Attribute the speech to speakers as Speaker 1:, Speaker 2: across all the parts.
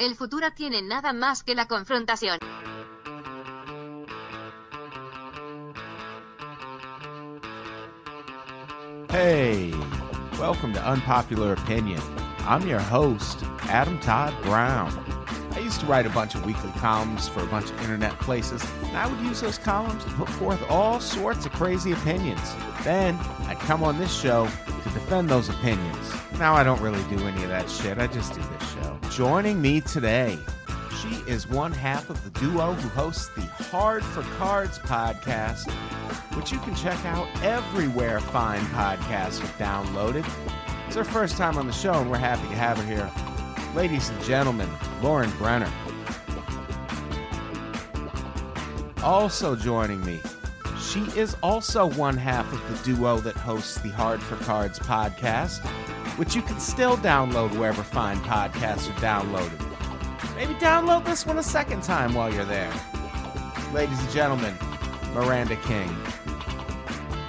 Speaker 1: El futuro tiene nada más que la confrontación.
Speaker 2: Hey, welcome to Unpopular Opinion. I'm your host, Adam Todd Brown. I used to write a bunch of weekly columns for a bunch of internet places, and I would use those columns to put forth all sorts of crazy opinions. Then I'd come on this show to defend those opinions. Now I don't really do any of that shit, I just do this show. Joining me today, she is one half of the duo who hosts the Hard for Cards podcast, which you can check out everywhere fine podcasts are downloaded. It's her first time on the show, and we're happy to have her here. Ladies and gentlemen, Lauren Brenner. Also joining me, she is also one half of the duo that hosts the Hard for Cards podcast, which you can still download wherever fine podcasts are downloaded. Maybe download this one a second time while you're there. Ladies and gentlemen, Miranda King.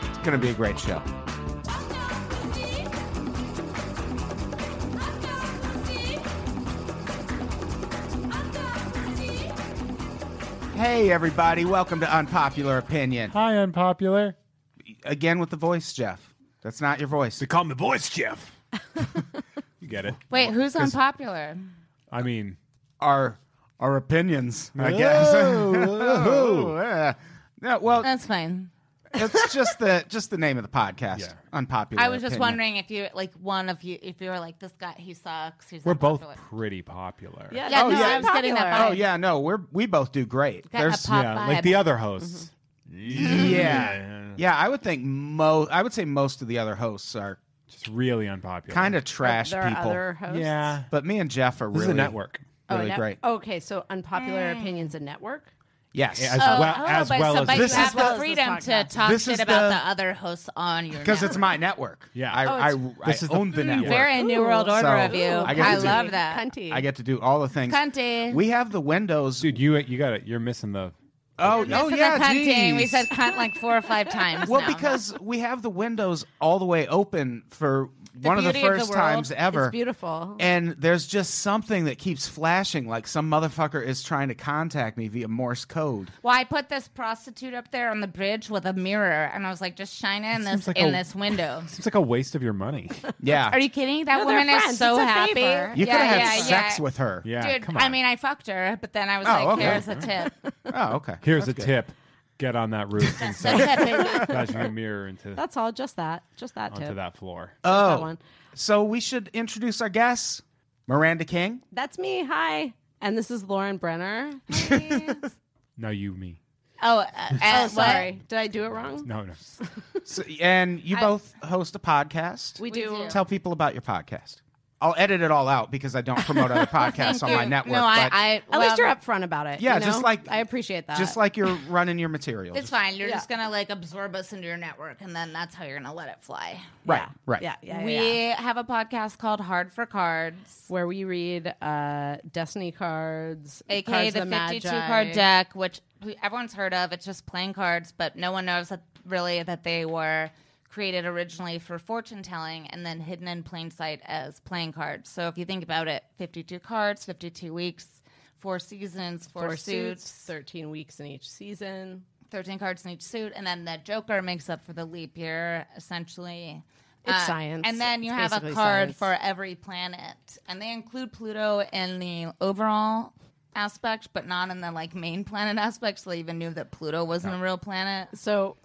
Speaker 2: It's going to be a great show. Hey, everybody, welcome to Unpopular Opinion.
Speaker 3: Hi, unpopular.
Speaker 2: Again with the voice, Jeff. That's not your voice.
Speaker 4: They call me voice Jeff. you get it.
Speaker 5: Wait, who's unpopular?
Speaker 3: I mean,
Speaker 2: Our our opinions, I guess. Yeah. no, well,
Speaker 5: That's fine.
Speaker 2: it's just the just the name of the podcast.
Speaker 3: Yeah.
Speaker 2: Unpopular.
Speaker 5: I was just
Speaker 2: Opinion.
Speaker 5: wondering if you like one of you if you were like this guy he sucks. He's
Speaker 3: we're both
Speaker 5: unpopular."
Speaker 3: pretty popular.
Speaker 5: Yeah, no,
Speaker 2: yeah.
Speaker 5: I was getting that.
Speaker 2: Oh yeah, no, we're we both do great.
Speaker 5: Got a
Speaker 2: There's
Speaker 5: pop
Speaker 3: Yeah,
Speaker 5: vibe.
Speaker 3: like the other hosts.
Speaker 2: yeah, yeah. I would think mo. I would say most of the other hosts are
Speaker 3: Just really unpopular.
Speaker 2: kind of trash
Speaker 6: there
Speaker 2: people.
Speaker 6: Are other hosts?
Speaker 3: Yeah.
Speaker 2: But me and Jeff are
Speaker 3: This
Speaker 2: really
Speaker 3: is a network.
Speaker 6: Oh,
Speaker 2: Really
Speaker 6: net-
Speaker 2: great.
Speaker 6: Okay, so unpopular
Speaker 5: Mm.
Speaker 6: opinions a network.
Speaker 2: Yes,
Speaker 3: As
Speaker 5: Oh,
Speaker 3: well
Speaker 5: oh,
Speaker 3: as
Speaker 5: but
Speaker 3: well
Speaker 5: so,
Speaker 3: as
Speaker 5: but
Speaker 2: This
Speaker 5: you
Speaker 2: is
Speaker 5: have
Speaker 6: the-
Speaker 5: the freedom
Speaker 6: this is
Speaker 5: to
Speaker 6: the
Speaker 2: podcast.
Speaker 5: talk shit about
Speaker 2: This is
Speaker 5: the other hosts on your
Speaker 2: because it's
Speaker 5: network.
Speaker 2: my network.
Speaker 3: Yeah.
Speaker 2: I
Speaker 3: Oh,
Speaker 2: I, I
Speaker 3: this is the-
Speaker 2: own the
Speaker 3: Mm,
Speaker 2: network.
Speaker 5: very New World Order
Speaker 2: So,
Speaker 5: of you.
Speaker 2: I
Speaker 5: I,
Speaker 2: guess it's-
Speaker 5: love that.
Speaker 6: Cunty.
Speaker 2: I get to do all the things.
Speaker 5: Cunty.
Speaker 2: We have the windows.
Speaker 3: dude, you you got it. You're missing the
Speaker 2: oh, oh
Speaker 5: Instead of
Speaker 2: yeah,
Speaker 5: cunting, we
Speaker 2: geez.
Speaker 5: said cunt like four or five times.
Speaker 2: Well,
Speaker 5: now.
Speaker 2: because we have the windows all the way open for one of the
Speaker 5: beauty of the
Speaker 2: first
Speaker 5: world.
Speaker 2: times ever.
Speaker 6: It's beautiful.
Speaker 2: And there's just something that keeps flashing, like some motherfucker is trying to contact me via Morse code.
Speaker 5: Well, I put this prostitute up there on the bridge with a mirror, and I was like, just shine it in
Speaker 3: Seems
Speaker 5: this
Speaker 3: like
Speaker 5: in
Speaker 3: a-
Speaker 5: this window.
Speaker 3: seems like a waste of your money.
Speaker 2: Yeah,
Speaker 5: Are you kidding? That
Speaker 6: No, they're
Speaker 5: woman is
Speaker 6: friends.
Speaker 5: so
Speaker 6: It's a
Speaker 5: happy.
Speaker 6: favor.
Speaker 2: You
Speaker 5: yeah,
Speaker 2: could have
Speaker 5: yeah,
Speaker 2: had sex
Speaker 5: yeah.
Speaker 2: with her.
Speaker 3: Yeah,
Speaker 5: Dude,
Speaker 3: come on.
Speaker 5: I mean, I fucked her, but then I was
Speaker 2: Oh,
Speaker 5: like,
Speaker 2: okay.
Speaker 5: here's a tip.
Speaker 2: Oh, okay.
Speaker 3: here's
Speaker 2: That's
Speaker 3: a
Speaker 2: good.
Speaker 3: tip. Get on that roof and
Speaker 5: That's
Speaker 3: start
Speaker 5: it, baby.
Speaker 3: flashing a mirror into
Speaker 6: That's all. Just that. Just that
Speaker 3: onto
Speaker 6: tip. Uh,
Speaker 3: that floor.
Speaker 6: Just
Speaker 2: Oh,
Speaker 6: that one.
Speaker 2: so we should introduce our guests, Miranda King.
Speaker 6: That's me. Hi, and this is Lauren Brenner.
Speaker 3: No, you me.
Speaker 5: Oh, uh, uh,
Speaker 6: oh, sorry. Did I do it wrong?
Speaker 3: No, no.
Speaker 2: So, and you both host a podcast.
Speaker 6: We, do.
Speaker 5: do.
Speaker 2: Tell people about your podcast. I'll edit it all out because I don't promote other podcasts
Speaker 5: Thank
Speaker 2: on my
Speaker 5: you.
Speaker 2: network.
Speaker 5: No, I,
Speaker 2: but
Speaker 5: I
Speaker 6: At
Speaker 5: well,
Speaker 6: least you're upfront about it.
Speaker 2: Yeah,
Speaker 6: you know?
Speaker 2: just like-
Speaker 6: I appreciate that.
Speaker 2: just like you're running your material.
Speaker 5: It's
Speaker 2: Just-
Speaker 5: fine. You're
Speaker 6: Yeah.
Speaker 5: just gonna like absorb us into your network, and then that's how you're gonna let it fly.
Speaker 2: Right,
Speaker 6: Yeah.
Speaker 2: right.
Speaker 6: Yeah, yeah, yeah, yeah.
Speaker 5: We have a podcast called Hard for Cards,
Speaker 6: where we read uh, destiny cards,
Speaker 5: aka
Speaker 6: Cards
Speaker 5: the
Speaker 6: of Magi.
Speaker 5: 52 card deck, which we- everyone's heard of. It's just playing cards, but no one knows that really that they were created originally for fortune telling and then hidden in plain sight as playing cards. So if you think about it, 52 cards, 52 weeks, four seasons, four,
Speaker 6: Four
Speaker 5: suits,
Speaker 6: suits, thirteen weeks in each season.
Speaker 5: 13 cards in each suit, and then the Joker makes up for the leap year, essentially. Uh,
Speaker 6: It's science.
Speaker 5: And then you have
Speaker 6: It's
Speaker 5: a
Speaker 6: basically
Speaker 5: card
Speaker 6: science.
Speaker 5: for every planet. And they include Pluto in the overall aspect, but not in the like main planet aspect. So they even knew that Pluto wasn't a real planet.
Speaker 6: So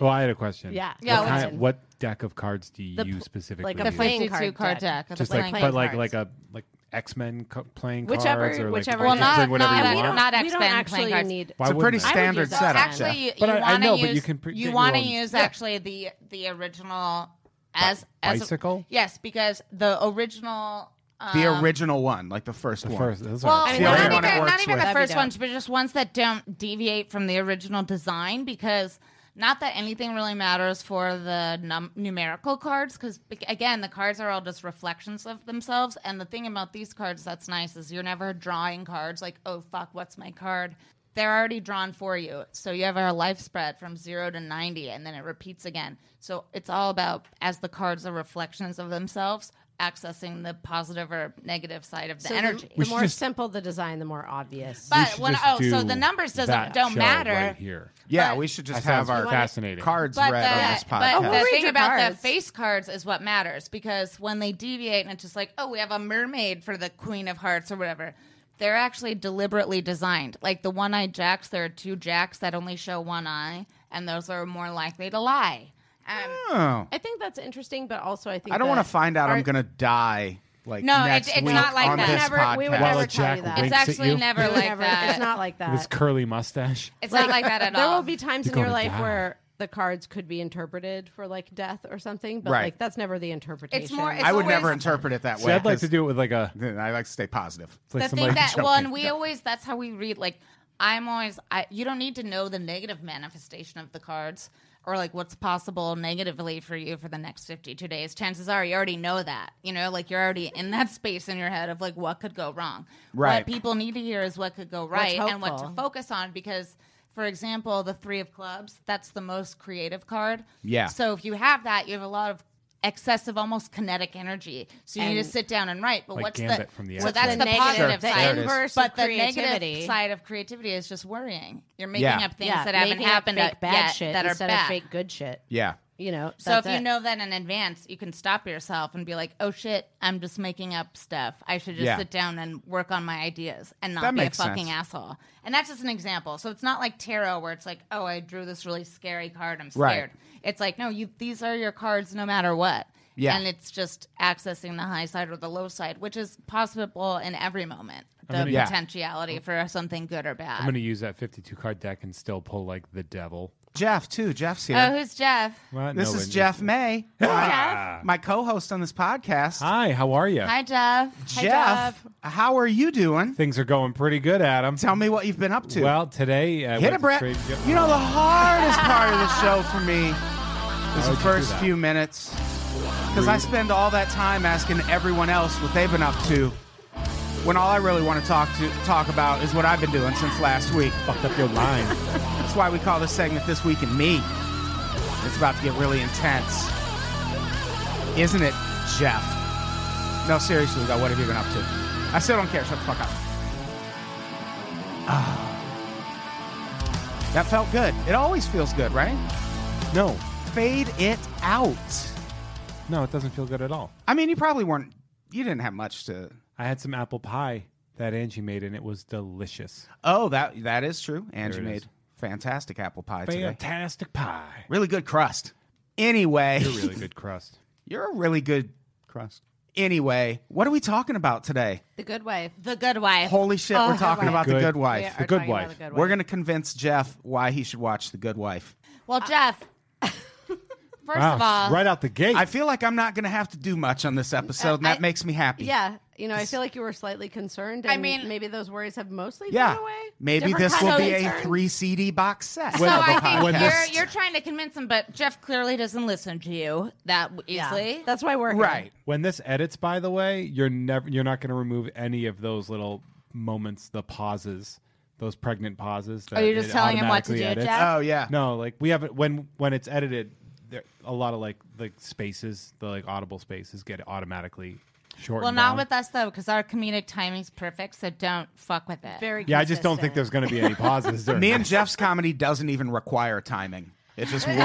Speaker 3: Well, I had a question.
Speaker 6: Yeah.
Speaker 5: Yeah,
Speaker 3: What,
Speaker 5: what's
Speaker 3: kind-
Speaker 6: in-
Speaker 3: what deck of cards do you
Speaker 6: The pl-
Speaker 3: specifically?
Speaker 6: like a
Speaker 5: The
Speaker 3: use?
Speaker 6: pla- Playing
Speaker 5: 52 card,
Speaker 6: card
Speaker 5: deck.
Speaker 6: deck.
Speaker 5: the
Speaker 3: Just like,
Speaker 5: playing
Speaker 3: but like
Speaker 5: cards.
Speaker 3: like a like X Men co- playing
Speaker 6: Whichever-
Speaker 3: cards or like
Speaker 6: whichever
Speaker 3: you
Speaker 6: Well,
Speaker 3: can
Speaker 6: not-
Speaker 3: bring whatever
Speaker 5: not-
Speaker 3: you
Speaker 5: we
Speaker 3: want.
Speaker 5: don't- not
Speaker 6: we
Speaker 5: expand
Speaker 6: don't actually
Speaker 5: playing cards.
Speaker 6: need.
Speaker 3: Why
Speaker 2: It's a pretty
Speaker 3: wouldn't I?
Speaker 2: standard
Speaker 6: that.
Speaker 2: setup.
Speaker 6: Actually,
Speaker 2: Jeff.
Speaker 5: actually you,
Speaker 3: But I- I
Speaker 5: want
Speaker 3: know,
Speaker 5: to
Speaker 3: but
Speaker 5: use
Speaker 3: you can pr- get
Speaker 5: you
Speaker 3: your
Speaker 5: want to
Speaker 3: own-
Speaker 5: use actually the the original as as
Speaker 3: bicycle?
Speaker 5: yes because the original um,
Speaker 2: the original one, like the first one.
Speaker 3: First, those
Speaker 5: Well,
Speaker 3: are
Speaker 2: I mean,
Speaker 3: the
Speaker 2: only
Speaker 5: not,
Speaker 2: one
Speaker 5: even,
Speaker 2: it
Speaker 5: not
Speaker 2: works
Speaker 5: even the
Speaker 2: with.
Speaker 6: That'd be
Speaker 5: first
Speaker 6: dope.
Speaker 5: ones, but just ones that don't deviate from the original design because not that anything really matters for the num- numerical cards because again the cards are all just reflections of themselves and the thing about these cards that's nice is you're never drawing cards like oh fuck what's my card they're already drawn for you so you have a life spread from 0 to 90 and then it repeats again so it's all about as the cards are reflections of themselves accessing the positive or negative side of the
Speaker 6: So the-
Speaker 5: energy
Speaker 6: The,
Speaker 3: should
Speaker 6: more
Speaker 3: just-
Speaker 6: simple the design, the more obvious.
Speaker 5: But-
Speaker 3: should
Speaker 5: when-
Speaker 3: just
Speaker 5: oh, so
Speaker 3: do
Speaker 5: the numbers doesn't-
Speaker 3: that
Speaker 5: don't
Speaker 3: show
Speaker 5: matter.
Speaker 3: right here.
Speaker 2: yeah,
Speaker 5: but-
Speaker 2: we should just
Speaker 3: That
Speaker 2: have
Speaker 3: sounds
Speaker 2: our
Speaker 3: fascinating.
Speaker 2: cards read on this
Speaker 5: but
Speaker 2: podcast.
Speaker 6: Oh,
Speaker 5: the
Speaker 6: we'll read
Speaker 5: thing
Speaker 6: your
Speaker 5: about the
Speaker 6: cards.
Speaker 5: face cards is what matters because when they deviate and it's just like, oh, we have a mermaid for the Queen of Hearts or whatever, they're actually deliberately designed. Like the one eyed jacks, there are two jacks that only show one eye, and those are more likely to lie. Um,
Speaker 3: Ah.
Speaker 2: Oh.
Speaker 6: I think that's interesting, but also I think
Speaker 2: I don't
Speaker 6: that
Speaker 2: want to find out I'm
Speaker 6: art-
Speaker 2: going to die like
Speaker 5: No,
Speaker 2: next
Speaker 5: it's- it's
Speaker 2: week
Speaker 5: not like
Speaker 2: on
Speaker 5: that.
Speaker 2: this
Speaker 6: Never- we would
Speaker 2: podcast.
Speaker 3: While
Speaker 6: never
Speaker 3: a
Speaker 6: tell you
Speaker 3: jack
Speaker 6: that.
Speaker 3: winks
Speaker 5: it's
Speaker 3: at
Speaker 5: actually
Speaker 3: you
Speaker 5: never
Speaker 6: We
Speaker 5: like
Speaker 6: never-
Speaker 5: that.
Speaker 6: It's not like that.
Speaker 3: with his curly mustache.
Speaker 5: It's not like that at
Speaker 6: there
Speaker 5: all.
Speaker 6: will be times
Speaker 3: You're
Speaker 6: in your
Speaker 3: gonna
Speaker 6: life
Speaker 3: die.
Speaker 6: where the cards could be interpreted for like death or something, but
Speaker 2: Right.
Speaker 6: like that's never the interpretation.
Speaker 5: more- it's
Speaker 2: I would
Speaker 5: always-
Speaker 2: never interpret it that
Speaker 3: See,
Speaker 2: way.
Speaker 3: I'd like to
Speaker 2: 'cause
Speaker 3: do it with like a.
Speaker 2: then I like to stay positive.
Speaker 3: It's like
Speaker 5: the
Speaker 3: somebody
Speaker 5: thing that
Speaker 3: choking.
Speaker 5: well, and we always that's how we read. Like I'm always, I you don't need to know the negative manifestation of the cards or like what's possible negatively for you for the next 52 days. Chances are you already know that. You know, like you're already in that space in your head of like what could go wrong.
Speaker 2: Right.
Speaker 5: What people need to hear is what could go right and what to
Speaker 6: hopeful.
Speaker 5: focus on because. For example, the three of clubs, that's the most creative card.
Speaker 2: Yeah.
Speaker 5: So if you have that, you have a lot of excessive, almost kinetic energy. So you need to
Speaker 6: And-
Speaker 5: sit down and write. But
Speaker 3: Like
Speaker 5: what's
Speaker 3: Gambit
Speaker 5: the
Speaker 3: from the
Speaker 5: so
Speaker 3: X-Men.
Speaker 5: that's
Speaker 6: The
Speaker 5: the,
Speaker 6: negative-
Speaker 5: positive
Speaker 2: the
Speaker 5: side.
Speaker 6: inverse
Speaker 5: but
Speaker 6: of
Speaker 5: the
Speaker 6: creativity.
Speaker 5: negative side of creativity is just worrying. You're making
Speaker 2: Yeah.
Speaker 5: up things
Speaker 6: Yeah,
Speaker 5: that haven't
Speaker 6: making up
Speaker 5: happened
Speaker 6: fake
Speaker 5: yet
Speaker 6: bad shit
Speaker 5: that are
Speaker 6: instead
Speaker 5: bad.
Speaker 6: of fake good shit.
Speaker 2: Yeah.
Speaker 6: You know.
Speaker 5: So if
Speaker 6: that's
Speaker 5: you
Speaker 6: it.
Speaker 5: know that in advance, you can stop yourself and be like, "Oh shit, I'm just making up stuff. I should just
Speaker 2: Yeah.
Speaker 5: sit down and work on my ideas and not
Speaker 2: That
Speaker 5: be a
Speaker 2: makes sense.
Speaker 5: fucking asshole." And that's just an example. So it's not like tarot where it's like, "Oh, I drew this really scary card. I'm
Speaker 2: Right.
Speaker 5: scared." It's like, "No, you these are your cards no matter what."
Speaker 2: Yeah.
Speaker 5: And it's just accessing the high side or the low side, which is possible in every moment. The
Speaker 3: gonna-
Speaker 2: Yeah.
Speaker 5: potentiality for something good or bad.
Speaker 3: I'm going to use that 52 card deck and still pull like the devil.
Speaker 2: Jeff, too. Jeff's here.
Speaker 5: oh, who's Jeff?
Speaker 3: Well,
Speaker 2: this
Speaker 3: no
Speaker 2: is
Speaker 3: one-
Speaker 2: Jeff May, my, my co-host on this podcast.
Speaker 3: Hi, how are you?
Speaker 5: Hi, Jeff. Hi,
Speaker 2: Jeff, how are you doing?
Speaker 3: Things are going pretty good, Adam.
Speaker 2: Tell me what you've been up to.
Speaker 3: Well, today I
Speaker 2: Hit
Speaker 3: went
Speaker 2: it,
Speaker 3: to
Speaker 2: Brett.
Speaker 3: trade-
Speaker 2: You know, the hardest part of the show for me is the
Speaker 3: would you do
Speaker 2: first
Speaker 3: that?
Speaker 2: few minutes. Because I spend all that time asking everyone else what they've been up to. When all I really want to talk to talk about is what I've been doing since last week.
Speaker 3: fucked up your line.
Speaker 2: That's why we call this segment This Week in Me. It's about to get really intense. Isn't it, Jeff? No, seriously, though, what have you been up to? I still don't care. Shut the fuck up. Ah. That felt good. It always feels good, right?
Speaker 3: no,
Speaker 2: Fade it out.
Speaker 3: no, it doesn't feel good at all.
Speaker 2: I mean, you probably weren't, you didn't have much to.
Speaker 3: I had some apple pie that Angie made and it was delicious.
Speaker 2: Oh, that that is true. Angie
Speaker 3: There it
Speaker 2: made
Speaker 3: is.
Speaker 2: fantastic apple pie today.
Speaker 3: Fantastic pie.
Speaker 2: Really good crust. Anyway.
Speaker 3: You're really good crust.
Speaker 2: You're a really good crust. Anyway, what are we talking about today?
Speaker 6: the good wife.
Speaker 5: The Good Wife.
Speaker 2: Holy shit,
Speaker 6: Oh,
Speaker 2: we're talking about The
Speaker 3: Good.
Speaker 2: Good
Speaker 6: We
Speaker 2: Wife.
Speaker 6: are
Speaker 3: The Good
Speaker 6: talking about
Speaker 3: Wife.
Speaker 6: The good wife.
Speaker 2: We're going to convince Jeff why he should watch The Good Wife.
Speaker 5: Well, Jeff. First
Speaker 3: Wow,
Speaker 5: of all,
Speaker 3: right out the gate.
Speaker 2: I feel like I'm not going to have to do much on this episode, and that
Speaker 6: I-
Speaker 2: makes me happy.
Speaker 6: Yeah, you know, I feel like you were slightly concerned. And
Speaker 5: I mean-
Speaker 6: maybe those worries have mostly
Speaker 2: Yeah.
Speaker 6: gone away.
Speaker 2: Maybe
Speaker 6: Different
Speaker 2: this
Speaker 6: kind
Speaker 2: will
Speaker 6: of
Speaker 2: be a
Speaker 6: concern.
Speaker 2: three CD box set.
Speaker 5: so
Speaker 3: When-
Speaker 5: I
Speaker 3: when
Speaker 5: think you're,
Speaker 3: this-
Speaker 5: you're trying to convince him, but Jeff clearly doesn't listen to you that easily.
Speaker 6: Yeah, that's why we're here.
Speaker 2: right.
Speaker 3: when this edits, by the way, you're never you're not going to remove any of those little moments, the pauses, those pregnant pauses. That
Speaker 5: Are you just
Speaker 3: it
Speaker 5: telling him what to
Speaker 3: automatically
Speaker 5: do,
Speaker 3: edits.
Speaker 5: Jeff?
Speaker 2: Oh, yeah.
Speaker 3: No, like we have it when when it's edited. There a lot of like like spaces, the like audible spaces get automatically shortened.
Speaker 5: well, not
Speaker 3: down.
Speaker 5: with us though, because our comedic timing's perfect. So don't fuck with it.
Speaker 6: Very.
Speaker 3: Yeah, I just don't think there's going
Speaker 6: consistent.
Speaker 3: to be any pauses. during
Speaker 2: Me and
Speaker 3: this.
Speaker 2: Jeff's comedy doesn't even require timing, it just works.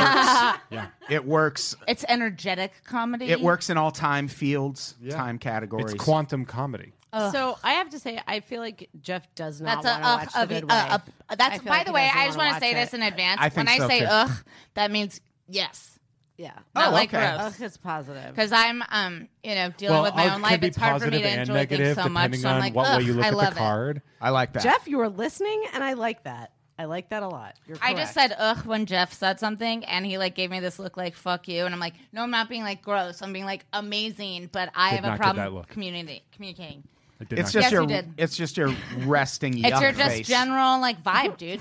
Speaker 3: yeah,
Speaker 2: it works.
Speaker 5: it's energetic comedy.
Speaker 2: It works in all time fields,
Speaker 3: Yeah.
Speaker 2: time categories.
Speaker 3: it's quantum comedy.
Speaker 6: So I have to say, I feel like Jeff does not
Speaker 5: That's a
Speaker 6: want to
Speaker 5: ugh
Speaker 6: watch
Speaker 5: of
Speaker 6: the good
Speaker 5: uh,
Speaker 6: wife.
Speaker 5: uh,
Speaker 6: I
Speaker 5: that's
Speaker 6: feel
Speaker 5: by
Speaker 6: like
Speaker 5: the
Speaker 6: he
Speaker 5: way,
Speaker 6: doesn't
Speaker 5: I just
Speaker 6: wanna
Speaker 5: want to say
Speaker 6: watch
Speaker 5: this
Speaker 6: it.
Speaker 5: in advance.
Speaker 2: I think
Speaker 5: when I
Speaker 2: so,
Speaker 5: say
Speaker 2: too.
Speaker 5: ugh, that means yes.
Speaker 6: yeah.
Speaker 5: Not
Speaker 2: Oh,
Speaker 5: like
Speaker 2: okay.
Speaker 5: gross.
Speaker 6: Ugh, it's positive.
Speaker 5: because I'm, um, you know, dealing with my
Speaker 3: all-
Speaker 5: own
Speaker 3: it
Speaker 5: life.
Speaker 3: could be
Speaker 5: It's hard for me
Speaker 3: positive
Speaker 5: to
Speaker 3: and
Speaker 5: enjoy
Speaker 3: negative,
Speaker 5: things so much.
Speaker 3: depending
Speaker 5: So
Speaker 3: on
Speaker 5: I'm like,
Speaker 3: what
Speaker 5: ugh,
Speaker 3: way you look
Speaker 5: I
Speaker 3: at
Speaker 5: love
Speaker 3: the card.
Speaker 2: I like that.
Speaker 6: Jeff, you were listening, and I like that. I like that a lot. You're
Speaker 5: I just
Speaker 6: correct.
Speaker 5: said ugh when Jeff said something, and he like gave me this look like fuck you, and I'm like, no, I'm not being like gross. I'm being like amazing, but I
Speaker 3: Did
Speaker 5: have
Speaker 3: not get
Speaker 5: a
Speaker 3: that
Speaker 5: problem
Speaker 3: look.
Speaker 5: communicating, communicating.
Speaker 3: I did
Speaker 2: It's
Speaker 3: not
Speaker 5: Yes,
Speaker 2: just your
Speaker 5: you did.
Speaker 2: it's just your resting
Speaker 5: It's
Speaker 2: yuck
Speaker 5: your just
Speaker 2: face.
Speaker 5: general like vibe, dude.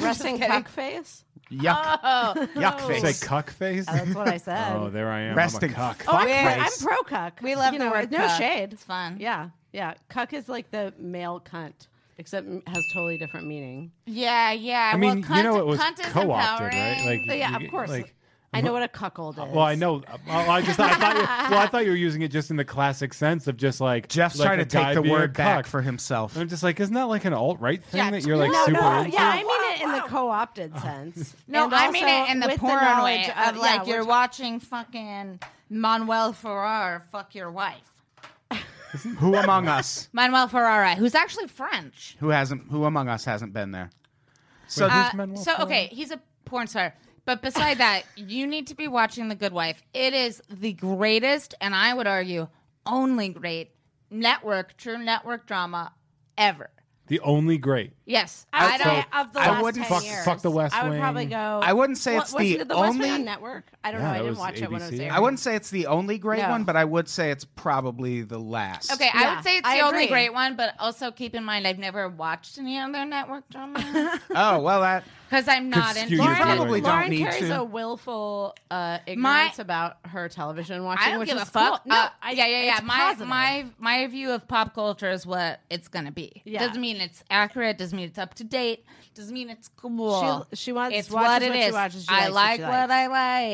Speaker 6: resting
Speaker 5: kidding.
Speaker 6: cock face.
Speaker 2: yuck
Speaker 5: Oh,
Speaker 2: yuck
Speaker 3: get-
Speaker 2: face.
Speaker 3: say cuck face.
Speaker 6: Oh, that's what I said.
Speaker 3: oh, there I am.
Speaker 2: Resting
Speaker 3: I'm a cuck.
Speaker 6: Oh, I'm,
Speaker 2: fuck
Speaker 6: pro- I'm
Speaker 2: face.
Speaker 6: pro cuck.
Speaker 5: we love
Speaker 6: you
Speaker 5: the
Speaker 6: know,
Speaker 5: word
Speaker 6: No
Speaker 5: cuck.
Speaker 6: shade.
Speaker 5: It's fun.
Speaker 6: Yeah, yeah. Cuck is like the male cunt, except m- has totally different meaning.
Speaker 5: yeah, yeah.
Speaker 3: I mean,
Speaker 5: well, cunt,
Speaker 3: you know, it was
Speaker 5: cunt is
Speaker 3: co-opted, right?
Speaker 5: empowering.
Speaker 3: Like,
Speaker 6: But yeah,
Speaker 3: you-
Speaker 6: of course.
Speaker 3: like-
Speaker 6: I know what a cuckold is.
Speaker 3: well, I know. Well, I just thought, I thought you, well, I thought you were using it just in the classic sense of just like
Speaker 2: Jeff's
Speaker 3: like
Speaker 2: trying
Speaker 3: a
Speaker 2: to
Speaker 3: guy
Speaker 2: take the
Speaker 3: being
Speaker 2: word back
Speaker 3: cuck.
Speaker 2: for himself.
Speaker 3: I'm just like, isn't that like an alt right thing
Speaker 5: Yeah,
Speaker 3: that you're like
Speaker 6: No,
Speaker 3: super
Speaker 6: no,
Speaker 3: into?
Speaker 6: yeah, I mean it in the co-opted sense.
Speaker 5: No,
Speaker 6: And
Speaker 5: I mean
Speaker 6: also
Speaker 5: it in the
Speaker 6: with
Speaker 5: porn way
Speaker 6: knowledge
Speaker 5: of like
Speaker 6: yeah,
Speaker 5: you're
Speaker 6: which-
Speaker 5: watching fucking Manuel Ferrar fuck your wife.
Speaker 2: who among us
Speaker 5: Manuel Ferrara, who's actually French.
Speaker 2: who hasn't who among us hasn't been there? So
Speaker 5: Uh,
Speaker 3: Manuel
Speaker 5: so okay, he's a porn star. But beside that, you need to be watching The Good Wife. It is the greatest, and I would argue only great network, true network drama ever.
Speaker 3: The only great.
Speaker 5: Yes,
Speaker 6: I,
Speaker 5: I,
Speaker 6: would
Speaker 5: don't.
Speaker 6: say of the
Speaker 2: I
Speaker 6: last
Speaker 2: wouldn't
Speaker 6: 10
Speaker 2: fuck-
Speaker 6: years,
Speaker 3: fuck the West
Speaker 6: I would probably
Speaker 3: Wing.
Speaker 6: go.
Speaker 2: I wouldn't say it's
Speaker 6: What- wasn't
Speaker 2: the
Speaker 6: it the West Wing
Speaker 2: only-
Speaker 6: on network. I don't
Speaker 3: Yeah,
Speaker 6: know. I
Speaker 3: that
Speaker 6: didn't
Speaker 3: was
Speaker 6: watch it when it was
Speaker 3: ABC.
Speaker 6: airing.
Speaker 2: I wouldn't say it's the only great
Speaker 6: No.
Speaker 2: one, but I would say it's probably the last.
Speaker 5: Okay, I
Speaker 6: Yeah,
Speaker 5: would say it's
Speaker 6: I
Speaker 5: the only
Speaker 6: agree.
Speaker 5: great one, but also keep in mind I've never watched any other network drama
Speaker 2: Oh well, that
Speaker 5: because I'm not
Speaker 3: Could
Speaker 5: into.
Speaker 3: skew your
Speaker 5: it.
Speaker 2: You probably don't
Speaker 6: Lauren
Speaker 2: need
Speaker 6: carries
Speaker 2: to.
Speaker 6: a willful uh, ignorance about her television watching.
Speaker 5: I don't
Speaker 6: which
Speaker 5: give a
Speaker 6: is
Speaker 5: fuck.
Speaker 6: cool. No,
Speaker 5: Uh,
Speaker 6: I,
Speaker 5: yeah, yeah, yeah.
Speaker 6: it's
Speaker 5: My
Speaker 6: positive.
Speaker 5: my my view of pop culture is what it's gonna be.
Speaker 6: Yeah.
Speaker 5: Doesn't mean it's accurate. Doesn't mean it's up to date. Doesn't mean it's cool.
Speaker 6: She- she wants-
Speaker 5: It's
Speaker 6: watches
Speaker 5: what it
Speaker 6: what
Speaker 5: is.
Speaker 6: she watches, she
Speaker 5: I
Speaker 6: likes what
Speaker 5: like
Speaker 6: she
Speaker 5: what
Speaker 6: likes.
Speaker 5: I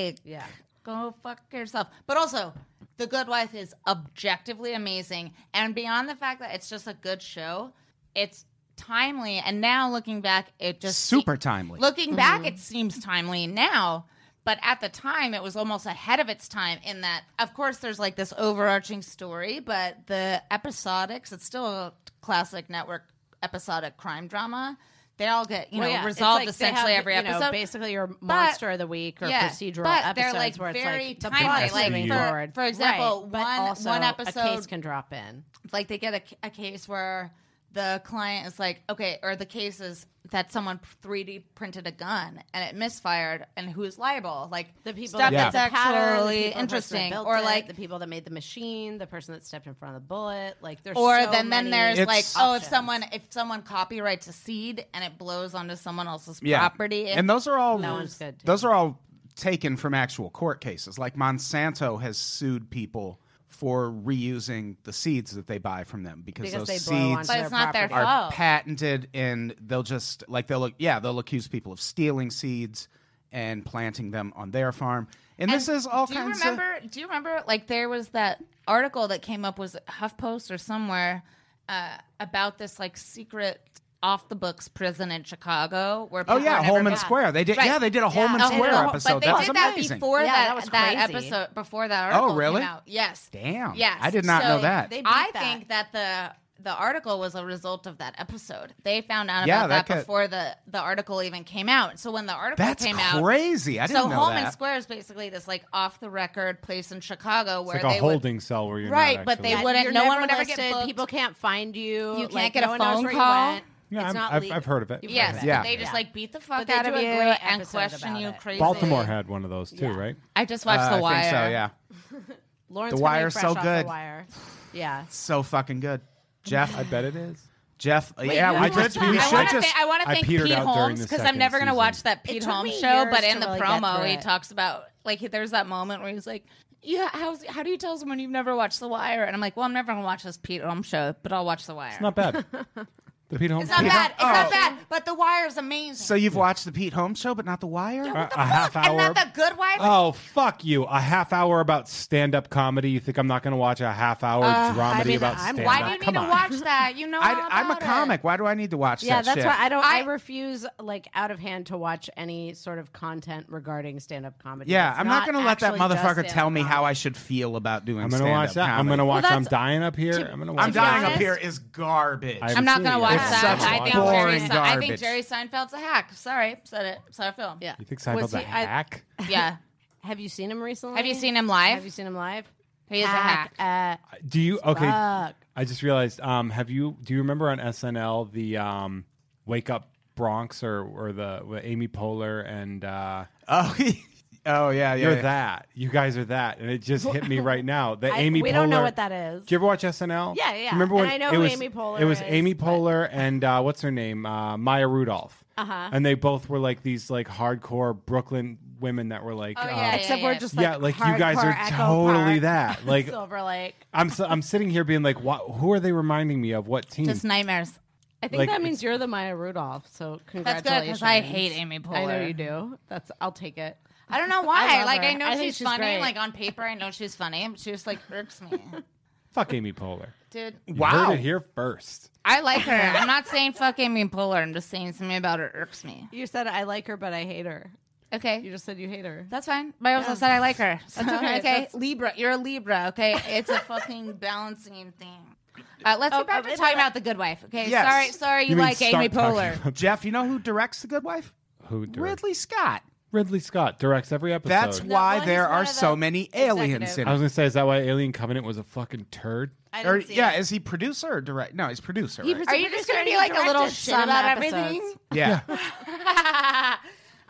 Speaker 5: like.
Speaker 6: Yeah.
Speaker 5: Go fuck yourself. But also, The Good Wife is objectively amazing, and beyond the fact that it's just a good show, it's timely. And now looking back, it just
Speaker 2: super timely.
Speaker 5: Looking back, it seems timely now, but at the time, it was almost ahead of its time in that, of course, there's like this overarching story, but the episodics, it's still a classic network episodic crime drama. They all get, you
Speaker 6: Well,
Speaker 5: know,
Speaker 6: yeah, it's
Speaker 5: resolved
Speaker 6: like they
Speaker 5: essentially
Speaker 6: have,
Speaker 5: every
Speaker 6: you know,
Speaker 5: episode.
Speaker 6: basically, your monster of the week or
Speaker 5: yeah,
Speaker 6: procedural
Speaker 5: but they're
Speaker 6: episodes
Speaker 5: like
Speaker 6: where it's
Speaker 5: very
Speaker 6: like the
Speaker 5: timely,
Speaker 6: plot is
Speaker 3: like,
Speaker 6: moving
Speaker 3: for-
Speaker 6: forward.
Speaker 5: for example,
Speaker 6: Right, but
Speaker 5: one-
Speaker 6: also
Speaker 5: one
Speaker 6: a
Speaker 5: episode-
Speaker 6: case can drop in.
Speaker 5: like they get a, a case where the client is like okay or the case is that someone 3d printed a gun and it misfired and who's liable like
Speaker 6: The people
Speaker 5: stuff
Speaker 6: that
Speaker 5: that's
Speaker 6: made the pattern, the
Speaker 5: actually
Speaker 6: people- the person that
Speaker 5: interesting
Speaker 6: built
Speaker 5: or
Speaker 6: it,
Speaker 5: like
Speaker 6: the people that made the machine, the person that stepped in front of the bullet. Like there's
Speaker 5: or
Speaker 6: so
Speaker 5: then then
Speaker 6: many
Speaker 5: there's
Speaker 2: It's-
Speaker 5: like oh if
Speaker 6: options.
Speaker 5: someone if someone copyrights a seed and it blows onto someone else's
Speaker 2: yeah.
Speaker 5: property
Speaker 2: and those are all
Speaker 6: That one's good, too.
Speaker 2: those are all taken from actual court cases. Like Monsanto has sued people for reusing the seeds that they buy from them because,
Speaker 6: because they
Speaker 2: those
Speaker 6: blow
Speaker 2: seeds
Speaker 6: onto
Speaker 5: But
Speaker 6: their
Speaker 5: it's not their Oh.
Speaker 6: property.
Speaker 5: fault.
Speaker 2: are patented and they'll just like they'll yeah they'll accuse people of stealing seeds and planting them on their farm and, this
Speaker 5: And
Speaker 2: is all
Speaker 5: do
Speaker 2: kinds
Speaker 5: you remember do you remember like there was that article that came up was it huffpost or somewhere uh, about this like secret off the books prison in chicago where
Speaker 2: of oh
Speaker 5: people
Speaker 2: yeah
Speaker 5: never
Speaker 2: Holman
Speaker 5: got-
Speaker 2: Square they did
Speaker 5: Right.
Speaker 2: yeah they did a Holman
Speaker 5: Oh,
Speaker 2: Square
Speaker 5: no, but
Speaker 2: episode
Speaker 5: they
Speaker 2: that
Speaker 5: did
Speaker 2: was
Speaker 5: that
Speaker 2: amazing Oh,
Speaker 5: before
Speaker 6: Yeah,
Speaker 5: that,
Speaker 6: that was
Speaker 5: that
Speaker 6: crazy.
Speaker 5: episode before that article
Speaker 2: really?
Speaker 5: came out yes
Speaker 2: damn
Speaker 5: yes
Speaker 2: I did not know
Speaker 5: So
Speaker 2: that
Speaker 6: They beat
Speaker 5: I
Speaker 6: that.
Speaker 5: think that the the article was a result of that episode. They found out
Speaker 2: Yeah,
Speaker 5: about
Speaker 2: that
Speaker 5: that,
Speaker 2: could-
Speaker 5: before the the article even came out. So when the article
Speaker 2: that's
Speaker 5: came out,
Speaker 2: crazy I didn't
Speaker 5: so
Speaker 2: know
Speaker 5: Holman
Speaker 2: that
Speaker 5: Square is basically this like off the record place in Chicago where
Speaker 3: It's like
Speaker 5: they
Speaker 3: a holding cell where
Speaker 5: would,
Speaker 3: you're
Speaker 5: right,
Speaker 3: not
Speaker 5: but they
Speaker 3: actually-
Speaker 6: Yeah,
Speaker 5: wouldn't.
Speaker 6: you're
Speaker 5: no
Speaker 6: never
Speaker 5: one would ever
Speaker 6: listed,
Speaker 5: get booked.
Speaker 6: People can't find you.
Speaker 5: You
Speaker 6: Like,
Speaker 5: can't get
Speaker 6: no
Speaker 5: a
Speaker 6: one knows
Speaker 5: phone
Speaker 6: where
Speaker 5: call.
Speaker 6: You went.
Speaker 3: Yeah,
Speaker 6: it's
Speaker 3: I'm-
Speaker 6: not
Speaker 3: I've-
Speaker 6: legal.
Speaker 3: I've heard of it.
Speaker 6: You've
Speaker 5: Yes,
Speaker 6: heard
Speaker 5: but
Speaker 6: of it.
Speaker 2: Yeah.
Speaker 5: they just like beat the fuck
Speaker 6: they
Speaker 5: out
Speaker 6: do
Speaker 5: of
Speaker 6: a
Speaker 5: you
Speaker 6: great
Speaker 5: and
Speaker 6: episode
Speaker 5: question
Speaker 6: about
Speaker 5: you
Speaker 6: it.
Speaker 5: crazy.
Speaker 3: Baltimore had one of those too, right?
Speaker 5: I just
Speaker 2: Uh,
Speaker 5: watched The
Speaker 2: I
Speaker 5: Wire.
Speaker 2: think so yeah
Speaker 6: Lauren's
Speaker 2: The
Speaker 6: coming
Speaker 2: Wire's
Speaker 6: fresh
Speaker 2: so
Speaker 6: off
Speaker 2: good.
Speaker 6: The wire. Yeah.
Speaker 2: so fucking good Jeff I
Speaker 3: Bet it is.
Speaker 2: Jeff yeah
Speaker 6: you
Speaker 2: we,
Speaker 6: watched
Speaker 2: just,
Speaker 6: that?
Speaker 2: we
Speaker 5: I
Speaker 2: should
Speaker 5: want to
Speaker 2: just
Speaker 5: I want to
Speaker 3: I
Speaker 5: thank
Speaker 3: petered
Speaker 5: Pete
Speaker 3: out during
Speaker 5: Holmes
Speaker 3: the
Speaker 5: because I'm
Speaker 3: second
Speaker 5: never going to
Speaker 3: season.
Speaker 5: watch that
Speaker 6: It
Speaker 5: Pete
Speaker 6: took
Speaker 5: Holmes
Speaker 6: me
Speaker 5: show.
Speaker 6: years
Speaker 5: But in
Speaker 6: to
Speaker 5: the
Speaker 6: really get
Speaker 5: promo,
Speaker 6: through
Speaker 5: he
Speaker 6: it.
Speaker 5: talks about like there's that moment where he's like, "Yeah, how's, how do you tell someone you've never watched The Wire?" And I'm like, "Well, I'm never going to watch this Pete Holmes show, but I'll watch The Wire."
Speaker 3: It's not bad. The Pete Holmes.
Speaker 5: It's not
Speaker 3: show.
Speaker 5: bad. It's
Speaker 2: Oh.
Speaker 5: not bad. But The Wire is amazing.
Speaker 2: so you've watched the Pete Holmes show but not the Wire
Speaker 3: A, a half hour.
Speaker 5: and not the Good Wife.
Speaker 3: Oh fuck you! A half hour about stand-up comedy. You think I'm not going to watch a half hour dramedy
Speaker 6: mean,
Speaker 3: about
Speaker 6: I'm-
Speaker 3: stand-up?
Speaker 5: Why do you need
Speaker 3: Come
Speaker 5: to
Speaker 3: on.
Speaker 5: watch that? You know, all
Speaker 2: I, am a
Speaker 5: about it.
Speaker 2: comic why do I need to watch
Speaker 6: Yeah,
Speaker 2: that
Speaker 6: that's
Speaker 2: shit
Speaker 6: why I don't. I,
Speaker 5: I-
Speaker 6: refuse, like, out of hand to watch any sort of content regarding stand-up comedy.
Speaker 2: Yeah,
Speaker 6: It's
Speaker 2: I'm not, going to let that
Speaker 6: actually Uh-huh. just
Speaker 2: motherfucker
Speaker 6: stand-up
Speaker 2: tell me
Speaker 6: comedy.
Speaker 2: how I should feel about doing.
Speaker 3: I'm
Speaker 2: going
Speaker 3: gonna
Speaker 2: to
Speaker 3: watch that. I'm
Speaker 2: going
Speaker 3: gonna watch. I'm
Speaker 5: that's-
Speaker 3: dying up here. I'm gonna watch.
Speaker 2: I'm
Speaker 5: to be
Speaker 2: dying up
Speaker 5: honest-
Speaker 2: here is garbage.
Speaker 3: I
Speaker 5: I'm not
Speaker 3: It's
Speaker 5: gonna watch
Speaker 3: such
Speaker 5: that. I think Jerry.
Speaker 2: boring
Speaker 5: Se- I think
Speaker 2: garbage.
Speaker 5: Jerry Seinfeld's a hack. Sorry, said it. Sorry, Phil.
Speaker 6: Yeah.
Speaker 3: You think
Speaker 6: Was
Speaker 3: Seinfeld's
Speaker 6: he-
Speaker 3: a
Speaker 6: I-
Speaker 3: hack?
Speaker 5: yeah.
Speaker 6: Have you seen him recently?
Speaker 5: Have you seen him live?
Speaker 6: Have you seen him live?
Speaker 5: He is a hack.
Speaker 6: Uh,
Speaker 3: Do you? Okay.
Speaker 6: fuck.
Speaker 3: I just realized. Um, have you? Do you remember on SNL the um, wake up Bronx or or the with Amy Poehler and uh,
Speaker 2: Oh, oh yeah, yeah.
Speaker 3: you're
Speaker 2: yeah.
Speaker 3: that. You guys are that, and it just hit me right now. The
Speaker 6: I-
Speaker 3: Amy.
Speaker 6: we don't know
Speaker 3: Poehler-
Speaker 6: what that is.
Speaker 3: Do you ever watch SNL?
Speaker 6: Yeah, yeah.
Speaker 3: Remember when
Speaker 6: And I know
Speaker 3: it
Speaker 6: who
Speaker 3: was,
Speaker 6: Amy Poehler
Speaker 3: It was
Speaker 6: is,
Speaker 3: Amy
Speaker 6: but-
Speaker 3: Poehler and uh, what's her name? Uh, Maya Rudolph. Uh
Speaker 6: Uh-huh.
Speaker 3: huh. And they both were like these like hardcore Brooklyn women that were like,
Speaker 5: Oh,
Speaker 3: um,
Speaker 5: yeah,
Speaker 6: Except
Speaker 5: yeah,
Speaker 6: we're
Speaker 5: yeah.
Speaker 6: just like
Speaker 3: yeah, like you guys
Speaker 6: hardcore
Speaker 3: are
Speaker 6: Echo
Speaker 3: totally
Speaker 6: Park,
Speaker 3: that. Like
Speaker 6: Silver Lake.
Speaker 3: I'm s I'm sitting here being like, what, who are they reminding me of? What team?
Speaker 5: Just nightmares.
Speaker 6: I think
Speaker 3: Like-
Speaker 6: that means you're the Maya Rudolph. So
Speaker 5: That's
Speaker 6: congratulations.
Speaker 5: good because I hate Amy Poehler.
Speaker 6: I know you do. That's I'll take it.
Speaker 5: I don't know why.
Speaker 6: love
Speaker 5: like
Speaker 6: her.
Speaker 5: I know
Speaker 6: I think
Speaker 5: she's,
Speaker 6: she's
Speaker 5: funny.
Speaker 6: great.
Speaker 5: Like on paper, I know she's funny. She just like irks me,
Speaker 3: Fuck Amy Poehler.
Speaker 5: dude.
Speaker 3: You
Speaker 2: Wow.
Speaker 3: heard it here first.
Speaker 5: I like her. I'm not saying fuck Amy Poehler. I'm just saying something about her irks me.
Speaker 6: You said I like her, but I hate her. You
Speaker 5: Okay,
Speaker 6: just said you hate her.
Speaker 5: that's fine. But I also said I like her. So,
Speaker 6: That's okay.
Speaker 5: okay.
Speaker 6: That's-
Speaker 5: Libra, you're a Libra. Okay, it's a fucking balancing thing. Uh, let's
Speaker 6: Oh,
Speaker 5: get back to
Speaker 6: oh,
Speaker 5: talking about the Good Wife. Okay,
Speaker 2: Yes.
Speaker 5: sorry, sorry, you,
Speaker 3: You mean
Speaker 5: like
Speaker 3: start
Speaker 5: Amy
Speaker 3: talking
Speaker 5: Poehler.
Speaker 3: about
Speaker 2: Jeff, you know who directs The Good Wife?
Speaker 3: Who directs?
Speaker 2: Ridley Scott.
Speaker 3: Ridley Scott directs every episode.
Speaker 2: That's
Speaker 5: No,
Speaker 2: why
Speaker 5: well,
Speaker 2: there
Speaker 5: he's one
Speaker 2: are
Speaker 5: of the
Speaker 2: so many aliens in
Speaker 5: executive-
Speaker 3: I was
Speaker 2: it.
Speaker 3: gonna say, is that why Alien Covenant was a fucking turd?
Speaker 6: I
Speaker 2: Or,
Speaker 6: didn't see
Speaker 2: yeah,
Speaker 6: it.
Speaker 2: is he producer or direct? No, he's producer.
Speaker 6: He
Speaker 2: right?
Speaker 6: was-
Speaker 5: Are you just gonna be
Speaker 6: He
Speaker 5: like a little
Speaker 6: directed
Speaker 5: shit
Speaker 6: some
Speaker 5: about
Speaker 6: episodes.
Speaker 5: everything?
Speaker 2: yeah.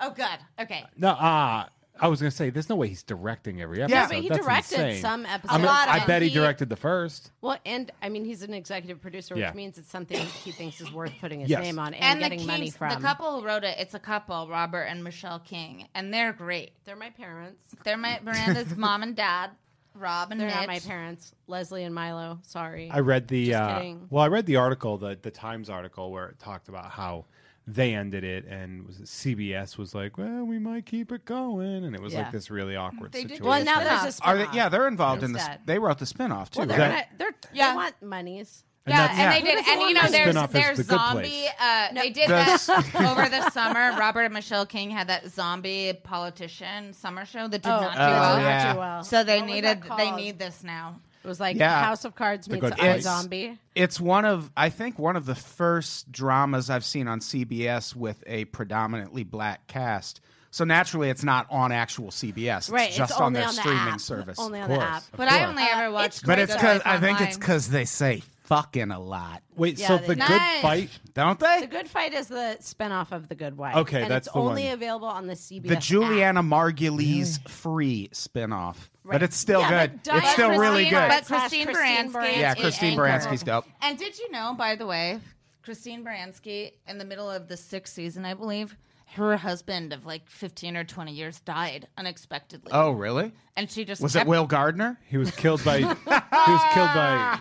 Speaker 5: oh, good. Okay.
Speaker 3: No, uh I was gonna say, there's no way he's directing every episode.
Speaker 6: but he
Speaker 3: That's
Speaker 6: directed
Speaker 3: insane.
Speaker 6: some
Speaker 3: I'm-
Speaker 6: episodes.
Speaker 5: A lot of
Speaker 3: I bet he
Speaker 5: them.
Speaker 3: directed the first.
Speaker 6: Well, and I mean, he's an executive producer, which
Speaker 3: Yeah.
Speaker 6: means it's something he thinks is worth putting his
Speaker 3: Yes.
Speaker 6: name on and,
Speaker 5: the
Speaker 6: getting money
Speaker 5: Kings- The
Speaker 6: from.
Speaker 5: couple who wrote it. It's a couple, Robert and Michelle King, and they're great.
Speaker 6: They're my parents.
Speaker 5: They're my Miranda's mom and dad, Rob and
Speaker 6: They're
Speaker 5: Mitch.
Speaker 6: not my parents. Leslie and Milo. Sorry.
Speaker 3: I read the
Speaker 6: Just
Speaker 3: uh,
Speaker 6: kidding.
Speaker 3: well, I read the article, the the Times article where it talked about how they ended it, and was it CBS was like, well, we might keep it going, and it was
Speaker 6: Yeah.
Speaker 3: like this really awkward
Speaker 5: They did
Speaker 3: situation.
Speaker 5: do
Speaker 6: well, now
Speaker 5: spin-off.
Speaker 6: there's a
Speaker 2: Are
Speaker 6: spinoff.
Speaker 2: they, yeah, they're involved in this.
Speaker 6: Instead.
Speaker 2: They wrote the spinoff too.
Speaker 6: Well, they're
Speaker 2: right?
Speaker 3: that-
Speaker 6: gonna- they're,
Speaker 5: Yeah.
Speaker 6: They want monies.
Speaker 3: And
Speaker 5: yeah,
Speaker 3: that's-
Speaker 5: and
Speaker 3: yeah.
Speaker 5: they did,
Speaker 6: Who doesn't
Speaker 5: and you
Speaker 6: want
Speaker 5: know,
Speaker 6: my
Speaker 5: there's
Speaker 3: spin-off is
Speaker 5: there's
Speaker 3: The Good
Speaker 5: zombie.
Speaker 3: Place?
Speaker 5: Uh, They did
Speaker 2: The
Speaker 5: that
Speaker 2: s-
Speaker 5: over the summer. Robert and Michelle King had that zombie politician summer show that did not do
Speaker 6: Oh,
Speaker 5: well.
Speaker 2: yeah.
Speaker 6: too well.
Speaker 5: So they
Speaker 6: What was
Speaker 5: needed
Speaker 6: that
Speaker 5: they
Speaker 6: called?
Speaker 5: need this now.
Speaker 6: It was like
Speaker 2: Yeah.
Speaker 6: House of Cards meets
Speaker 3: Good
Speaker 6: I
Speaker 3: Place.
Speaker 6: Zombie.
Speaker 2: It's one of I think one of the first dramas I've seen on CBS with a predominantly black cast. So naturally, it's not on actual CBS. It's
Speaker 6: Right.
Speaker 2: just
Speaker 6: it's
Speaker 2: on
Speaker 6: only
Speaker 2: their
Speaker 6: on the
Speaker 2: streaming
Speaker 6: app.
Speaker 2: service.
Speaker 6: Only on
Speaker 3: Of
Speaker 6: the
Speaker 3: course.
Speaker 6: app.
Speaker 3: Of
Speaker 5: But I
Speaker 3: course.
Speaker 5: only ever watched.
Speaker 2: but
Speaker 5: Good
Speaker 2: it's
Speaker 5: Good
Speaker 2: because
Speaker 5: Life
Speaker 2: I think it's
Speaker 5: online.
Speaker 2: because they say fucking a lot,
Speaker 3: Wait,
Speaker 6: Yeah,
Speaker 3: so
Speaker 6: they
Speaker 3: the
Speaker 6: did.
Speaker 3: good
Speaker 5: Nice.
Speaker 3: fight,
Speaker 2: don't they?
Speaker 6: The Good Fight is the spinoff of The Good Wife.
Speaker 3: Okay,
Speaker 6: and
Speaker 3: that's
Speaker 6: it's
Speaker 3: the
Speaker 6: only
Speaker 3: one.
Speaker 6: available on the CBS.
Speaker 2: the
Speaker 6: app.
Speaker 2: Juliana Margulies free spinoff, but it's still
Speaker 6: Yeah,
Speaker 2: good.
Speaker 6: but Diane
Speaker 2: It's still really
Speaker 5: Christine-
Speaker 2: good.
Speaker 5: But
Speaker 6: Slash
Speaker 5: Christine
Speaker 6: Christine
Speaker 5: Baranski.
Speaker 6: Baranski.
Speaker 2: yeah,
Speaker 5: is
Speaker 2: Christine
Speaker 5: anchor.
Speaker 2: Baranski's dope.
Speaker 5: And did you know, by the way, Christine Baranski, in the middle of the sixth season, I believe, her husband of like 15 or 20 years died unexpectedly.
Speaker 2: Oh, really?
Speaker 5: And she just
Speaker 2: Was it
Speaker 5: kept-
Speaker 2: Will Gardner?
Speaker 3: he was killed by he was killed by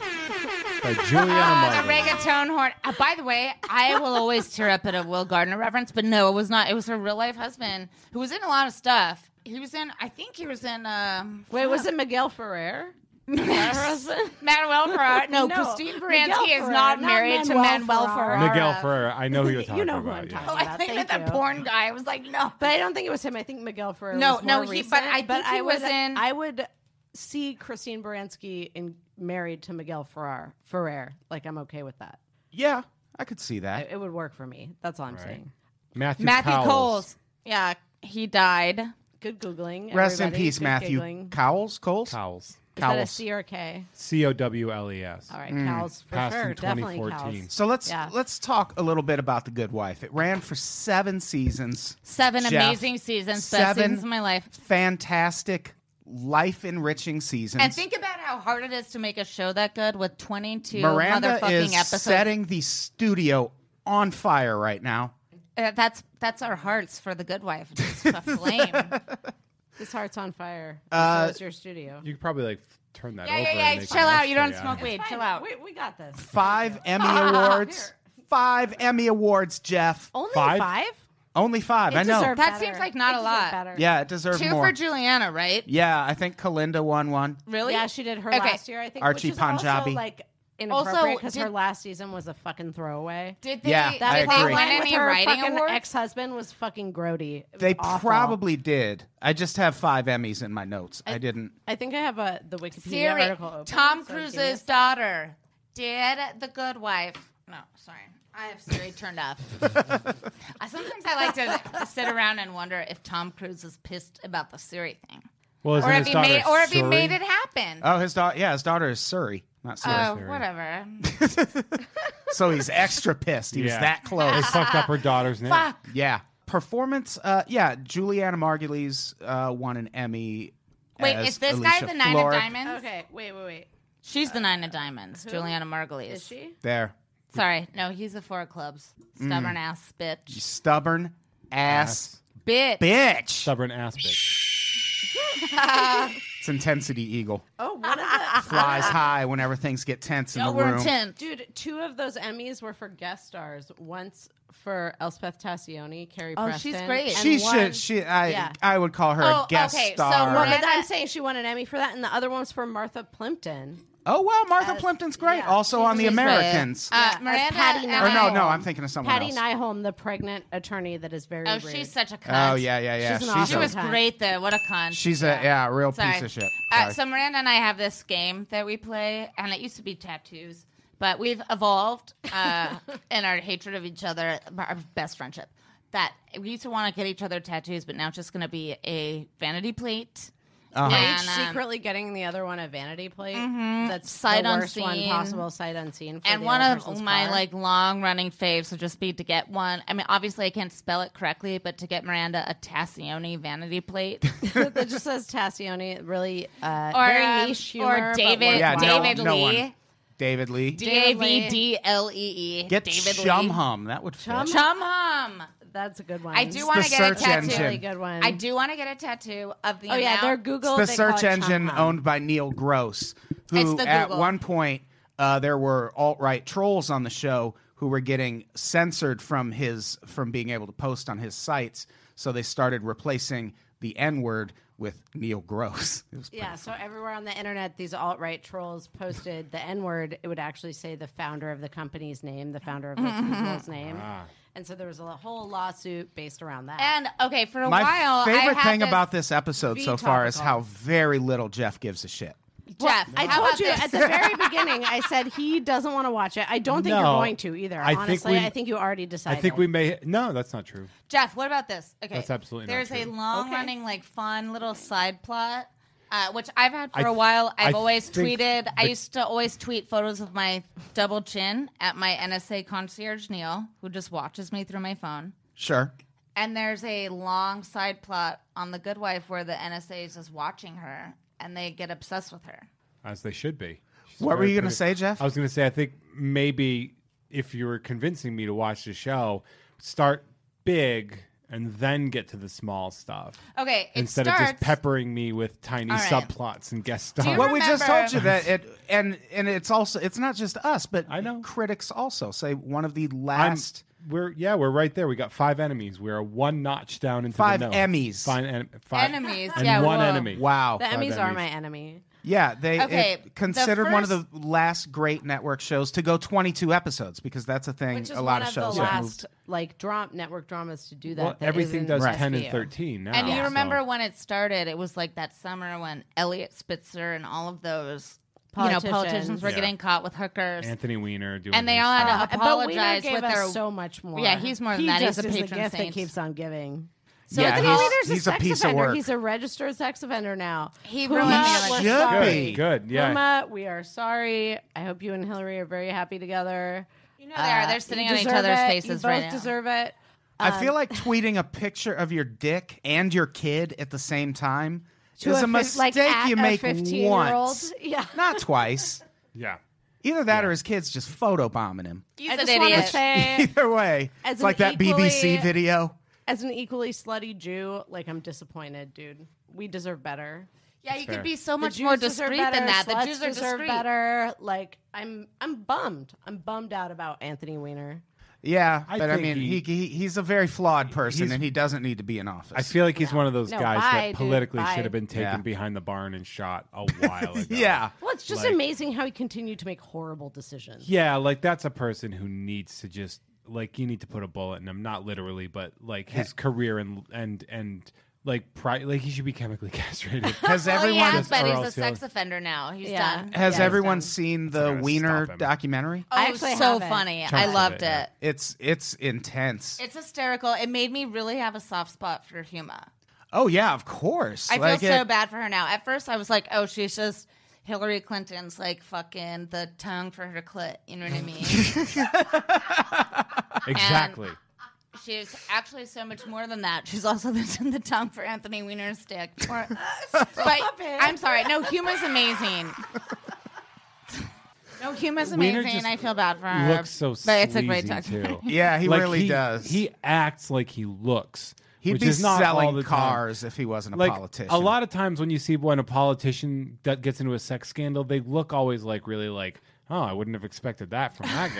Speaker 3: by Juliana
Speaker 5: The
Speaker 3: Margulies.
Speaker 5: reggaeton horn. Uh, by the way, I will always tear up at a Will Gardner reference, but no, it was not. It was her real life husband who was in a lot of stuff. He was in, I think he was in. Um,
Speaker 6: Wait, was it Miguel Ferrer? Her husband?
Speaker 5: Manuel Ferrer. No,
Speaker 6: No,
Speaker 5: Christine
Speaker 6: Miguel
Speaker 5: Baranski is
Speaker 6: Ferrer,
Speaker 5: not
Speaker 6: not
Speaker 5: married to
Speaker 6: Manuel
Speaker 5: Manuel
Speaker 6: Ferrer.
Speaker 5: Ferrer.
Speaker 3: Miguel Ferrer. I know who you're talking
Speaker 6: You know who
Speaker 3: about.
Speaker 6: I'm
Speaker 3: yeah.
Speaker 6: talking
Speaker 5: Oh, I
Speaker 6: about.
Speaker 5: think
Speaker 6: Thank
Speaker 5: that that
Speaker 6: you.
Speaker 5: porn guy. I was like, no.
Speaker 6: But I don't think it was him. I think Miguel Ferrer.
Speaker 5: No,
Speaker 6: was
Speaker 5: no,
Speaker 6: more
Speaker 5: he- but
Speaker 6: recent.
Speaker 5: I think he
Speaker 6: I would,
Speaker 5: was in-
Speaker 6: I would see Christine Baranski in married to Miguel Ferrer. Ferrer, like I'm okay with that.
Speaker 2: Yeah, I could see that.
Speaker 5: E-,
Speaker 6: It, it would work for me. That's all I'm saying.
Speaker 3: Matthew,
Speaker 5: Matthew
Speaker 3: Cowles.
Speaker 5: Coles. Yeah, he died.
Speaker 6: Good
Speaker 5: e-,
Speaker 6: googling.
Speaker 2: Rest in
Speaker 6: everybody.
Speaker 2: peace,
Speaker 6: Good
Speaker 2: Matthew
Speaker 6: Giggling.
Speaker 2: Cowles. Coles.
Speaker 3: Cowles.
Speaker 6: Is that a
Speaker 2: Cowles.
Speaker 6: C or a K?
Speaker 3: C O W L E S.
Speaker 6: All right, cows for
Speaker 3: Passed
Speaker 6: sure.
Speaker 3: in
Speaker 6: Definitely
Speaker 3: 2014.
Speaker 6: cows.
Speaker 2: So let's
Speaker 6: Yeah.
Speaker 2: let's talk a little bit about The Good Wife. It ran for seven seasons.
Speaker 5: Seven
Speaker 2: Jeff,
Speaker 5: amazing seasons, best
Speaker 2: seven
Speaker 5: seasons of my life.
Speaker 2: Fantastic, life enriching seasons.
Speaker 5: And think about how hard it is to make a show that good with 22
Speaker 2: Miranda
Speaker 5: motherfucking
Speaker 2: is
Speaker 5: episodes.
Speaker 2: setting the studio on fire right now.
Speaker 5: Uh, that's that's our hearts for the good wife. Just a flame. yeah,
Speaker 6: This heart's on fire.
Speaker 2: Uh,
Speaker 6: so is your studio.
Speaker 3: You could probably like f- turn that over. and
Speaker 5: yeah, yeah.
Speaker 3: make
Speaker 5: Chill
Speaker 3: an
Speaker 5: out. You
Speaker 3: extra,
Speaker 5: don't
Speaker 3: yeah.
Speaker 5: smoke weed.
Speaker 6: Fine,
Speaker 5: Chill out.
Speaker 6: We, we got this.
Speaker 2: Five Emmy
Speaker 5: Ah,
Speaker 2: awards. Five Emmy awards, Jeff.
Speaker 6: Only
Speaker 3: Five?
Speaker 6: five?
Speaker 2: Only five.
Speaker 6: It
Speaker 2: I know.
Speaker 6: deserved
Speaker 5: That
Speaker 6: better.
Speaker 5: seems like not
Speaker 6: It
Speaker 5: a
Speaker 6: deserved
Speaker 5: lot.
Speaker 6: better.
Speaker 2: Yeah, it deserved
Speaker 5: Two
Speaker 2: more.
Speaker 5: for Juliana, right?
Speaker 2: yeah, I think Kalinda won one.
Speaker 5: Really?
Speaker 6: Yeah, she did her
Speaker 5: Okay.
Speaker 6: last year, I think.
Speaker 2: Archie
Speaker 6: which is also,
Speaker 2: Panjabi.
Speaker 6: like
Speaker 5: Also,
Speaker 6: inappropriate because her
Speaker 5: did-
Speaker 6: last season was a fucking throwaway.
Speaker 5: Did they?
Speaker 2: Yeah,
Speaker 5: did
Speaker 2: I
Speaker 5: they
Speaker 2: agree.
Speaker 5: win any writing
Speaker 6: fucking
Speaker 5: awards?
Speaker 6: ex-husband was fucking grody. It was
Speaker 2: They
Speaker 6: awful.
Speaker 2: probably did. I just have five Emmys in my notes. I, didn't.
Speaker 6: I think I have a the Wikipedia
Speaker 5: Siri,
Speaker 6: article. Open,
Speaker 5: Tom
Speaker 6: so give me a
Speaker 5: Cruise's
Speaker 6: sec.
Speaker 5: daughter, did the good wife. No, sorry. I have Siri turned off. I- Sometimes I like to sit around and wonder if Tom Cruise is pissed about the Siri thing.
Speaker 3: Well,
Speaker 5: Or
Speaker 3: isn't
Speaker 5: if,
Speaker 3: his
Speaker 5: he
Speaker 3: daughter
Speaker 5: made, or if he
Speaker 3: Suri?
Speaker 5: made it happen.
Speaker 2: Oh, his daughter. Yeah, his daughter is Suri. Not
Speaker 5: Oh,
Speaker 2: Swiss.
Speaker 5: whatever.
Speaker 2: so he's extra pissed. He was
Speaker 3: Yeah.
Speaker 2: that
Speaker 3: They
Speaker 2: close.
Speaker 3: Oh, fucked up her daughter's name.
Speaker 5: Fuck.
Speaker 2: yeah. Performance. Uh, yeah. Juliana Margulies uh, won an Emmy.
Speaker 5: Wait,
Speaker 2: as
Speaker 5: is this
Speaker 2: Alicia
Speaker 5: guy the nine
Speaker 2: Florrick.
Speaker 5: of diamonds?
Speaker 6: Okay, wait, wait, wait.
Speaker 5: She's the nine of diamonds. Juliana Margulies.
Speaker 6: Is she?
Speaker 2: There.
Speaker 5: Sorry, no, he's the four of clubs.
Speaker 2: Mm.
Speaker 5: Stubborn ass
Speaker 2: You
Speaker 5: bitch.
Speaker 2: stubborn ass
Speaker 5: Bitch.
Speaker 2: bitch.
Speaker 3: Stubborn ass bitch.
Speaker 2: It's intensity eagle.
Speaker 6: Oh, one of the
Speaker 2: Flies high whenever things get tense in
Speaker 5: No,
Speaker 2: the
Speaker 5: Oh, we're
Speaker 2: room.
Speaker 5: intense.
Speaker 6: dude. Two of those Emmys were for guest stars. Once for Elspeth Tassioni, Carrie
Speaker 5: Oh,
Speaker 6: Preston.
Speaker 5: she's great.
Speaker 6: and
Speaker 2: She
Speaker 6: one-
Speaker 2: should. She. I.
Speaker 6: Yeah.
Speaker 2: I would call her
Speaker 5: Oh,
Speaker 2: a guest
Speaker 5: okay, so
Speaker 2: star.
Speaker 6: Well,
Speaker 5: Miranda-
Speaker 6: but that- I'm saying she won an Emmy for that, and the other one was for Martha Plimpton.
Speaker 2: oh wow, Martha Plimpton's great. Also on the
Speaker 5: She's great.
Speaker 2: Americans.
Speaker 5: Uh,
Speaker 6: Yeah,
Speaker 5: Miranda
Speaker 6: that's Patty
Speaker 5: and
Speaker 6: Nine.
Speaker 2: or no,
Speaker 5: I-
Speaker 2: no, I'm thinking of someone
Speaker 6: Patty
Speaker 2: else.
Speaker 6: Nyholm, the pregnant attorney that is very
Speaker 5: Oh,
Speaker 6: rude.
Speaker 5: she's such a cunt.
Speaker 2: Oh yeah, yeah, yeah.
Speaker 6: She's
Speaker 2: She's,
Speaker 6: an
Speaker 5: She
Speaker 6: awesome
Speaker 2: a,
Speaker 5: was
Speaker 6: cunt.
Speaker 5: great though. What a cunt.
Speaker 2: she's a yeah, real piece
Speaker 5: Sorry.
Speaker 2: of shit.
Speaker 5: Uh,
Speaker 2: Sorry.
Speaker 5: so Miranda and I have this game that we play, and it used to be tattoos, but we've evolved uh, in our hatred of each other, our best friendship. That we used to want to get each other tattoos, but now it's just going to be a vanity plate.
Speaker 6: Were each
Speaker 5: And, um,
Speaker 6: secretly getting the other one a vanity plate. That's
Speaker 5: Mm-hmm. Sight
Speaker 6: the worst
Speaker 5: unseen.
Speaker 6: one possible, sight unseen. For
Speaker 5: and
Speaker 6: the
Speaker 5: one
Speaker 6: other
Speaker 5: of
Speaker 6: person's
Speaker 5: my
Speaker 6: car.
Speaker 5: like long running faves would just be to get one. I mean, obviously I can't spell it correctly, but to get Miranda a Tassioni vanity plate
Speaker 6: that just says Tassioni. Really, uh,
Speaker 5: or
Speaker 6: very
Speaker 5: um,
Speaker 6: niche humor.
Speaker 5: or
Speaker 6: but
Speaker 5: David
Speaker 2: Yeah,
Speaker 6: worthwhile.
Speaker 2: no-
Speaker 5: David
Speaker 2: no one.
Speaker 5: Lee
Speaker 2: David Lee.
Speaker 5: D A V D L E E
Speaker 2: Get
Speaker 5: David
Speaker 2: Chum
Speaker 5: Lee
Speaker 2: Hum. That would fit.
Speaker 5: Chum Hum.
Speaker 6: That's a good one.
Speaker 5: I do want to
Speaker 2: the
Speaker 5: get a
Speaker 2: search
Speaker 5: tattoo.
Speaker 6: That's a really
Speaker 2: engine.
Speaker 6: good one.
Speaker 5: I do want to get a tattoo of the.
Speaker 6: Oh yeah, they're
Speaker 5: amount-
Speaker 6: Google.
Speaker 2: It's the
Speaker 6: they call it
Speaker 2: search engine
Speaker 6: Chum Hum.
Speaker 2: owned by Neil Gross,
Speaker 5: It's
Speaker 2: who
Speaker 5: the
Speaker 2: at
Speaker 5: Google.
Speaker 2: one point uh, there were alt right trolls on the show who were getting censored from his from being able to post on his sites, so they started replacing the N word with Neil Gross. It was pretty-
Speaker 6: Yeah, so everywhere on the internet, these alt right trolls posted the N word. It would actually say the founder of the company's name, the founder of those people's name.
Speaker 3: Ah.
Speaker 6: And so there was a whole lawsuit based around that.
Speaker 5: And okay, for a
Speaker 2: My
Speaker 5: while,
Speaker 2: favorite
Speaker 5: I had
Speaker 2: thing
Speaker 5: this,
Speaker 2: about this episode
Speaker 6: V
Speaker 2: so far is
Speaker 6: topical.
Speaker 2: how very little Jeff gives a shit.
Speaker 5: Jeff,
Speaker 6: I
Speaker 5: how
Speaker 6: told
Speaker 5: about
Speaker 6: you
Speaker 5: this?
Speaker 6: at the very beginning, I said he doesn't want to watch it. I don't think
Speaker 3: No.
Speaker 6: you're going to either.
Speaker 3: I think
Speaker 6: honestly,
Speaker 3: we-
Speaker 6: I think you already decided.
Speaker 3: I think we may. No, that's not true.
Speaker 5: Jeff, what about this? Okay,
Speaker 3: That's absolutely not
Speaker 5: There's a
Speaker 3: true.
Speaker 5: long running, like fun little side plot, uh, which I've had for
Speaker 3: I
Speaker 5: a while.
Speaker 3: th-
Speaker 5: I've
Speaker 3: I
Speaker 5: always
Speaker 3: think
Speaker 5: tweeted. I
Speaker 3: the-
Speaker 5: used to always tweet photos of my double chin at my NSA concierge Neil, who just watches me through my phone.
Speaker 2: Sure.
Speaker 5: And there's a long side plot on The Good Wife where the NSA is just watching her, and they get obsessed with her.
Speaker 3: As they should be. She's
Speaker 2: What were
Speaker 3: very
Speaker 2: you going to say,
Speaker 3: pretty.
Speaker 2: Jeff?
Speaker 3: I was going to say, I think maybe if you were convincing me to watch the show, start big and then get to the small stuff.
Speaker 5: Okay, it
Speaker 3: Instead
Speaker 5: starts.
Speaker 3: of just peppering me with tiny
Speaker 5: All right.
Speaker 3: subplots and guest
Speaker 5: you
Speaker 3: stars.
Speaker 2: Well, we just
Speaker 5: remember-
Speaker 2: told you that it, and and it's also it's not just us, but
Speaker 3: I know.
Speaker 2: critics also say one of the
Speaker 3: I'm-
Speaker 2: last.
Speaker 3: we're yeah, we're right there. We got five enemies. We're one notch down into
Speaker 2: Five
Speaker 3: the no.
Speaker 2: Emmys.
Speaker 3: Five, en- five
Speaker 5: Enemies,
Speaker 3: and
Speaker 5: yeah,
Speaker 3: one
Speaker 5: whoa.
Speaker 3: enemy.
Speaker 2: Wow.
Speaker 6: the Emmys are
Speaker 3: Emmys.
Speaker 6: my enemy.
Speaker 2: yeah, they
Speaker 5: Okay, the
Speaker 2: it considered one of the
Speaker 5: first-
Speaker 2: last great network shows to go 22 episodes because that's a thing
Speaker 6: Which is
Speaker 2: a lot
Speaker 6: one
Speaker 2: of
Speaker 6: of the
Speaker 2: shows have
Speaker 6: last
Speaker 2: moved.
Speaker 6: like drum network dramas to do that.
Speaker 3: Well,
Speaker 6: that
Speaker 3: everything
Speaker 6: isn't
Speaker 3: does
Speaker 6: just
Speaker 3: ten and
Speaker 6: you.
Speaker 3: thirteen now.
Speaker 5: And you
Speaker 3: so-
Speaker 5: remember when it started? It was like that summer when Elliot Spitzer and all of those you
Speaker 6: Politicians.
Speaker 5: know politicians were
Speaker 3: Yeah.
Speaker 5: getting caught with hookers,
Speaker 3: Anthony Weiner doing
Speaker 5: and they
Speaker 3: his
Speaker 5: all had
Speaker 3: thing.
Speaker 5: to
Speaker 6: Uh, but Wiener
Speaker 5: apologize
Speaker 6: gave
Speaker 5: with
Speaker 6: us
Speaker 5: their.
Speaker 6: so much more.
Speaker 5: Yeah, he's more than
Speaker 6: he
Speaker 5: that. He's
Speaker 6: Just
Speaker 5: a
Speaker 6: is the
Speaker 5: patron
Speaker 6: gift
Speaker 5: saint.
Speaker 6: that keeps on giving. So
Speaker 2: Yeah,
Speaker 6: yeah,
Speaker 2: he's-
Speaker 6: he's,
Speaker 2: he's
Speaker 6: a,
Speaker 2: a
Speaker 6: sex
Speaker 2: piece of
Speaker 6: offender.
Speaker 2: work.
Speaker 6: He's a registered sex offender now.
Speaker 5: He
Speaker 6: Puma,
Speaker 5: really
Speaker 2: is.
Speaker 6: we're
Speaker 2: Should be.
Speaker 6: sorry.
Speaker 3: Good, yeah.
Speaker 6: Puma, we are sorry. I hope you and Hillary are very happy together. You know
Speaker 5: they are. They're sitting on each
Speaker 6: deserve
Speaker 5: other's
Speaker 6: it. you
Speaker 5: faces
Speaker 6: both
Speaker 5: right now.
Speaker 6: deserve it. Um,
Speaker 2: I feel like tweeting a picture of your dick and your kid at the same time
Speaker 6: To
Speaker 2: is
Speaker 6: a
Speaker 2: a,
Speaker 6: fif-
Speaker 2: mistake
Speaker 6: like, at
Speaker 2: you
Speaker 6: a
Speaker 2: make
Speaker 6: 15-year-old.
Speaker 2: once,
Speaker 6: Yeah.
Speaker 2: not twice.
Speaker 3: yeah.
Speaker 2: Either that or his kid's just photobombing him.
Speaker 5: He's
Speaker 6: I
Speaker 5: an
Speaker 6: just wanna
Speaker 5: idiot.
Speaker 6: say,
Speaker 2: Either way,
Speaker 6: Eh. As
Speaker 2: it's like
Speaker 6: an
Speaker 2: that BBC
Speaker 6: equally-
Speaker 2: video.
Speaker 6: as an equally slutty Jew, like I'm disappointed, dude. We deserve better.
Speaker 5: yeah, you
Speaker 3: fair.
Speaker 5: could be so much
Speaker 6: The
Speaker 5: more
Speaker 6: Jews deserve
Speaker 5: discreet
Speaker 6: better,
Speaker 5: than that. The
Speaker 6: sluts
Speaker 5: Jews are
Speaker 6: deserve
Speaker 5: discreet.
Speaker 6: better. Like I'm, I'm bummed. I'm bummed out about Anthony Weiner.
Speaker 2: Yeah,
Speaker 3: I
Speaker 2: but I mean,
Speaker 3: think
Speaker 2: he,
Speaker 3: he-
Speaker 2: he he's a very flawed person, and he doesn't need to be in office.
Speaker 3: I feel like he's one of those
Speaker 6: No,
Speaker 3: guys
Speaker 6: bye, dude,
Speaker 3: that politically
Speaker 6: bye.
Speaker 3: should have been taken
Speaker 2: Yeah.
Speaker 3: behind the barn and shot a while ago.
Speaker 2: yeah.
Speaker 6: Well, it's just
Speaker 3: Like-
Speaker 6: amazing how he continued to make horrible decisions.
Speaker 3: Yeah, like that's a person who needs to just like you need to put a bullet in him, not literally, but like his career and and and like pri- like he should be chemically castrated.
Speaker 2: Has
Speaker 5: Well,
Speaker 2: everyone
Speaker 5: he has,
Speaker 3: Just-
Speaker 5: but
Speaker 3: or
Speaker 5: he's a
Speaker 3: else he'll-
Speaker 5: sex offender now. He's
Speaker 6: Yeah.
Speaker 5: done.
Speaker 2: Has
Speaker 6: Yeah,
Speaker 2: everyone
Speaker 6: he's
Speaker 2: seen
Speaker 3: It's
Speaker 2: the
Speaker 3: gotta
Speaker 2: Wiener
Speaker 3: stop him.
Speaker 2: documentary?
Speaker 5: Oh,
Speaker 6: I
Speaker 5: it was
Speaker 6: actually
Speaker 5: so
Speaker 6: haven't.
Speaker 5: funny.
Speaker 3: Chunks
Speaker 5: I
Speaker 3: of
Speaker 5: loved
Speaker 3: it, yeah.
Speaker 5: it.
Speaker 2: It's it's intense.
Speaker 5: It's hysterical. It made me really have a soft spot for Huma.
Speaker 2: oh yeah, of course.
Speaker 5: I feel
Speaker 2: Like,
Speaker 5: so
Speaker 2: it-
Speaker 5: bad for her now. At first, I was like, "Oh, she's just Hillary Clinton's like fucking the tongue for her clit. You know what I mean?
Speaker 3: Exactly.
Speaker 5: She's actually so much more than that. She's also the, the tongue for Anthony Weiner's stick. Or- but I'm sorry. No, Huma's amazing. No, Huma's
Speaker 3: Weiner
Speaker 5: amazing.
Speaker 3: just
Speaker 5: I feel bad for her.
Speaker 3: looks so
Speaker 5: Uh, But it's a great
Speaker 3: sleazy,
Speaker 5: documentary.
Speaker 3: too.
Speaker 2: Yeah, he really does.
Speaker 3: He acts like he looks.
Speaker 2: He'd
Speaker 3: which
Speaker 2: be
Speaker 3: is not all
Speaker 2: selling
Speaker 3: the time.
Speaker 2: cars if he wasn't a
Speaker 3: like
Speaker 2: politician.
Speaker 3: a lot of times when you see when a politician that gets into a sex scandal, they look always like really like, oh, I wouldn't have expected that from that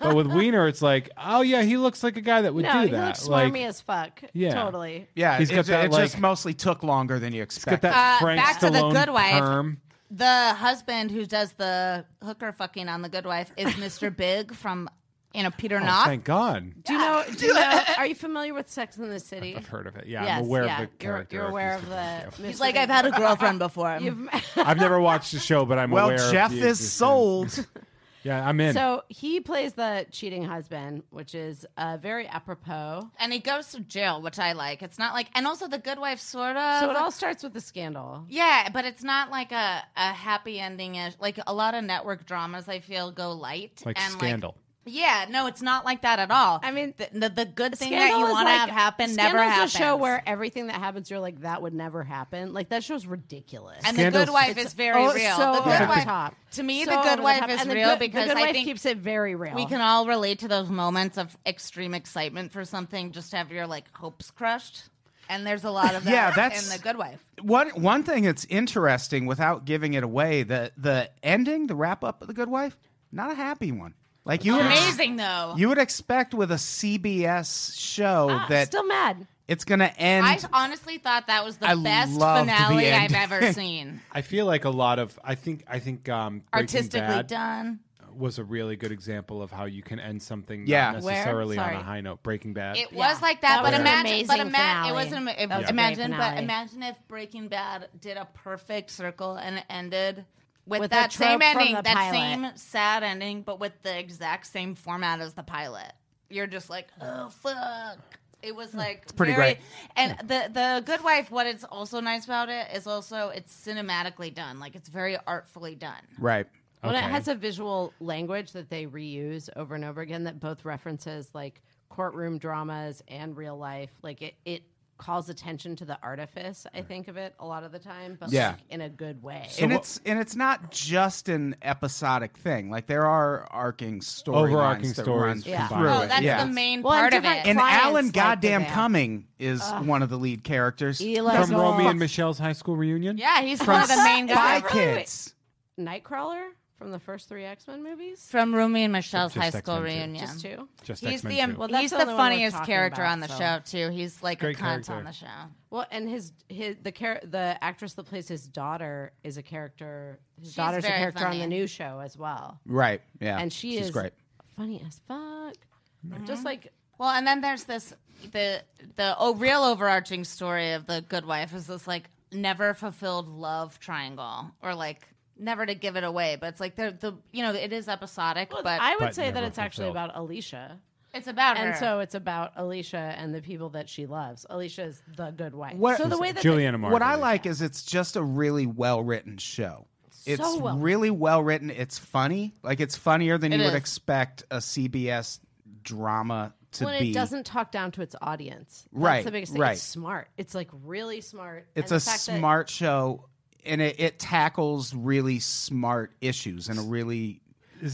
Speaker 3: guy. but with Wiener, it's like, oh yeah, he looks like a guy that would
Speaker 6: No,
Speaker 3: do
Speaker 6: he
Speaker 3: that.
Speaker 6: looks
Speaker 3: like,
Speaker 6: smarmy as fuck.
Speaker 3: Yeah.
Speaker 6: Totally.
Speaker 2: yeah,
Speaker 3: He's
Speaker 2: it,
Speaker 3: got
Speaker 2: ju-
Speaker 3: that,
Speaker 2: it just
Speaker 3: like-
Speaker 2: mostly took longer than you expected.
Speaker 3: got that
Speaker 5: Uh,
Speaker 3: Frank
Speaker 5: back to the
Speaker 3: Stallone
Speaker 5: Good Wife.
Speaker 3: perm.
Speaker 5: The husband who does the hooker fucking on The Good Wife is Mr. Big from, you know, Peter
Speaker 3: Oh,
Speaker 5: Knox.
Speaker 3: thank God,
Speaker 6: Do you know? Do you know are you familiar with Sex in the City?
Speaker 3: I've heard of it. Yeah,
Speaker 6: yes,
Speaker 3: I'm aware
Speaker 6: yeah.
Speaker 3: of the
Speaker 6: You're-
Speaker 3: character.
Speaker 6: You're, aware
Speaker 3: Mr.
Speaker 6: of the.
Speaker 5: He's like, I've had a girlfriend before.
Speaker 3: Big. I've never watched the show, but I'm
Speaker 2: well,
Speaker 3: aware. of
Speaker 2: Jeff
Speaker 3: the
Speaker 2: is
Speaker 3: existence.
Speaker 2: sold.
Speaker 3: Yeah, I'm in.
Speaker 6: So he plays the cheating husband, which is uh, very apropos.
Speaker 5: and he goes to jail, which I like. It's not like, and also The Good Wife sort of.
Speaker 6: So it all starts with the scandal.
Speaker 5: yeah, but it's not like a, a happy ending. Like a lot of network dramas, I feel go light.
Speaker 3: like
Speaker 5: and
Speaker 3: scandal.
Speaker 5: yeah, no, it's not like that at all.
Speaker 6: I mean,
Speaker 5: the, the, the good thing that
Speaker 6: Scandal
Speaker 5: you
Speaker 6: is
Speaker 5: want to
Speaker 6: like-
Speaker 5: have happen never
Speaker 6: Scandal's
Speaker 5: happens.
Speaker 6: a show where everything that happens, you're like, that would never happen. Like that show's ridiculous.
Speaker 5: and the
Speaker 3: Scandal's-
Speaker 5: good wife is very
Speaker 6: oh,
Speaker 5: real.
Speaker 6: So
Speaker 5: the good
Speaker 6: over the
Speaker 5: wife,
Speaker 6: top.
Speaker 5: to me,
Speaker 6: So
Speaker 5: the
Speaker 6: over
Speaker 5: good wife
Speaker 6: top.
Speaker 5: is
Speaker 6: And the
Speaker 5: real
Speaker 6: good- the
Speaker 5: because
Speaker 6: good
Speaker 5: I
Speaker 6: wife
Speaker 5: think
Speaker 6: keeps it very real.
Speaker 5: We can all relate to those moments of extreme excitement for something, just to have your like hopes crushed. And there's a lot of that
Speaker 2: Yeah, that's-
Speaker 5: in the good wife.
Speaker 2: One one thing that's interesting, without giving it away, the the ending, the wrap up of the Good Wife, not a happy one. Like you would ex-
Speaker 5: Amazing though.
Speaker 2: you would expect with a CBS show Ah, that
Speaker 6: still mad.
Speaker 2: it's going to end.
Speaker 5: Ah, I honestly thought that was the
Speaker 2: I
Speaker 5: best
Speaker 2: loved the
Speaker 5: finale I've
Speaker 2: end.
Speaker 5: ever seen.
Speaker 3: I feel like a lot of I think I think um, Breaking
Speaker 5: Artistically
Speaker 3: Bad-
Speaker 5: done.
Speaker 3: was a really good example of how you can end something
Speaker 2: Yeah.
Speaker 3: not
Speaker 2: Where?
Speaker 3: necessarily on a
Speaker 6: Sorry.
Speaker 3: high note. Breaking Bad.
Speaker 5: It
Speaker 6: Yeah.
Speaker 5: was like
Speaker 6: That
Speaker 5: that, but
Speaker 6: was an
Speaker 5: imagine, but
Speaker 6: amazing
Speaker 5: imagine, it
Speaker 6: finale.
Speaker 5: was an, it,
Speaker 6: That was a great
Speaker 5: imagine, but
Speaker 6: finale.
Speaker 5: imagine if Breaking Bad did a perfect circle and it ended with,
Speaker 6: With
Speaker 5: that
Speaker 6: the trope
Speaker 5: same
Speaker 6: from
Speaker 5: ending,
Speaker 6: the
Speaker 5: that
Speaker 6: pilot.
Speaker 5: same sad ending, but with the exact same format as the pilot. You're just like, oh fuck. It was
Speaker 6: Hmm.
Speaker 5: like
Speaker 2: pretty
Speaker 5: very-
Speaker 2: great.
Speaker 5: and the the Good Wife. What it's also nice about it is also it's cinematically done, like it's very artfully done.
Speaker 2: right.
Speaker 6: Well, it
Speaker 3: Okay.
Speaker 6: has a visual language that they reuse over and over again that both references like courtroom dramas and real life. Like it, it calls attention to the artifice. I think of it a lot of the time, but
Speaker 2: Yeah.
Speaker 6: like in a good way.
Speaker 2: and it's and it's not just an episodic thing. Like there are arcing stories,
Speaker 3: Overarching
Speaker 2: that
Speaker 3: stories
Speaker 2: run
Speaker 6: Yeah.
Speaker 2: through
Speaker 3: combined.
Speaker 5: Oh,
Speaker 2: it.
Speaker 5: that's
Speaker 2: yeah.
Speaker 5: the main
Speaker 6: Well, and
Speaker 5: part of
Speaker 6: different
Speaker 5: it.
Speaker 2: And
Speaker 6: clients
Speaker 2: Alan
Speaker 6: like the
Speaker 2: Goddamn
Speaker 6: band.
Speaker 2: Cumming is one of the lead characters
Speaker 6: Eli
Speaker 3: from
Speaker 6: Gold.
Speaker 3: Romy and Michelle's high school reunion.
Speaker 5: yeah, he's one of the main
Speaker 2: Spy
Speaker 5: guys.
Speaker 2: Kids.
Speaker 6: Nightcrawler from the first three X Men movies.
Speaker 5: From Rumi and Michelle's
Speaker 3: Just
Speaker 5: high school
Speaker 3: X-Men too.
Speaker 5: reunion.
Speaker 6: Just two.
Speaker 3: Just
Speaker 5: He's
Speaker 3: X-Men
Speaker 5: the um,
Speaker 3: too.
Speaker 6: Well, that's
Speaker 5: he's
Speaker 6: the
Speaker 5: the
Speaker 6: only one we're
Speaker 5: funniest
Speaker 6: talking
Speaker 5: character
Speaker 6: about,
Speaker 5: on the
Speaker 6: so.
Speaker 5: show too. He's like
Speaker 3: Great
Speaker 5: a cunt
Speaker 3: character.
Speaker 5: on the show.
Speaker 6: Well, and his his the char- the actress that plays his daughter is a character. His
Speaker 5: She's
Speaker 6: daughter's a
Speaker 5: very
Speaker 6: character
Speaker 5: funny.
Speaker 6: on the new show as well,
Speaker 2: Right. Yeah.
Speaker 6: and she
Speaker 2: She's
Speaker 6: is
Speaker 2: great.
Speaker 6: funny as fuck.
Speaker 5: Mm-hmm.
Speaker 6: Just like
Speaker 5: Well, and then there's this the the oh, real overarching story of the good wife is this like never fulfilled love triangle or like never to give it away, but it's like they're the you know it is episodic, but
Speaker 6: I would
Speaker 3: But
Speaker 6: say that
Speaker 3: never
Speaker 6: it's actually
Speaker 3: fulfilled.
Speaker 6: about Alicia.
Speaker 5: it's about her.
Speaker 6: And so it's about Alicia and the people that she loves. Alicia is the good wife.
Speaker 2: What-
Speaker 6: so the way that
Speaker 3: Juliana Margulies.
Speaker 2: What I like is it's just a really well written show. It's
Speaker 6: well-
Speaker 2: really well written. It's funny. Like it's funnier than
Speaker 5: It
Speaker 2: you
Speaker 5: is.
Speaker 2: would expect a CBS drama to
Speaker 6: they, when
Speaker 2: be.
Speaker 6: it doesn't talk down to its audience,
Speaker 2: Right,
Speaker 6: That's the biggest thing.
Speaker 2: right.
Speaker 6: It's smart. It's like really smart.
Speaker 2: it's
Speaker 6: And
Speaker 2: a
Speaker 6: the fact that-
Speaker 2: smart show, and it, it tackles really smart issues and a really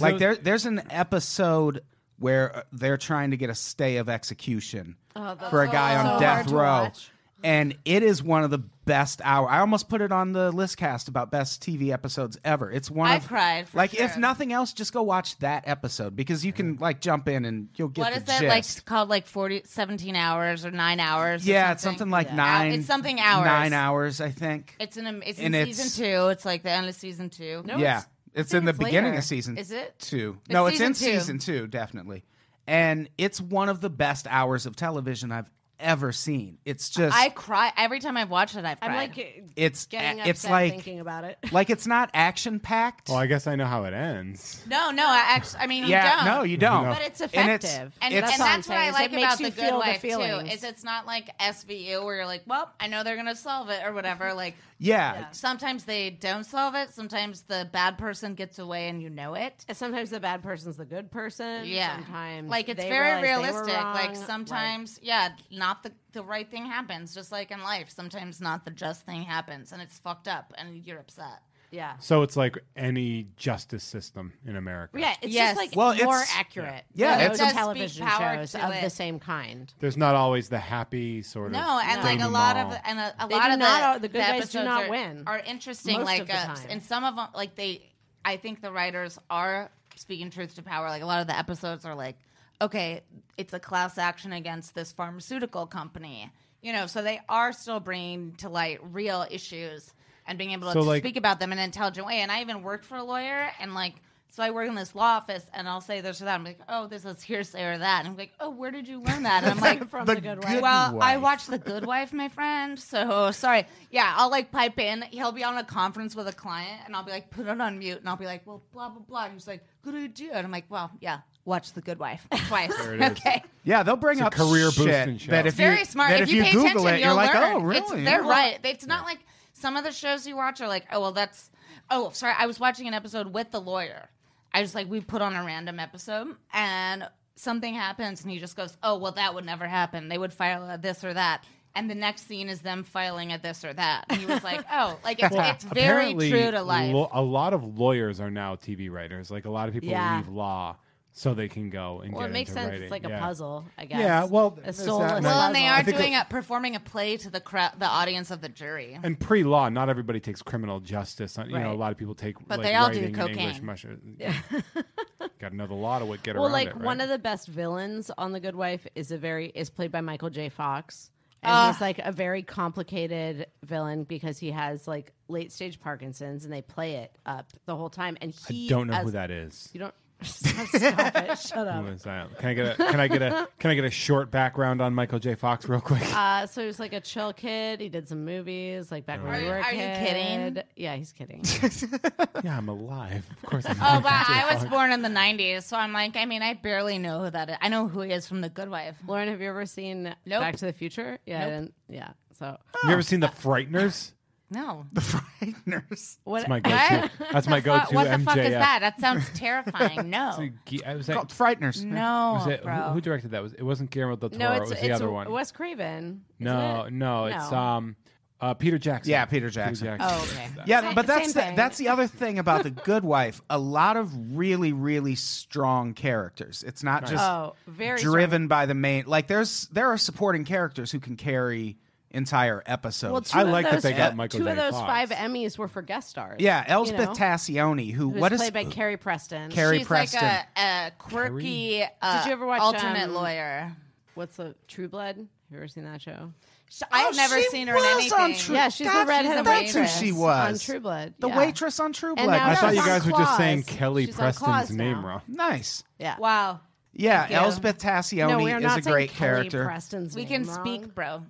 Speaker 2: like
Speaker 3: it-
Speaker 2: there. There's an episode where uh, they're trying to get a stay of execution for a guy on
Speaker 6: so hard
Speaker 2: death
Speaker 6: to
Speaker 2: row.
Speaker 6: watch.
Speaker 2: And it is one of the best hour. I almost put it on the list cast about best TV episodes ever. It's one
Speaker 5: I
Speaker 2: of
Speaker 5: cried, for
Speaker 2: like if
Speaker 5: sure.
Speaker 2: nothing else, just go watch that episode because you can like jump in and you'll get
Speaker 5: what
Speaker 2: the
Speaker 5: is that
Speaker 2: gist.
Speaker 5: like called like 40 17 hours or 9 hours or
Speaker 2: yeah, it's something like nine.
Speaker 5: It's something hours.
Speaker 2: Nine hours, I think.
Speaker 5: It's in, it's in
Speaker 2: And it's-
Speaker 5: season two. It's like the end of season two.
Speaker 6: No,
Speaker 2: yeah,
Speaker 6: it's- I
Speaker 2: it's
Speaker 6: think
Speaker 2: in the
Speaker 6: it's
Speaker 2: beginning
Speaker 6: later.
Speaker 2: of season.
Speaker 5: Is it?
Speaker 2: two?
Speaker 5: It's
Speaker 2: No, it's
Speaker 5: season
Speaker 2: in
Speaker 5: two.
Speaker 2: season two, definitely. And it's one of the best hours of television I've ever seen. It's just
Speaker 5: I cry every time I've watched it. I've cried.
Speaker 6: I'm like it's
Speaker 2: it's
Speaker 6: getting upset
Speaker 2: it's like
Speaker 6: thinking about it.
Speaker 2: like it's not action packed.
Speaker 3: well, Oh, I guess I know how it ends.
Speaker 5: no, no. I actually, I mean, you
Speaker 2: yeah,
Speaker 5: don't.
Speaker 2: no, you don't.
Speaker 6: But it's
Speaker 2: And it's-
Speaker 6: effective.
Speaker 5: And,
Speaker 2: it's-
Speaker 5: and
Speaker 6: all I'm
Speaker 5: that's what
Speaker 6: saying
Speaker 5: I
Speaker 6: is
Speaker 5: like
Speaker 6: it makes
Speaker 5: about
Speaker 6: you
Speaker 5: the
Speaker 6: feel
Speaker 5: Good
Speaker 6: the
Speaker 5: Wife too.
Speaker 6: feelings.
Speaker 5: Is it's not like SVU where you're like, well, I know they're gonna solve it or whatever. Like,
Speaker 2: Yeah.
Speaker 5: Sometimes they don't solve it. Sometimes the bad person gets away and you know it.
Speaker 6: And sometimes the bad person's the good person.
Speaker 5: Yeah.
Speaker 6: Sometimes
Speaker 5: like it's
Speaker 6: they
Speaker 5: very
Speaker 6: realize they were
Speaker 5: realistic. like
Speaker 6: wrong,
Speaker 5: sometimes, yeah, not the, the right thing happens. Just like in life, sometimes not the just thing happens and it's fucked up and you're upset.
Speaker 6: yeah.
Speaker 3: So it's like any justice system in America.
Speaker 6: Yeah, it's
Speaker 5: Yes.
Speaker 6: just like
Speaker 2: Well,
Speaker 6: more
Speaker 2: it's-
Speaker 6: accurate.
Speaker 2: Yeah,
Speaker 6: than
Speaker 2: it's-
Speaker 6: those
Speaker 5: It does
Speaker 6: television
Speaker 5: speak power
Speaker 6: shows
Speaker 5: to
Speaker 6: of the
Speaker 5: it.
Speaker 6: same kind.
Speaker 3: There's not always the happy sort of.
Speaker 5: No, and like a
Speaker 3: denouement.
Speaker 5: lot of and a, a
Speaker 6: They
Speaker 5: lot
Speaker 6: do
Speaker 5: of
Speaker 6: not
Speaker 5: the,
Speaker 6: all- the good guys do
Speaker 5: episodes
Speaker 6: not
Speaker 5: are,
Speaker 6: win.
Speaker 5: Are interesting,
Speaker 6: Most of
Speaker 5: like
Speaker 6: the
Speaker 5: uh,
Speaker 6: time.
Speaker 5: and some of them, like they, I think the writers are speaking truth to power. Like a lot of the episodes are like, okay, it's a class action against this pharmaceutical company, you know. So they are still bringing to light real issues and being able to
Speaker 3: So, like-
Speaker 5: speak about them in an intelligent way. And I even worked for a lawyer, and like. So I work in this law office, and I'll say this or that. I'm like, "Oh, this is hearsay or that," and I'm like, "Oh, where did you learn that?" And I'm like,
Speaker 6: From
Speaker 2: The
Speaker 6: the, good
Speaker 2: good-
Speaker 6: wife.
Speaker 5: well, I
Speaker 2: wife.
Speaker 5: watched The Good Wife, my friend. So sorry. Yeah, I'll like pipe in. He'll be on a conference with a client, and I'll be like, put it on mute, and I'll be like, well, blah blah blah. And he's like, good idea. And I'm like, well, yeah, watch The Good Wife twice.
Speaker 3: There it is.
Speaker 5: Okay.
Speaker 2: Yeah, they'll bring
Speaker 3: It's a
Speaker 2: up
Speaker 3: career
Speaker 2: shit
Speaker 3: boosting show.
Speaker 2: that if
Speaker 3: It's
Speaker 5: Very
Speaker 2: you,
Speaker 5: smart.
Speaker 2: That
Speaker 5: If, you, pay
Speaker 2: Google
Speaker 5: attention,
Speaker 2: it,
Speaker 5: you'll
Speaker 2: you're like,
Speaker 5: learn.
Speaker 2: oh, really?
Speaker 5: It's,
Speaker 2: You
Speaker 5: they're
Speaker 2: know what?
Speaker 5: right. It's not like some of the shows you watch are like, oh, well, that's. Oh, sorry. I was watching an episode with the lawyer. I just like we put on a random episode and something happens and he just goes, oh, well, that would never happen. They would file a this or that. And the next scene is them filing a this or that. And he was like, oh, like it's, it's very
Speaker 3: Apparently,
Speaker 5: true to life.
Speaker 3: lo- a lot of lawyers are now TV writers. Like a lot of people
Speaker 6: Yeah.
Speaker 3: leave law so they can go and
Speaker 6: well,
Speaker 3: get
Speaker 6: it makes
Speaker 3: into
Speaker 6: sense.
Speaker 3: writing.
Speaker 6: It's like
Speaker 3: yeah.
Speaker 6: a puzzle, I guess.
Speaker 3: Yeah, well,
Speaker 6: a
Speaker 3: there's that,
Speaker 6: soulless
Speaker 3: and I-
Speaker 5: well, and they
Speaker 6: puzzle.
Speaker 5: are
Speaker 3: think
Speaker 5: doing a, performing a play to the crowd, the audience of the jury.
Speaker 3: And pre-law, not everybody takes criminal justice. On, you know, a
Speaker 6: Right.
Speaker 3: lot of people take
Speaker 5: But
Speaker 3: like
Speaker 5: they all do
Speaker 3: writing and English
Speaker 5: cocaine.
Speaker 3: measure. Got another law to get
Speaker 6: well,
Speaker 3: around
Speaker 6: like
Speaker 3: it, right?
Speaker 6: one of the best villains on The Good Wife is a very is played by Michael J. Fox, and he's like a very complicated villain because he has like late stage Parkinson's, and they play it up the whole time. And he
Speaker 3: I don't know
Speaker 6: as,
Speaker 3: who that is.
Speaker 6: You don't stop, stop it. Shut up.
Speaker 3: Who is that? Can I get a can I get a can I get a short background on Michael J. Fox real quick?
Speaker 6: Uh, so he was like a chill kid. He did some movies, like back when
Speaker 5: Are
Speaker 6: we
Speaker 5: you-
Speaker 6: were. a
Speaker 5: are you
Speaker 6: kid.
Speaker 5: kidding?
Speaker 6: Yeah, he's kidding.
Speaker 3: yeah, I'm alive. Of course. I'm
Speaker 5: Oh
Speaker 3: alive.
Speaker 5: wow! I was born in the '90s, so I'm like, I mean, I barely know who that is. I know who he is from The Good Wife.
Speaker 6: Lauren, have you ever seen
Speaker 5: Nope.
Speaker 6: Back to the Future? Yeah, I
Speaker 5: Nope.
Speaker 6: didn't- yeah. So
Speaker 3: You ever seen The Frighteners?
Speaker 5: No,
Speaker 4: The frighteners.
Speaker 6: what?
Speaker 3: That's my go-to. That's my
Speaker 5: Fu- what,
Speaker 3: go-to
Speaker 5: the
Speaker 3: MJF.
Speaker 5: fuck is that? That sounds terrifying. No,
Speaker 6: Oh.
Speaker 3: I
Speaker 4: It's
Speaker 3: was like,
Speaker 4: called frighteners.
Speaker 5: no,
Speaker 3: was it, who,
Speaker 5: bro.
Speaker 3: who directed that? Was it wasn't Guillermo del Toro?
Speaker 6: no,
Speaker 3: it
Speaker 6: it's
Speaker 3: was the
Speaker 6: it's
Speaker 3: other one.
Speaker 6: Wes Craven. isn't
Speaker 3: no,
Speaker 6: it?
Speaker 3: no, it's
Speaker 6: No.
Speaker 3: um, uh, Peter Jackson.
Speaker 2: Yeah, Peter Jackson.
Speaker 5: oh, okay.
Speaker 2: Yeah,
Speaker 6: Same-
Speaker 2: but that's
Speaker 6: same
Speaker 2: the,
Speaker 6: thing.
Speaker 2: that's the other thing about the Good Wife. A lot of really really strong characters. It's not just
Speaker 6: Oh, very
Speaker 2: driven by the main. Like there's there are supporting characters who can carry entire episodes.
Speaker 6: Well, two
Speaker 3: I
Speaker 6: of
Speaker 3: like that
Speaker 6: those-
Speaker 3: they got Michael
Speaker 6: Two
Speaker 3: J.
Speaker 6: of those
Speaker 3: Fox.
Speaker 6: five Emmys were for guest stars.
Speaker 2: yeah, Elspeth
Speaker 6: you know,
Speaker 2: Tassioni, who
Speaker 6: who was
Speaker 2: what is
Speaker 6: played by Carrie Preston.
Speaker 2: Carrie
Speaker 5: She's
Speaker 2: Preston?
Speaker 5: like a, a quirky. Uh,
Speaker 6: Did you ever watch,
Speaker 5: alternate
Speaker 6: um,
Speaker 5: lawyer?
Speaker 6: What's the True Blood? Have you ever seen that show?
Speaker 5: Sh- I've never
Speaker 2: she
Speaker 5: seen her in
Speaker 2: was
Speaker 5: anything.
Speaker 2: on True-
Speaker 6: Yeah, she's
Speaker 2: Gotcha,
Speaker 6: the redhead.
Speaker 5: that's who
Speaker 6: waitress
Speaker 5: she
Speaker 2: was.
Speaker 6: on True Blood.
Speaker 2: the
Speaker 6: yeah.
Speaker 2: waitress on True
Speaker 6: And
Speaker 2: Blood.
Speaker 6: now
Speaker 3: I
Speaker 6: No,
Speaker 3: thought you
Speaker 6: it's on
Speaker 3: guys were just
Speaker 6: Claws.
Speaker 3: saying Kelly
Speaker 6: She's on
Speaker 3: Preston's
Speaker 6: Claws
Speaker 3: name
Speaker 6: now.
Speaker 3: wrong.
Speaker 2: nice.
Speaker 6: Yeah.
Speaker 5: Wow,
Speaker 2: Yeah,
Speaker 5: you.
Speaker 2: Elspeth
Speaker 6: No,
Speaker 2: Tassioni
Speaker 6: we are
Speaker 2: is
Speaker 6: not
Speaker 2: a
Speaker 6: saying
Speaker 2: great
Speaker 6: Kelly
Speaker 2: character.
Speaker 6: Preston's
Speaker 5: we
Speaker 6: name
Speaker 5: can
Speaker 6: wrong.
Speaker 5: speak, bro.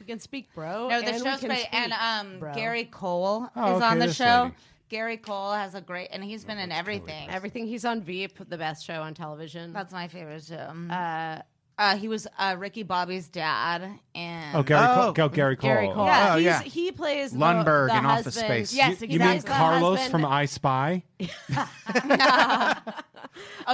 Speaker 6: We can speak, bro.
Speaker 5: No, the
Speaker 6: and uh, we
Speaker 5: show's
Speaker 6: can
Speaker 5: great.
Speaker 6: speak,
Speaker 5: and um,
Speaker 6: bro.
Speaker 5: Gary Cole
Speaker 3: Oh,
Speaker 5: is
Speaker 3: okay,
Speaker 5: on the
Speaker 3: this
Speaker 5: show.
Speaker 3: lady.
Speaker 5: Gary Cole has a great, and he's been in everything.
Speaker 6: Everything he's on Veep, the best show on television.
Speaker 5: That's my favorite Mm-hmm. show.
Speaker 6: uh,
Speaker 5: Uh, he was uh, Ricky Bobby's dad, and
Speaker 3: Oh, Gary,
Speaker 2: Oh.
Speaker 3: Cole, Gary Cole.
Speaker 6: Gary Cole.
Speaker 2: Yeah.
Speaker 6: Yeah,
Speaker 2: Oh,
Speaker 6: he's,
Speaker 2: yeah.
Speaker 6: he plays the-
Speaker 2: Lundberg
Speaker 6: the
Speaker 2: in Office
Speaker 6: husband.
Speaker 2: Space.
Speaker 5: Yes,
Speaker 3: You,
Speaker 5: he's
Speaker 3: you mean
Speaker 5: always the
Speaker 3: Carlos
Speaker 5: husband.
Speaker 3: from I Spy?
Speaker 5: oh,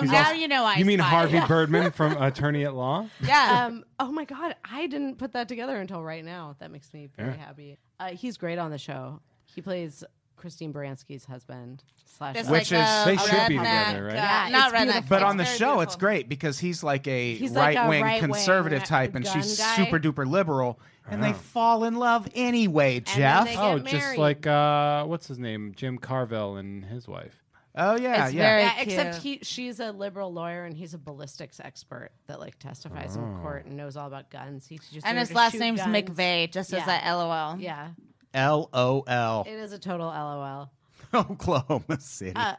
Speaker 3: He's
Speaker 5: now
Speaker 3: also-
Speaker 5: you know I.
Speaker 3: you mean
Speaker 5: Spy.
Speaker 3: Harvey Birdman from Attorney at Law?
Speaker 5: Yeah,
Speaker 6: Um, oh my God, I didn't put that together until right now. That makes me very happy. Uh, he's great on the show. He plays Christine Baranski's husband slash.
Speaker 5: There's,
Speaker 6: husband.
Speaker 2: Which
Speaker 5: like,
Speaker 2: is-
Speaker 5: a-
Speaker 3: They
Speaker 5: a
Speaker 3: should be
Speaker 5: redneck,
Speaker 3: together, right?
Speaker 5: uh,
Speaker 6: Yeah,
Speaker 5: not
Speaker 6: it's
Speaker 5: redneck,
Speaker 2: But on the
Speaker 5: it's
Speaker 2: show,
Speaker 5: very
Speaker 2: it's
Speaker 5: beautiful.
Speaker 2: great because he's like a
Speaker 6: He's like
Speaker 2: right
Speaker 6: a
Speaker 2: wing
Speaker 6: right-wing
Speaker 2: conservative type, and
Speaker 6: gun
Speaker 2: she's
Speaker 6: guy.
Speaker 2: super duper liberal, and they fall in love anyway.
Speaker 6: then
Speaker 2: Jeff,
Speaker 6: they get
Speaker 3: Oh, just
Speaker 6: married.
Speaker 3: like uh, what's his name, Jim Carvel and his wife.
Speaker 2: oh yeah,
Speaker 5: It's
Speaker 2: yeah.
Speaker 5: very-
Speaker 6: Yeah, except
Speaker 5: cute.
Speaker 6: he she's a liberal lawyer and he's a ballistics expert that like testifies
Speaker 2: Oh.
Speaker 6: in court and knows all about guns. He just
Speaker 5: And his last name's McVeigh, just as
Speaker 6: Yeah.
Speaker 5: a LOL.
Speaker 6: Yeah,
Speaker 2: L O L
Speaker 6: it Uh, is a total LOL.
Speaker 2: Oklahoma City.
Speaker 5: And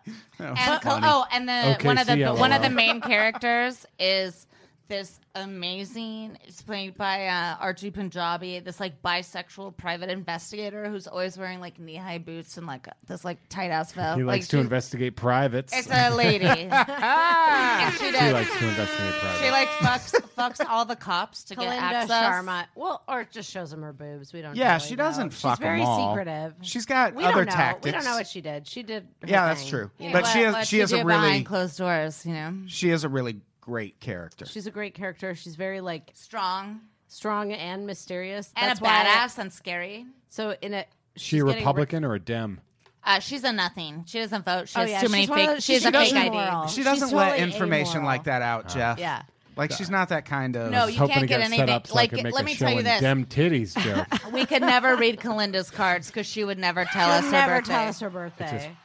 Speaker 5: Col- oh, and the
Speaker 3: Okay,
Speaker 5: one of the
Speaker 3: see ya,
Speaker 5: one of the
Speaker 3: Lolo.
Speaker 5: main characters is this amazing. It's played by uh, Archie Punjabi, this like bisexual private investigator who's always wearing like knee high boots and like this like tight ass vest.
Speaker 3: He
Speaker 5: like,
Speaker 3: likes to
Speaker 5: she-
Speaker 3: investigate privates.
Speaker 5: It's a lady. and she
Speaker 3: he
Speaker 5: does.
Speaker 3: likes to investigate privates.
Speaker 5: She like fucks fucks all the cops to get
Speaker 6: Kalinda
Speaker 5: access.
Speaker 6: Sharma. Well, or it just shows him her boobs. We don't.
Speaker 2: Yeah,
Speaker 6: really
Speaker 2: she doesn't
Speaker 6: know.
Speaker 2: fuck
Speaker 6: She's very
Speaker 2: 'em all.
Speaker 6: secretive.
Speaker 2: She's got
Speaker 6: we
Speaker 2: other
Speaker 6: don't know.
Speaker 2: tactics.
Speaker 6: We don't know what she did. She did. her
Speaker 2: Yeah, that's
Speaker 6: thing.
Speaker 2: true.
Speaker 6: You
Speaker 2: But
Speaker 6: know,
Speaker 2: she has
Speaker 5: What
Speaker 2: she
Speaker 5: you
Speaker 2: has a
Speaker 5: do
Speaker 2: really
Speaker 5: behind closed doors, you know,
Speaker 2: she has a really great character.
Speaker 6: she's a great character. She's very like
Speaker 5: strong
Speaker 6: strong and mysterious.
Speaker 5: and
Speaker 6: that's
Speaker 5: a
Speaker 6: why-
Speaker 5: badass and scary.
Speaker 6: so in a
Speaker 3: she
Speaker 6: she's
Speaker 3: a
Speaker 6: getting re-
Speaker 3: Republican or a Dem?
Speaker 5: Uh, she's a nothing. She doesn't vote. She
Speaker 6: Oh,
Speaker 5: has
Speaker 6: yeah,
Speaker 5: too many
Speaker 6: she's one of
Speaker 5: fake.
Speaker 6: those-
Speaker 5: she has
Speaker 6: she
Speaker 5: a fake
Speaker 6: doesn't-
Speaker 5: ID.
Speaker 2: she
Speaker 6: she's
Speaker 2: doesn't let
Speaker 6: totally
Speaker 2: information
Speaker 6: amoral.
Speaker 2: like that out, Jeff.
Speaker 6: yeah.
Speaker 2: Like she's not that kind of
Speaker 5: No, Oh, you
Speaker 3: Hoping
Speaker 5: can't
Speaker 3: to
Speaker 5: get
Speaker 3: get
Speaker 5: anything.
Speaker 3: set up so
Speaker 5: like,
Speaker 3: I could make
Speaker 5: let
Speaker 3: a
Speaker 5: me
Speaker 3: show
Speaker 5: tell you
Speaker 3: in
Speaker 5: this:
Speaker 3: Dem titties joke.
Speaker 5: we could never read Kalinda's cards because she would never tell us
Speaker 6: never
Speaker 5: her birthday.
Speaker 6: tell us her birthday.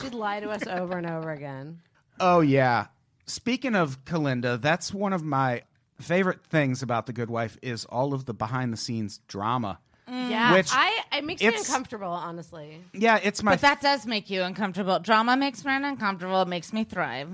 Speaker 6: She'd lie to us over and over again.
Speaker 2: Oh yeah. Speaking of Kalinda, that's one of my favorite things about The Good Wife is all of the behind the scenes drama.
Speaker 6: Yeah,
Speaker 2: Which
Speaker 6: I it makes me
Speaker 2: it's-
Speaker 6: uncomfortable, honestly.
Speaker 2: Yeah, it's my
Speaker 5: But that does make you uncomfortable. Drama makes men uncomfortable. It makes me thrive.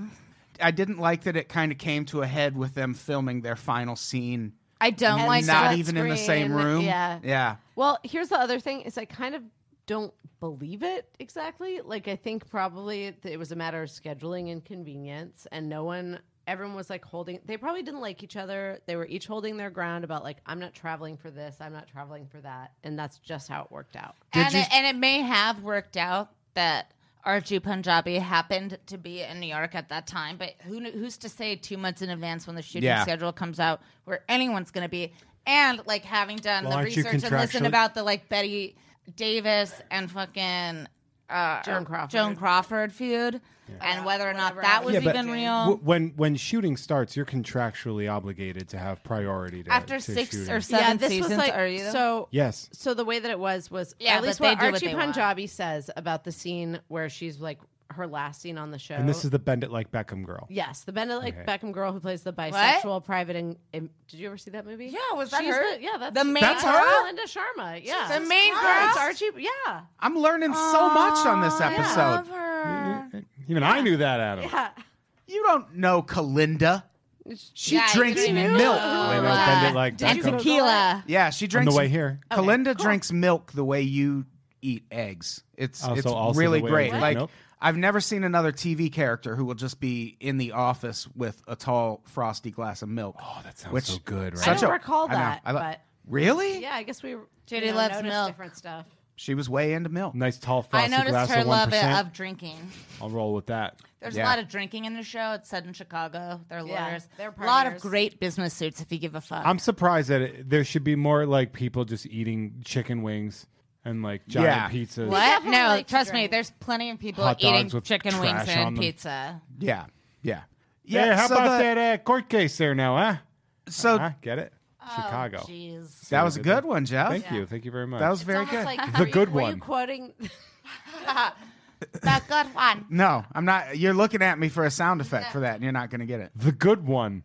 Speaker 2: I didn't like that it kind of came to a head with them filming their final scene
Speaker 5: I don't
Speaker 6: And
Speaker 5: like
Speaker 2: not
Speaker 6: split
Speaker 2: even in the
Speaker 6: screen,
Speaker 2: same room.
Speaker 6: yeah.
Speaker 2: Yeah.
Speaker 6: Well, here's the other thing: is I kind of don't believe it exactly. Like I think probably it it was a matter of scheduling and convenience, and no one, everyone was like holding. They probably didn't like each other. They were each holding their ground about like, I'm not traveling for this, I'm not traveling for that, and that's just how it worked out.
Speaker 5: and, it, and it may have worked out that Archie Punjabi happened to be in New York at that time, but who kn- who's to say two months in advance when the shooting
Speaker 2: Yeah.
Speaker 5: schedule comes out where anyone's going to be? And like having done
Speaker 7: Well,
Speaker 5: the
Speaker 7: aren't you
Speaker 5: research and listened
Speaker 7: contractually-
Speaker 5: about the like Betty Davis and fucking uh,
Speaker 6: Joan Crawford.
Speaker 5: Joan Crawford feud and whether or not
Speaker 6: Whatever
Speaker 5: that was
Speaker 6: happened. Yeah,
Speaker 5: even real.
Speaker 3: W- when when shooting starts, you're contractually obligated to have priority to,
Speaker 5: After
Speaker 3: to
Speaker 5: six
Speaker 3: shooting.
Speaker 5: or seven
Speaker 6: yeah, this
Speaker 5: seasons,
Speaker 6: was like
Speaker 5: are you?
Speaker 6: so.
Speaker 3: Yes.
Speaker 6: So the way that it was was
Speaker 5: Yeah,
Speaker 6: at least
Speaker 5: but they
Speaker 6: what
Speaker 5: do what
Speaker 6: Archie
Speaker 5: they want.
Speaker 6: Punjabi says about the scene where she's like her last scene on the show.
Speaker 3: And this is the bend it like Beckham girl.
Speaker 6: Yes, the Benedict
Speaker 3: Okay.
Speaker 6: Beckham girl who plays the bisexual private. In, in- did you ever see that movie?
Speaker 5: Yeah, was that
Speaker 6: She's
Speaker 5: her?
Speaker 6: the- yeah, that's
Speaker 5: The main
Speaker 2: That's
Speaker 5: girl?
Speaker 2: her?
Speaker 6: Linda Sharma. Yeah,
Speaker 5: the main
Speaker 6: Yeah,
Speaker 5: girl?
Speaker 6: It's Archie. Yeah,
Speaker 2: I'm learning so much on this
Speaker 5: I
Speaker 2: episode.
Speaker 5: love
Speaker 3: Mm.
Speaker 5: her.
Speaker 3: Uh, Even I knew that, Adam.
Speaker 6: yeah.
Speaker 2: You don't know Kalinda. She
Speaker 5: Yeah, you
Speaker 2: drinks
Speaker 5: don't even
Speaker 2: milk.
Speaker 5: know.
Speaker 3: I know,
Speaker 5: Uh,
Speaker 3: bend it like
Speaker 6: did
Speaker 5: and
Speaker 6: you
Speaker 3: Beckham.
Speaker 6: Google
Speaker 5: tequila.
Speaker 2: Yeah, she
Speaker 3: On
Speaker 2: drinks
Speaker 3: the way here.
Speaker 2: Kalinda drinks milk the way you eat eggs. It's
Speaker 3: Also-
Speaker 2: it's
Speaker 3: Oh, also
Speaker 2: really
Speaker 3: the way I
Speaker 2: great.
Speaker 3: drink
Speaker 2: Like
Speaker 3: milk.
Speaker 2: I've never seen another TV character who will just be in the office with a tall frosty glass of milk. Oh,
Speaker 3: that sounds so good, right?
Speaker 6: I don't recall that, but-
Speaker 2: really?
Speaker 6: Yeah, I guess we. you
Speaker 5: Judy
Speaker 6: know,
Speaker 5: loves
Speaker 6: noticed
Speaker 5: milk.
Speaker 6: different stuff.
Speaker 2: She was way into milk.
Speaker 3: Nice tall
Speaker 5: I
Speaker 3: frosty glass
Speaker 5: noticed her
Speaker 3: of
Speaker 5: love
Speaker 3: 1%.
Speaker 5: of drinking.
Speaker 3: I'll roll with that.
Speaker 5: There's
Speaker 2: Yeah.
Speaker 5: a lot of drinking in the show. It's set in Chicago. They're
Speaker 6: Yeah,
Speaker 5: lawyers.
Speaker 6: they're
Speaker 5: a lot of
Speaker 6: partiers.
Speaker 5: great business suits if you give a fuck.
Speaker 3: I'm surprised that it, there should be more like people just eating chicken wings and like
Speaker 2: Yeah.
Speaker 3: giant pizzas.
Speaker 5: what?
Speaker 6: definitely
Speaker 5: Uh, No,
Speaker 6: like to
Speaker 5: trust me.
Speaker 6: drink.
Speaker 5: There's plenty of people
Speaker 3: Hot dogs
Speaker 5: eating
Speaker 3: with
Speaker 5: chicken wings
Speaker 3: trash on
Speaker 5: and
Speaker 3: them.
Speaker 5: pizza.
Speaker 2: Yeah. Yeah.
Speaker 3: Yeah, how
Speaker 2: so
Speaker 3: about
Speaker 2: the-
Speaker 3: that uh, court case there now, huh?
Speaker 2: So
Speaker 3: Huh? Ah, Get it? Chicago.
Speaker 5: Jeez.
Speaker 2: that was a good one, Jeff.
Speaker 3: Thank you. Thank you very much.
Speaker 2: That was very
Speaker 6: Almost
Speaker 2: good.
Speaker 6: like-
Speaker 3: The
Speaker 6: were you-
Speaker 3: good
Speaker 6: were
Speaker 3: one.
Speaker 6: you quoting?
Speaker 5: That good one.
Speaker 2: no, I'm not. You're looking at me for a sound effect for that, and you're not going to get it. It
Speaker 3: the good one.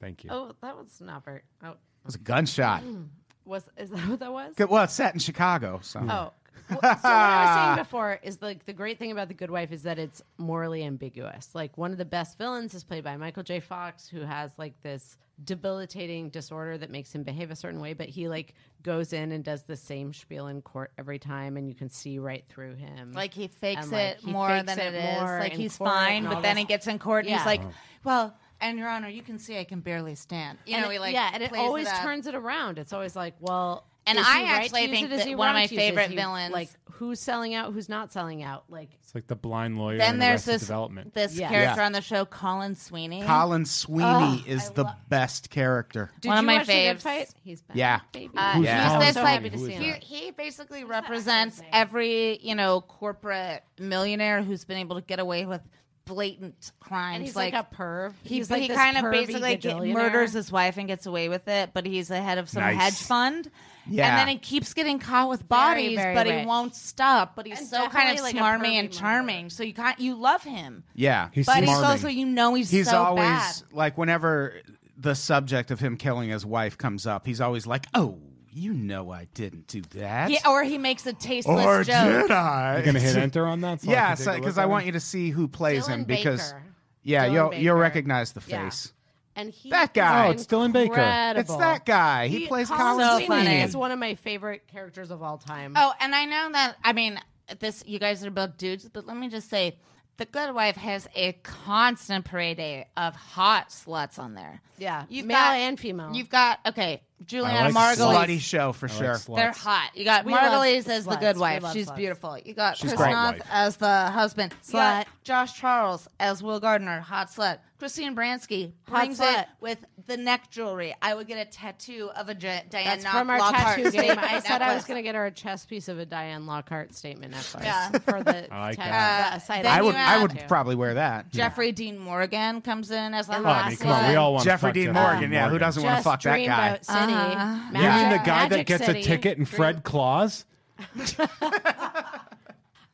Speaker 3: Thank you.
Speaker 6: Oh, that was not very. Oh,
Speaker 2: was a gunshot.
Speaker 5: Mm.
Speaker 6: was is that what that was?
Speaker 2: Good- Well, it's set in Chicago, so
Speaker 3: Mm.
Speaker 6: Oh. Well, so what I was saying before is like the great thing about the Good Wife is that it's morally ambiguous. Like one of the best villains is played by Michael J. Fox, who has like this debilitating disorder that makes him behave a certain way, but he like goes in and does the same spiel in court every time, and you can see right through him.
Speaker 5: Like he fakes
Speaker 6: And, like,
Speaker 5: it
Speaker 6: he
Speaker 5: more
Speaker 6: fakes
Speaker 5: than
Speaker 6: it
Speaker 5: it is.
Speaker 6: more
Speaker 5: Like
Speaker 6: in
Speaker 5: he's
Speaker 6: court
Speaker 5: fine,
Speaker 6: and
Speaker 5: but
Speaker 6: all
Speaker 5: then
Speaker 6: this.
Speaker 5: he gets in court and he's
Speaker 6: Yeah.
Speaker 5: like, "Well, and Your Honor, you can see I can barely stand." You know,
Speaker 6: And
Speaker 5: he
Speaker 6: it-
Speaker 5: like
Speaker 6: yeah, and it
Speaker 5: plays
Speaker 6: always
Speaker 5: up.
Speaker 6: turns it around. It's always like, well,
Speaker 5: And
Speaker 6: is
Speaker 5: I
Speaker 6: he right to
Speaker 5: actually
Speaker 6: use
Speaker 5: think
Speaker 6: it? Is
Speaker 5: that
Speaker 6: he
Speaker 5: one of
Speaker 6: wrong
Speaker 5: my
Speaker 6: to use it? Is
Speaker 5: favorite
Speaker 6: he,
Speaker 5: villains-
Speaker 6: like who's selling out, who's not selling out, like.
Speaker 3: It's like the blind lawyer
Speaker 5: Then
Speaker 3: and
Speaker 5: there's
Speaker 3: Arrested
Speaker 5: this
Speaker 3: development.
Speaker 5: this
Speaker 6: Yeah.
Speaker 5: character
Speaker 2: Yeah.
Speaker 5: on the show, Colin Sweeney.
Speaker 2: Colin Sweeney is the best character.
Speaker 6: Did
Speaker 5: One
Speaker 6: you
Speaker 5: of my
Speaker 6: watch The Good
Speaker 5: faves. Uh,
Speaker 6: Fight? He's back.
Speaker 2: Yeah.
Speaker 6: baby.
Speaker 3: Who's
Speaker 2: Yeah.
Speaker 5: He's
Speaker 3: Colin
Speaker 5: this
Speaker 3: Sweeney?
Speaker 5: like
Speaker 3: Who is
Speaker 5: he,
Speaker 3: that?
Speaker 5: he basically represents every you know corporate millionaire who's been able to get away with blatant crimes.
Speaker 6: and he's like, a perv.
Speaker 5: He,
Speaker 6: he's like
Speaker 5: he
Speaker 6: this
Speaker 5: kind of
Speaker 6: pervy
Speaker 5: basically get-
Speaker 6: gajillionaire.
Speaker 5: murders his wife and gets away with it, but he's the head of some
Speaker 4: Nice.
Speaker 5: hedge fund.
Speaker 2: Yeah.
Speaker 5: And then he keeps getting caught with
Speaker 6: Very,
Speaker 5: bodies,
Speaker 6: very
Speaker 5: but he
Speaker 6: rich.
Speaker 5: won't stop. But he's
Speaker 6: And
Speaker 5: so kind
Speaker 6: definitely
Speaker 5: of
Speaker 6: like a
Speaker 5: smarmy
Speaker 6: pervy
Speaker 5: and charming.
Speaker 6: murderer.
Speaker 5: So you can't you love him.
Speaker 2: Yeah,
Speaker 3: He's
Speaker 5: but he's
Speaker 3: smarmy.
Speaker 5: also you know he's,
Speaker 2: he's
Speaker 5: so
Speaker 2: always
Speaker 5: bad.
Speaker 2: like whenever the subject of him killing his wife comes up, he's always like, "Oh, you know, I didn't do that."
Speaker 5: He, or he makes a tasteless
Speaker 2: Or
Speaker 5: oh, joke.
Speaker 2: did I?
Speaker 3: You're gonna hit enter on that. So
Speaker 2: yeah,
Speaker 3: because
Speaker 2: because I want you to see who plays
Speaker 6: Dylan
Speaker 2: him because
Speaker 6: Baker.
Speaker 2: yeah,
Speaker 6: Dylan
Speaker 2: you'll you'll
Speaker 6: Baker.
Speaker 2: recognize the
Speaker 6: Yeah.
Speaker 2: face.
Speaker 6: And he
Speaker 2: That guy.
Speaker 6: is
Speaker 2: Oh,
Speaker 3: it's Dylan Baker.
Speaker 6: incredible.
Speaker 2: It's that guy. He, plays Colin
Speaker 5: So
Speaker 6: Sweeney
Speaker 5: funny.
Speaker 6: is one of my favorite characters of all time.
Speaker 5: Oh, and I know that. I mean, this you guys are both dudes, but let me just say, the Good Wife has a constant parade of hot sluts on there.
Speaker 6: Yeah,
Speaker 5: You've
Speaker 6: male
Speaker 5: got-
Speaker 6: and female.
Speaker 5: You've got okay, Juliana
Speaker 3: like
Speaker 2: Slutty
Speaker 5: Margulies.
Speaker 2: show for sure.
Speaker 5: They're hot. You got
Speaker 6: We love
Speaker 5: Margulies as the
Speaker 6: sluts.
Speaker 5: Good
Speaker 6: We
Speaker 5: Wife.
Speaker 6: love
Speaker 5: She's
Speaker 6: sluts.
Speaker 5: beautiful. You got Chris
Speaker 4: great
Speaker 5: Noth
Speaker 4: wife.
Speaker 5: as the husband. You got
Speaker 6: Slut.
Speaker 5: Josh Charles as Will Gardner. Hot slut. Christine Bransky
Speaker 6: Hot
Speaker 5: brings
Speaker 6: slut.
Speaker 5: it with the neck jewelry. I would get a tattoo of a J- Diane
Speaker 6: That's
Speaker 5: Knox
Speaker 6: from our
Speaker 5: Lockhart
Speaker 6: tattoo game.
Speaker 5: statement
Speaker 6: I said I was
Speaker 5: necklace.
Speaker 6: going to get her a chess piece of a Diane Lockhart statement necklace
Speaker 5: Yeah.
Speaker 6: for the
Speaker 3: I like
Speaker 6: tattoo-
Speaker 5: that.
Speaker 6: the
Speaker 5: Uh,
Speaker 6: side
Speaker 5: then
Speaker 6: eye
Speaker 2: I would.
Speaker 5: you
Speaker 2: I
Speaker 5: add-
Speaker 2: would probably wear that.
Speaker 5: Jeffrey Dean Morgan comes in as the
Speaker 6: Oh,
Speaker 3: I
Speaker 5: hot
Speaker 3: mean, come on, we
Speaker 5: slut.
Speaker 3: all want
Speaker 2: Jeffrey Dean Morgan. Yeah, who doesn't want to
Speaker 6: Just
Speaker 2: fuck that guy?
Speaker 6: Dreamboat City.
Speaker 5: Uh-huh.
Speaker 3: You mean the
Speaker 6: Magic-
Speaker 3: guy that
Speaker 6: Magic
Speaker 3: gets
Speaker 6: City.
Speaker 3: a ticket and Fred Claus?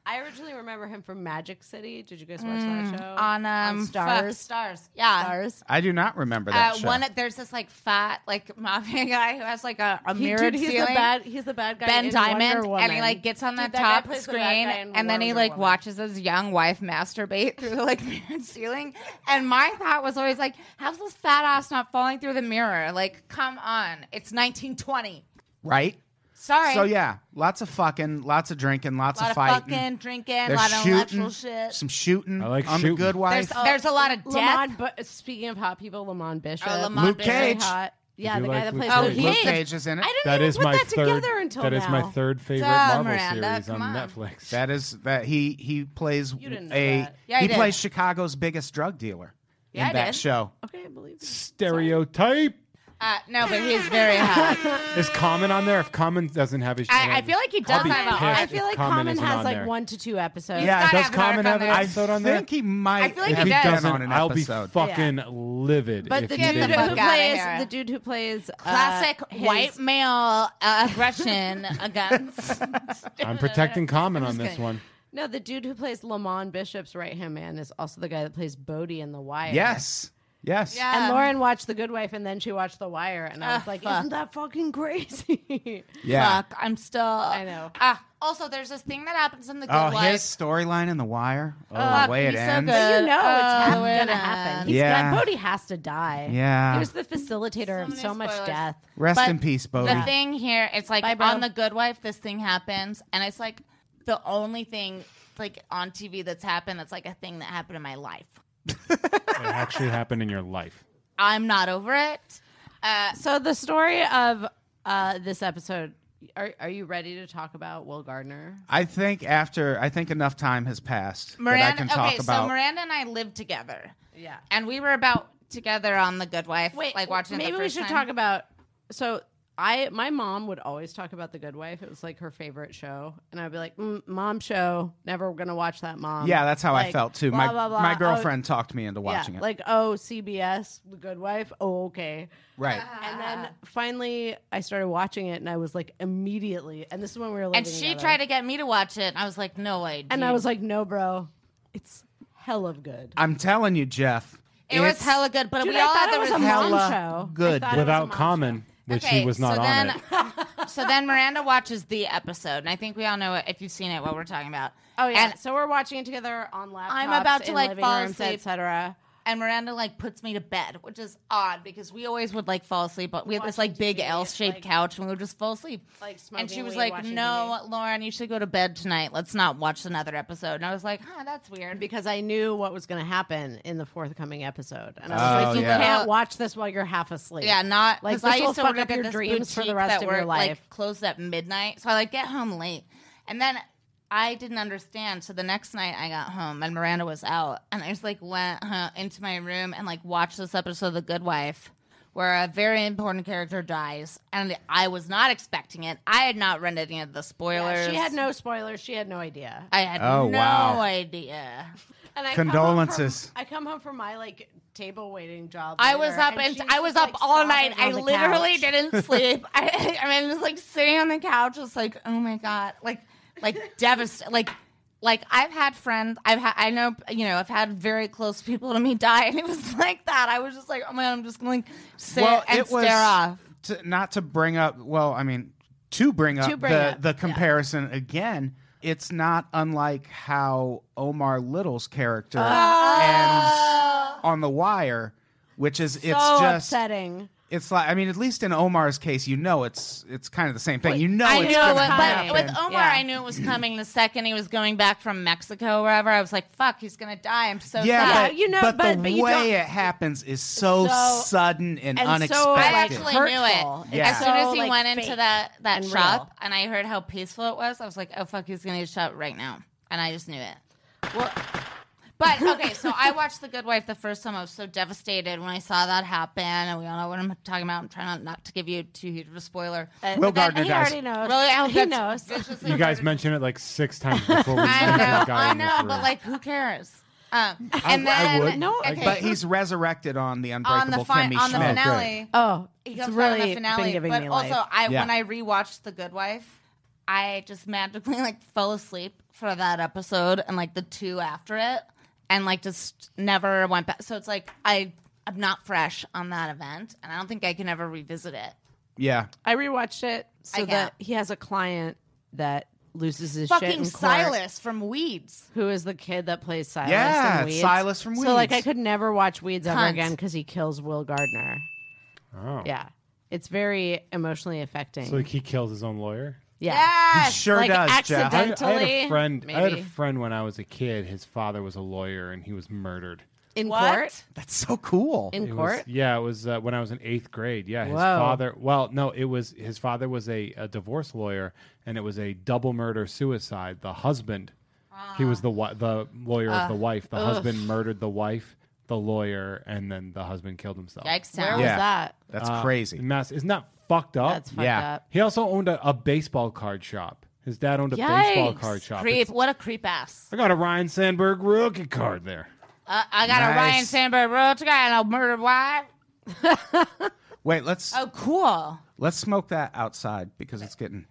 Speaker 6: I originally remember him from Magic City. Did you guys watch that show
Speaker 5: on um fuck,
Speaker 6: Stars?
Speaker 5: stars, yeah.
Speaker 6: Stars.
Speaker 2: I do not remember that
Speaker 5: Uh,
Speaker 2: show.
Speaker 5: one there's this like fat like mafia guy who has like a, a
Speaker 6: He-
Speaker 5: mirrored
Speaker 6: dude, he's
Speaker 5: ceiling.
Speaker 6: the bad. He's the bad guy.
Speaker 5: ben
Speaker 6: in
Speaker 5: Diamond,
Speaker 6: Wonder Woman.
Speaker 5: and he like gets on the
Speaker 6: Dude, that guy
Speaker 5: top
Speaker 6: plays the
Speaker 5: screen,
Speaker 6: bad guy in
Speaker 5: and then he
Speaker 6: Wonder
Speaker 5: like
Speaker 6: Woman.
Speaker 5: watches his young wife masturbate through the like mirrored ceiling. And my thought was always like, how's this fat ass not falling through the mirror? Like, come on, it's 1920.
Speaker 2: right?
Speaker 5: Sorry,
Speaker 2: So yeah, lots of fucking, lots of drinking, lots
Speaker 5: a lot
Speaker 2: of
Speaker 5: of
Speaker 2: fighting.
Speaker 5: fucking drinking, a
Speaker 2: They're
Speaker 5: lot of
Speaker 2: shooting,
Speaker 5: intellectual shit.
Speaker 2: some shooting
Speaker 3: I like
Speaker 2: on
Speaker 3: shooting.
Speaker 2: the Good Wife.
Speaker 5: There's, there's a lot of death.
Speaker 6: Lamont, but speaking of hot people, Lamont Bishop.
Speaker 5: Oh, Lamont
Speaker 2: Luke
Speaker 5: Bishop.
Speaker 2: Cage.
Speaker 6: Really hot. Yeah,
Speaker 3: do
Speaker 6: the
Speaker 3: like
Speaker 6: guy that
Speaker 3: Luke
Speaker 6: plays.
Speaker 3: Cage.
Speaker 6: Oh,
Speaker 5: he
Speaker 2: Luke
Speaker 5: is.
Speaker 2: Cage is in it.
Speaker 6: I didn't
Speaker 3: That
Speaker 6: even
Speaker 3: is
Speaker 6: put
Speaker 3: my
Speaker 6: that
Speaker 3: third.
Speaker 6: together until
Speaker 3: That
Speaker 6: now.
Speaker 3: is my third favorite
Speaker 5: Duh,
Speaker 3: Marvel
Speaker 5: Miranda,
Speaker 3: series on,
Speaker 5: come on.
Speaker 3: Netflix.
Speaker 2: That is that he he plays
Speaker 6: didn't know
Speaker 2: a
Speaker 6: that.
Speaker 5: Yeah, I
Speaker 2: he
Speaker 5: did.
Speaker 2: plays Chicago's biggest drug dealer
Speaker 5: Yeah,
Speaker 2: in
Speaker 5: I
Speaker 2: that
Speaker 5: did.
Speaker 2: show.
Speaker 6: Okay, I believe you.
Speaker 3: Stereotype.
Speaker 5: Uh, no, but he's very hot.
Speaker 3: Is Common on there? If Common doesn't have his,
Speaker 5: I, I feel like he does
Speaker 3: I'll be
Speaker 5: have a
Speaker 3: pissed.
Speaker 5: I
Speaker 6: I
Speaker 3: if
Speaker 5: feel
Speaker 6: feel like
Speaker 3: Common
Speaker 6: Common
Speaker 3: isn't on
Speaker 6: has like
Speaker 3: there.
Speaker 6: one to two episodes.
Speaker 3: yeah.
Speaker 5: gotta
Speaker 3: Does
Speaker 5: have an arc
Speaker 3: Common have
Speaker 5: on
Speaker 3: an
Speaker 5: there.
Speaker 3: episode on
Speaker 2: I
Speaker 3: there?
Speaker 2: think he might.
Speaker 5: I feel like
Speaker 2: if
Speaker 5: he
Speaker 2: he,
Speaker 5: does.
Speaker 2: doesn't,
Speaker 3: doesn't,
Speaker 2: on an
Speaker 3: I'll be
Speaker 2: episode.
Speaker 3: fucking livid.
Speaker 6: But
Speaker 3: if
Speaker 6: the
Speaker 3: he
Speaker 6: dude
Speaker 3: didn't.
Speaker 5: fuck
Speaker 6: who
Speaker 5: outta
Speaker 6: plays
Speaker 5: here.
Speaker 6: the dude who plays uh,
Speaker 5: classic
Speaker 6: his-
Speaker 5: white male uh, aggression against.
Speaker 3: I'm protecting Common on this
Speaker 5: kidding.
Speaker 3: one.
Speaker 6: No, the dude who plays Lamon Bishop's right hand man is also the guy that plays Bodie in The Wire.
Speaker 2: yes, yes.
Speaker 5: Yeah. Ah,
Speaker 6: And Lauren watched The Good Wife, and then she watched The Wire, and I was like, "Isn't that fucking crazy?"
Speaker 2: Yeah.
Speaker 5: Fuck, I'm still. I
Speaker 6: know.
Speaker 5: also, there's this thing that happens in the Good
Speaker 2: Oh,
Speaker 5: Wife.
Speaker 2: his storyline in The Wire. Oh,
Speaker 5: Fuck,
Speaker 2: the way it
Speaker 5: he's so
Speaker 2: ends.
Speaker 5: good.
Speaker 6: you know it's
Speaker 5: Uh,
Speaker 6: hap-
Speaker 5: when,
Speaker 6: gonna happen. He's
Speaker 2: Yeah.
Speaker 6: got, Bodie has to die.
Speaker 2: Yeah.
Speaker 6: he was the facilitator of
Speaker 5: many
Speaker 6: so much
Speaker 5: spoilers.
Speaker 6: death.
Speaker 2: Rest
Speaker 5: But
Speaker 2: in peace, Bodie.
Speaker 5: The thing here, it's like
Speaker 6: Bye, bro.
Speaker 5: on the Good Wife, this thing happens, and it's like the only thing like on TV that's happened. That's like a thing that happened in my life.
Speaker 3: It actually happened in your life.
Speaker 5: I'm not over it. Uh,
Speaker 6: So the story of uh, this episode. Are, are you ready to talk about Will Gardner?
Speaker 2: I think after I think enough time has passed that I
Speaker 5: Miranda.
Speaker 2: can talk
Speaker 5: Okay,
Speaker 2: about.
Speaker 5: so Miranda and I lived together,
Speaker 6: Yeah.
Speaker 5: and we were about together on the Good Wife.
Speaker 6: Wait,
Speaker 5: like watching. it the
Speaker 6: Maybe we
Speaker 5: first
Speaker 6: should
Speaker 5: time.
Speaker 6: talk about. So I, my mom would always talk about The Good Wife. It was like her favorite show, and I'd be like, mm, "Mom show, never gonna watch that." Mom.
Speaker 2: yeah, that's how I
Speaker 6: Like,
Speaker 2: felt too.
Speaker 6: blah,
Speaker 2: my
Speaker 6: blah, blah.
Speaker 2: my
Speaker 6: Oh,
Speaker 2: girlfriend talked me into
Speaker 6: yeah,
Speaker 2: watching it.
Speaker 6: Like, oh, CBS, The Good Wife. Oh, okay.
Speaker 2: right.
Speaker 5: uh-huh.
Speaker 6: And then
Speaker 5: Ah.
Speaker 6: finally, I started watching it, and I was like, immediately. And this is when we were living.
Speaker 5: And she
Speaker 6: together.
Speaker 5: tried to get me to watch it. and I was like, no way.
Speaker 6: and
Speaker 5: dude.
Speaker 6: I was like, "No, bro, it's hell of good."
Speaker 2: I'm telling you, Jeff.
Speaker 5: it was
Speaker 2: it's
Speaker 5: hella good, but
Speaker 6: Dude,
Speaker 5: we
Speaker 6: I
Speaker 5: all
Speaker 6: thought
Speaker 5: thought
Speaker 6: it
Speaker 5: there
Speaker 6: was
Speaker 5: was
Speaker 6: a mom
Speaker 2: hella
Speaker 6: show. I
Speaker 2: good.
Speaker 6: thought it was a
Speaker 3: Without
Speaker 6: mom
Speaker 3: Common, which he was not
Speaker 5: so
Speaker 3: on
Speaker 5: then,
Speaker 3: it.
Speaker 5: so then Miranda watches the episode, and I think we all know it if you've seen it. What we're talking about.
Speaker 6: Oh yeah.
Speaker 5: And,
Speaker 6: so we're watching it together on laptops.
Speaker 5: I'm about to,
Speaker 6: in
Speaker 5: like,
Speaker 6: living
Speaker 5: fall
Speaker 6: rooms,
Speaker 5: asleep.
Speaker 6: etc.
Speaker 5: and Miranda like puts me to bed, which is odd because we always would like fall asleep, but we had this
Speaker 6: Watching
Speaker 5: like big
Speaker 6: TV,
Speaker 5: L-shaped
Speaker 6: like-
Speaker 5: couch, and we would just fall asleep.
Speaker 6: Like
Speaker 5: and she
Speaker 6: smoking
Speaker 5: was
Speaker 6: weed,
Speaker 5: like,
Speaker 6: watching
Speaker 5: "No, Lauren, you should go to bed tonight. Let's not watch another episode." And I was like, "Huh, that's weird."
Speaker 6: Because I knew what was going to happen in the forthcoming episode, and I
Speaker 2: Oh,
Speaker 6: was like, "You
Speaker 2: yeah.
Speaker 6: can't watch this while you're half asleep."
Speaker 5: Yeah, not
Speaker 6: Like,
Speaker 5: because I
Speaker 6: this will
Speaker 5: used to
Speaker 6: fuck
Speaker 5: work
Speaker 6: up
Speaker 5: at
Speaker 6: your
Speaker 5: this
Speaker 6: dreams for the
Speaker 5: boutique
Speaker 6: rest
Speaker 5: that
Speaker 6: of
Speaker 5: were,
Speaker 6: your
Speaker 5: Like
Speaker 6: life.
Speaker 5: closed at midnight, so I like get home late, and then I didn't understand. So the next night I got home and Miranda was out, and I just like went huh, into my room and like watched this episode of The Good Wife. Where a very important character dies, and I was not expecting it. I had not read any of the spoilers.
Speaker 6: she had no spoilers. She had no idea.
Speaker 5: I had
Speaker 2: Oh,
Speaker 5: no
Speaker 2: wow.
Speaker 5: idea.
Speaker 6: And I
Speaker 2: Condolences.
Speaker 6: Come home from, I come home from my like table waiting job.
Speaker 5: I was
Speaker 6: later,
Speaker 5: up
Speaker 6: and
Speaker 5: and
Speaker 6: she's
Speaker 5: I was
Speaker 6: just,
Speaker 5: up
Speaker 6: like,
Speaker 5: all
Speaker 6: sobbing
Speaker 5: night. I
Speaker 6: on the
Speaker 5: literally
Speaker 6: couch.
Speaker 5: didn't sleep. I, I mean, I was like sitting on the couch, just like, oh my god, like, like devastated. Like, like I've had friends. I've had. I know. You know. I've had very close people to me die, and it was like that. I was just like, oh my god, I'm just going to like, sit and stare off.
Speaker 2: To, not to bring up. Well, I mean, to bring up
Speaker 6: To bring
Speaker 2: the
Speaker 6: up,
Speaker 2: the
Speaker 6: yeah.
Speaker 2: comparison again. It's not unlike
Speaker 6: Ah.
Speaker 2: how Omar Little's character ends on The Wire, which is it's
Speaker 6: so
Speaker 2: just
Speaker 6: upsetting.
Speaker 2: it's like I mean, at least in Omar's case, you know it's it's kind of the same thing. You know,
Speaker 5: I
Speaker 2: it's
Speaker 5: knew it
Speaker 2: gonna
Speaker 5: was,
Speaker 2: happen.
Speaker 5: but with Omar,
Speaker 6: Yeah.
Speaker 5: I knew it was coming the second he was going back from Mexico, wherever. I was like, "Fuck, he's gonna die." I'm so
Speaker 2: yeah,
Speaker 6: Yeah,
Speaker 5: sad.
Speaker 2: but
Speaker 6: you know,
Speaker 2: but, the
Speaker 6: but- but you don't-
Speaker 2: way it happens is so,
Speaker 6: So-
Speaker 2: sudden and,
Speaker 6: and
Speaker 2: unexpected.
Speaker 6: so,
Speaker 5: I
Speaker 6: like,
Speaker 5: actually
Speaker 6: hurtful.
Speaker 5: knew it
Speaker 2: Yeah.
Speaker 5: as soon as
Speaker 6: So,
Speaker 5: he
Speaker 6: like,
Speaker 5: went
Speaker 6: fake
Speaker 5: into that that
Speaker 6: and
Speaker 5: shop,
Speaker 6: real.
Speaker 5: and I heard how peaceful it was. I was like, "Oh fuck, he's gonna get shot right now," and I just knew it.
Speaker 6: Well,
Speaker 5: But okay, so I watched The Good Wife the first time. I was so devastated when I saw that happen, and we all know what I'm talking about. I'm trying not, not to give you too huge of a spoiler.
Speaker 2: Will
Speaker 6: Uh, but then
Speaker 2: Gardner
Speaker 6: he
Speaker 2: dies.
Speaker 6: already knows.
Speaker 5: Really, I hope
Speaker 6: he
Speaker 5: that's
Speaker 6: knows.
Speaker 5: viciously
Speaker 3: You guys
Speaker 5: murdered.
Speaker 3: mentioned it like six times before we
Speaker 5: I
Speaker 3: mentioned
Speaker 5: know,
Speaker 3: that guy
Speaker 5: I
Speaker 3: in this
Speaker 5: know,
Speaker 3: room.
Speaker 5: but like, who cares? Um,
Speaker 3: I-
Speaker 5: and
Speaker 3: I
Speaker 5: then
Speaker 3: would.
Speaker 6: No,
Speaker 5: okay,
Speaker 2: but he's resurrected on the
Speaker 5: on the
Speaker 2: unbreakable
Speaker 5: fi-
Speaker 2: Kimmy
Speaker 5: on the
Speaker 2: Schmidt.
Speaker 5: finale.
Speaker 6: Oh,
Speaker 5: He
Speaker 6: it's
Speaker 5: comes
Speaker 6: really
Speaker 5: out on the finale,
Speaker 6: been giving
Speaker 5: but
Speaker 6: me
Speaker 5: also
Speaker 6: life.
Speaker 5: I
Speaker 2: Yeah.
Speaker 5: when I rewatched The Good Wife, I just magically like fell asleep for that episode and like the two after it, and like just never went back. So it's like I I'm not fresh on that event, and I don't think I can ever revisit it.
Speaker 2: Yeah,
Speaker 6: I rewatched it so
Speaker 5: I
Speaker 6: that
Speaker 5: can't.
Speaker 6: he has a client that loses his shit
Speaker 5: Fucking
Speaker 6: in court,
Speaker 5: Silas from Weeds.
Speaker 6: who is the kid that plays Silas.
Speaker 2: Yeah,
Speaker 6: in Weeds.
Speaker 2: Silas from
Speaker 6: So like,
Speaker 2: Weeds.
Speaker 6: I could never watch Weeds ever
Speaker 5: Cunt.
Speaker 6: again because he kills Will Gardner.
Speaker 3: Oh.
Speaker 6: Yeah, it's very emotionally affecting.
Speaker 3: So like he kills his own lawyer.
Speaker 6: yeah.
Speaker 2: he sure
Speaker 6: like
Speaker 2: does,
Speaker 3: I
Speaker 6: accident-
Speaker 2: Jeff.
Speaker 3: had, I had a
Speaker 6: Mentally,
Speaker 3: friend. I had a
Speaker 6: maybe.
Speaker 3: friend when I was a kid. His father was a lawyer, and he was murdered.
Speaker 6: in
Speaker 5: What?
Speaker 6: court.
Speaker 2: That's so cool.
Speaker 6: In
Speaker 3: It was-
Speaker 6: court.
Speaker 3: yeah, it was uh, when I was in eighth grade. Yeah, his
Speaker 6: Whoa.
Speaker 3: father. Well, no, it was his father was a, a divorce lawyer, and it was a double murder suicide. The husband, he was the wi-
Speaker 6: Ah.
Speaker 3: the lawyer of the wife. The husband murdered the wife, the lawyer, and then the husband killed himself.
Speaker 5: Yikes!
Speaker 6: Where
Speaker 5: Town.
Speaker 6: was
Speaker 2: Yeah.
Speaker 6: that?
Speaker 2: That's
Speaker 3: Uh,
Speaker 2: crazy.
Speaker 3: Mass, isn't that fucked up?
Speaker 6: That's fucked
Speaker 2: Yeah.
Speaker 6: up.
Speaker 3: He also owned a, a baseball card shop. His dad owned a baseball
Speaker 6: Yikes.
Speaker 3: card shop.
Speaker 5: Creep!
Speaker 3: It's-
Speaker 5: What a creep ass!
Speaker 3: I got a Ryan Sandberg rookie card there.
Speaker 5: Uh, I got
Speaker 2: Nice.
Speaker 5: a Ryan Sandberg road guy and a murdered wife.
Speaker 2: Wait, let's
Speaker 5: Oh, cool.
Speaker 2: let's smoke that outside because it's getting.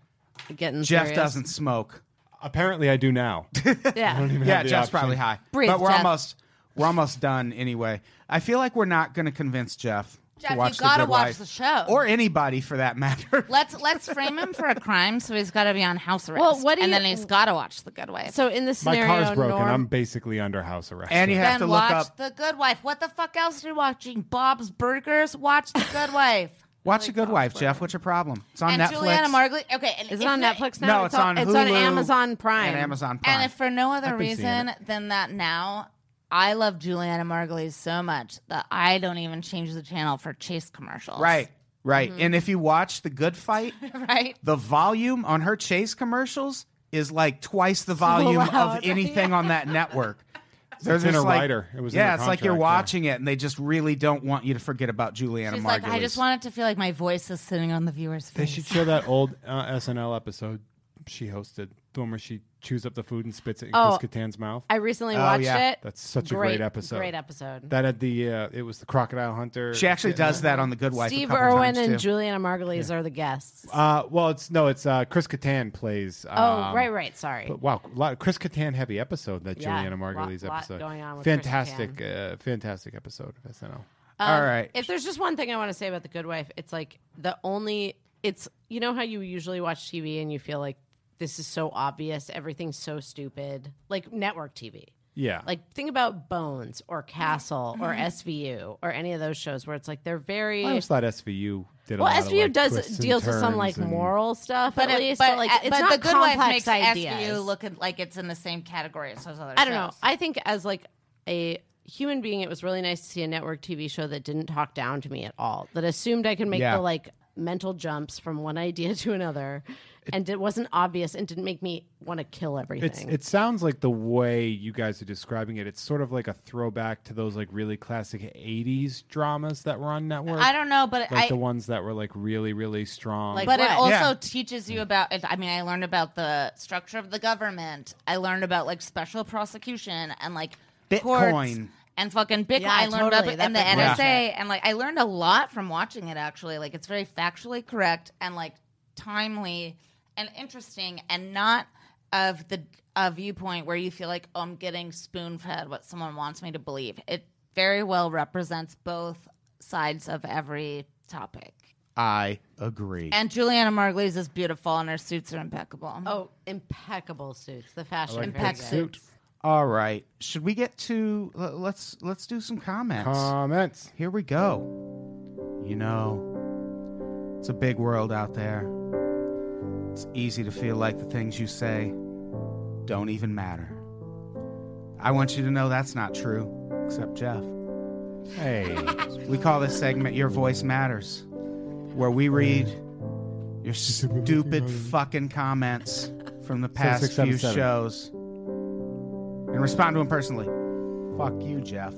Speaker 6: Getting
Speaker 2: Jeff
Speaker 6: serious.
Speaker 2: doesn't smoke.
Speaker 3: Apparently, I do now.
Speaker 6: Yeah.
Speaker 2: Yeah,
Speaker 3: the
Speaker 2: Jeff's
Speaker 3: option.
Speaker 2: probably high.
Speaker 5: Breathe,
Speaker 2: but we're
Speaker 5: Jeff.
Speaker 2: almost we're almost done anyway. I feel like we're not going to convince Jeff,
Speaker 5: Jeff,
Speaker 2: to
Speaker 5: you
Speaker 2: watch the
Speaker 5: gotta
Speaker 2: Good
Speaker 5: watch
Speaker 2: Wife.
Speaker 5: the show.
Speaker 2: or anybody for that matter.
Speaker 5: Let's let's frame him for a crime, so he's got to be on house arrest.
Speaker 6: Well, what do
Speaker 5: and
Speaker 6: you-
Speaker 5: then he's got to watch The Good Wife.
Speaker 6: So in the
Speaker 3: My
Speaker 6: scenario,
Speaker 3: car's broken.
Speaker 6: Norm-
Speaker 3: I'm basically under house arrest.
Speaker 2: and you
Speaker 5: then
Speaker 2: have to look
Speaker 5: watch
Speaker 2: up
Speaker 5: The Good Wife. What the fuck else are you watching? Bob's Burgers. Watch The Good Wife.
Speaker 2: watch the Good Wife, Jeff. What's your problem? It's on
Speaker 5: and
Speaker 2: Netflix.
Speaker 5: Juliana Margulies. Okay, and
Speaker 6: Is
Speaker 5: if
Speaker 6: it on
Speaker 5: not-
Speaker 6: Netflix now?
Speaker 2: No, it's on
Speaker 6: It's on
Speaker 2: Hulu
Speaker 6: Amazon Prime.
Speaker 2: and Amazon Prime.
Speaker 5: And if for no other
Speaker 3: I've been seeing
Speaker 5: reason than that, now I love Juliana Margulies so much that I don't even change the channel for chase commercials.
Speaker 2: right, right. And if you watch the Good Fight,
Speaker 5: Mm-hmm. right.
Speaker 2: the volume on her Chase commercials is like twice the volume of
Speaker 6: loud.
Speaker 2: anything on that network. There's
Speaker 3: It's in a rider. It was in
Speaker 2: yeah,
Speaker 3: her
Speaker 2: it's like you're
Speaker 3: contract,
Speaker 2: watching it, and they just really don't want you to forget about Juliana
Speaker 5: She's
Speaker 2: Margulies.
Speaker 5: like, I just want it to feel like my voice is sitting on the viewer's
Speaker 3: They
Speaker 5: face.
Speaker 3: should show that old uh, SNL episode she hosted, the one where she chews up the food and spits it in
Speaker 6: Oh.
Speaker 3: Chris Kattan's mouth.
Speaker 6: I recently
Speaker 2: Oh,
Speaker 6: watched
Speaker 2: yeah.
Speaker 6: it.
Speaker 3: That's such a
Speaker 6: great,
Speaker 3: great episode.
Speaker 6: Great episode.
Speaker 3: that at the uh, it was the crocodile hunter.
Speaker 2: She actually does that on The Good Wife. a
Speaker 6: Steve
Speaker 2: couple
Speaker 6: Irwin
Speaker 2: times,
Speaker 6: and
Speaker 2: too. Um,
Speaker 6: Juliana Margulies are the guests.
Speaker 3: Uh, well, it's no, it's uh, Chris Kattan plays. Um,
Speaker 6: oh, right, right. Sorry.
Speaker 3: But wow, a lot, Chris Kattan heavy episode that
Speaker 6: Yeah,
Speaker 3: Juliana
Speaker 6: lot-
Speaker 3: Margulies
Speaker 6: lot
Speaker 3: episode.
Speaker 6: going on with Chris
Speaker 3: fantastic, uh, fantastic episode of SNL.
Speaker 5: uh,
Speaker 2: All right.
Speaker 6: If there's just one thing I want to say about The Good Wife, it's like the only it's you know how you usually watch TV and you feel like this is so obvious, everything's so stupid, like network TV.
Speaker 3: Yeah,
Speaker 6: Like think about Bones or Castle
Speaker 5: Mm-hmm.
Speaker 6: or SVU or any of those shows where it's like they're very
Speaker 3: I always thought SVU did. a
Speaker 6: well,
Speaker 3: lot of,
Speaker 6: SVU
Speaker 3: like, twists
Speaker 6: does
Speaker 3: and
Speaker 6: deals with some
Speaker 3: turns
Speaker 6: like
Speaker 3: and-
Speaker 6: moral stuff, but
Speaker 5: But,
Speaker 6: at
Speaker 5: it,
Speaker 6: least
Speaker 5: but,
Speaker 6: but, like
Speaker 5: uh,
Speaker 6: it's
Speaker 5: but
Speaker 6: not
Speaker 5: the good
Speaker 6: complex
Speaker 5: wife makes
Speaker 6: ideas.
Speaker 5: SVU look at- like it's in the same category as those other.
Speaker 6: I don't know.
Speaker 5: shows.
Speaker 6: I think as like a human being, it was really nice to see a network TV show that didn't talk down to me at all. That assumed I could make
Speaker 2: Yeah.
Speaker 6: the like mental jumps from one idea to another, and it wasn't obvious and didn't make me want to kill
Speaker 3: It's,
Speaker 6: everything.
Speaker 3: it sounds like the way you guys are describing it. It's sort of like a throwback to those like really classic '80s dramas that were on network.
Speaker 5: I don't know, but
Speaker 3: like
Speaker 5: I.
Speaker 3: the ones that were like really, really strong.
Speaker 6: Like-
Speaker 5: but it
Speaker 6: Right.
Speaker 5: also
Speaker 2: Yeah.
Speaker 5: teaches you about. I mean, I learned about the structure of the government. I learned about like special prosecution and like
Speaker 2: Bitcoin.
Speaker 5: courts and fucking Bitcoin.
Speaker 6: Yeah,
Speaker 5: I learned
Speaker 6: totally.
Speaker 5: about and
Speaker 6: That
Speaker 5: the
Speaker 6: Bitcoin
Speaker 5: NSA
Speaker 6: shit.
Speaker 5: and like I learned a lot from watching it. Actually, like it's very factually correct and like timely and interesting, and not of the a viewpoint where you feel like oh, I'm getting spoon fed what someone wants me to believe. It very well represents both sides of every topic.
Speaker 2: I agree.
Speaker 5: And Juliana Margulies is beautiful, and her suits are impeccable.
Speaker 6: oh, impeccable suits. The fashion.
Speaker 3: like
Speaker 6: very
Speaker 3: that
Speaker 5: Impeccable.
Speaker 6: good.
Speaker 3: suit.
Speaker 2: All right. Should we get to l- let's let's do some comments.
Speaker 3: Comments.
Speaker 2: Here we go. You know, it's a big world out there. It's easy to feel like the things you say don't even matter. I want you to know that's not true, except Jeff.
Speaker 3: Hey.
Speaker 2: We call this segment Your Voice Matters, where we read your stupid fucking comments from the past
Speaker 3: six, seven,
Speaker 2: few
Speaker 3: seven.
Speaker 2: shows and respond to them personally. Fuck you, Jeff.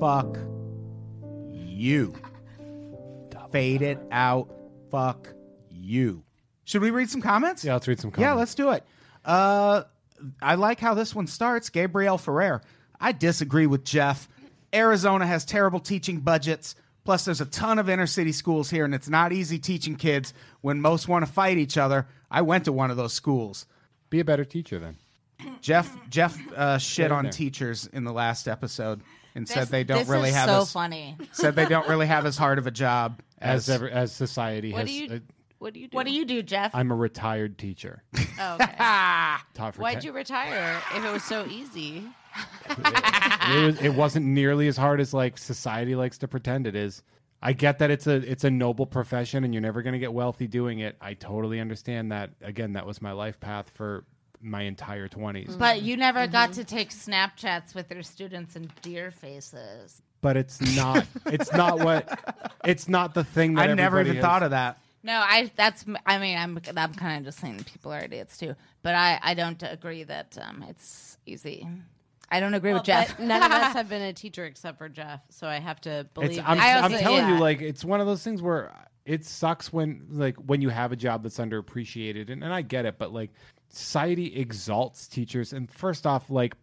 Speaker 2: Fuck you. Fade it out. Fuck you. Should we read some comments?
Speaker 3: yeah, let's read some comments.
Speaker 2: Yeah, let's do it. Uh, I like how this one starts. Gabrielle Ferrer. I disagree with Jeff. Arizona has terrible teaching budgets. Plus, there's a ton of inner city schools here, and it's not easy teaching kids when most want to fight each other. I went to one of those schools.
Speaker 3: be a better teacher then.
Speaker 2: Jeff Jeff uh, shit
Speaker 3: in
Speaker 2: on
Speaker 3: there.
Speaker 2: teachers in the last episode and
Speaker 5: This-
Speaker 2: said they don't
Speaker 5: this
Speaker 2: really
Speaker 5: is
Speaker 2: have
Speaker 5: so
Speaker 2: as,
Speaker 5: funny.
Speaker 2: said they don't really have as hard of a job
Speaker 3: As
Speaker 2: as,
Speaker 3: ever, as society
Speaker 6: What
Speaker 3: has
Speaker 6: do
Speaker 3: uh,
Speaker 6: you? What do you do?
Speaker 5: What do you do, Jeff?
Speaker 3: I'm a retired teacher.
Speaker 6: Oh, okay.
Speaker 3: Taught for
Speaker 6: Why'd
Speaker 3: ten-
Speaker 6: you retire if it was so easy?
Speaker 3: it, was, it wasn't nearly as hard as like society likes to pretend it is. I get that it's a it's a noble profession and you're never going to get wealthy doing it. I totally understand that. Again, that was my life path for my entire 20s.
Speaker 5: but you never got to take Snapchats with your students and deer faces.
Speaker 3: But it's not it's not what it's not the thing that
Speaker 2: I never
Speaker 3: everybody
Speaker 2: even
Speaker 3: is-
Speaker 2: thought of that.
Speaker 5: No, I that's I mean I'm I'm kind of just saying people are idiots too, but I I don't agree that um it's easy. I don't agree with Jeff.
Speaker 6: But none of us have been a teacher except for Jeff, so I have to believe.
Speaker 3: It's,
Speaker 6: that
Speaker 3: I'm,
Speaker 6: you
Speaker 5: I
Speaker 3: I'm
Speaker 5: also-
Speaker 3: telling you,
Speaker 5: yeah.
Speaker 3: like it's one of those things where it sucks when like when you have a job that's underappreciated, and, and I get it, but like society exalts teachers, and first off, like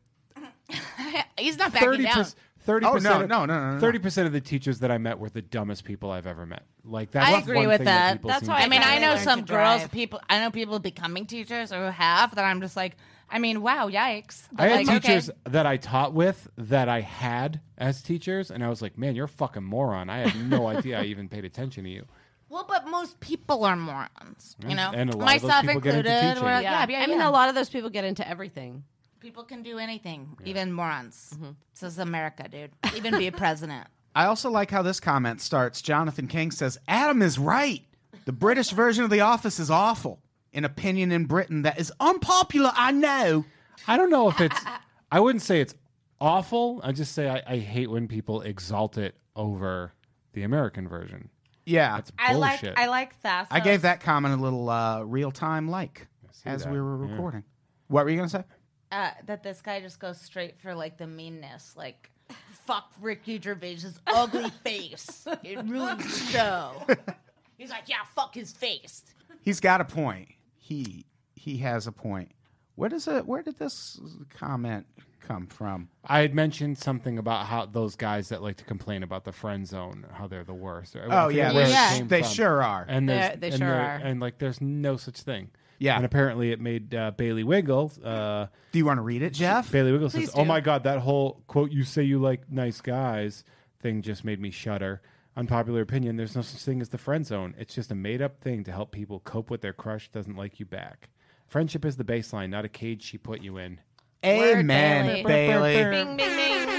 Speaker 5: He's not backing
Speaker 3: thirty
Speaker 5: down.
Speaker 3: percent. 30
Speaker 2: Oh, no, no, no, no, no.
Speaker 3: 30% of the teachers that I met were the dumbest people I've ever met. Like that's
Speaker 5: I
Speaker 3: one
Speaker 5: agree with
Speaker 3: thing
Speaker 5: that.
Speaker 3: people
Speaker 6: That's
Speaker 3: seem
Speaker 6: how
Speaker 3: to
Speaker 6: I
Speaker 5: I mean,
Speaker 6: Yeah,
Speaker 5: I
Speaker 6: they
Speaker 5: know
Speaker 6: learn
Speaker 5: some
Speaker 6: to
Speaker 5: girls,
Speaker 6: drive.
Speaker 5: people, I know people becoming teachers or who have that I'm just like, I mean, wow, yikes.
Speaker 3: I
Speaker 5: But,
Speaker 3: had
Speaker 5: like,
Speaker 3: teachers
Speaker 5: Okay.
Speaker 3: that I taught with that I had as teachers, and I was like, "Man, you're a fucking moron." I had no idea I even paid attention to you.
Speaker 5: Well, but most people are morons, you know?
Speaker 3: and a lot of those
Speaker 5: Myself
Speaker 3: people get
Speaker 5: included.
Speaker 3: into teaching.
Speaker 5: we're like,
Speaker 6: yeah,
Speaker 5: yeah,
Speaker 6: I mean, a lot of those people get into everything.
Speaker 5: people can do anything, even morons. This is America, dude. Even be a president.
Speaker 2: I also like how this comment starts. Jonathan King says, Adam is right. The British version of The Office is awful. An opinion in Britain that is unpopular, I know.
Speaker 3: I don't know if it's. I wouldn't say it's awful. I just say I, I hate when people exalt it over the American version.
Speaker 2: Yeah.
Speaker 3: That's bullshit.
Speaker 5: like that.
Speaker 2: I gave that comment a little uh, real time like as
Speaker 3: that.
Speaker 2: we were recording. What were you going to say?
Speaker 5: uh, that this guy just goes straight for like the meanness, like fuck Ricky Gervais's ugly face. It really so. He's like, yeah, fuck his face.
Speaker 2: He's got a point. He he has a point. Where does it where did this comment come from?
Speaker 3: I had mentioned something about how those guys that like to complain about the friend zone, how they're the worst. I
Speaker 2: Oh yeah,
Speaker 3: forget where it
Speaker 2: they,
Speaker 6: Yeah.
Speaker 3: came
Speaker 2: they
Speaker 3: from.
Speaker 2: sure are.
Speaker 3: And there's-
Speaker 6: They- they
Speaker 3: and
Speaker 6: sure
Speaker 3: there-
Speaker 6: are.
Speaker 3: And like, there's no such thing.
Speaker 2: Yeah.
Speaker 3: And apparently, it made uh, Bailey Wiggles. Uh,
Speaker 2: Do you want to read it, Jeff?
Speaker 3: Bailey Wiggles
Speaker 6: Please
Speaker 3: says, "Oh
Speaker 6: do.
Speaker 3: my God, that whole quote you say you like nice guys thing just made me shudder." Unpopular opinion: There's no such thing as the friend zone. It's just a made-up thing to help people cope with their crush doesn't like you back. Friendship is the baseline, not a cage she put you in.
Speaker 2: Amen,
Speaker 6: Bailey.
Speaker 2: Bailey.
Speaker 6: Bing, bing, bing.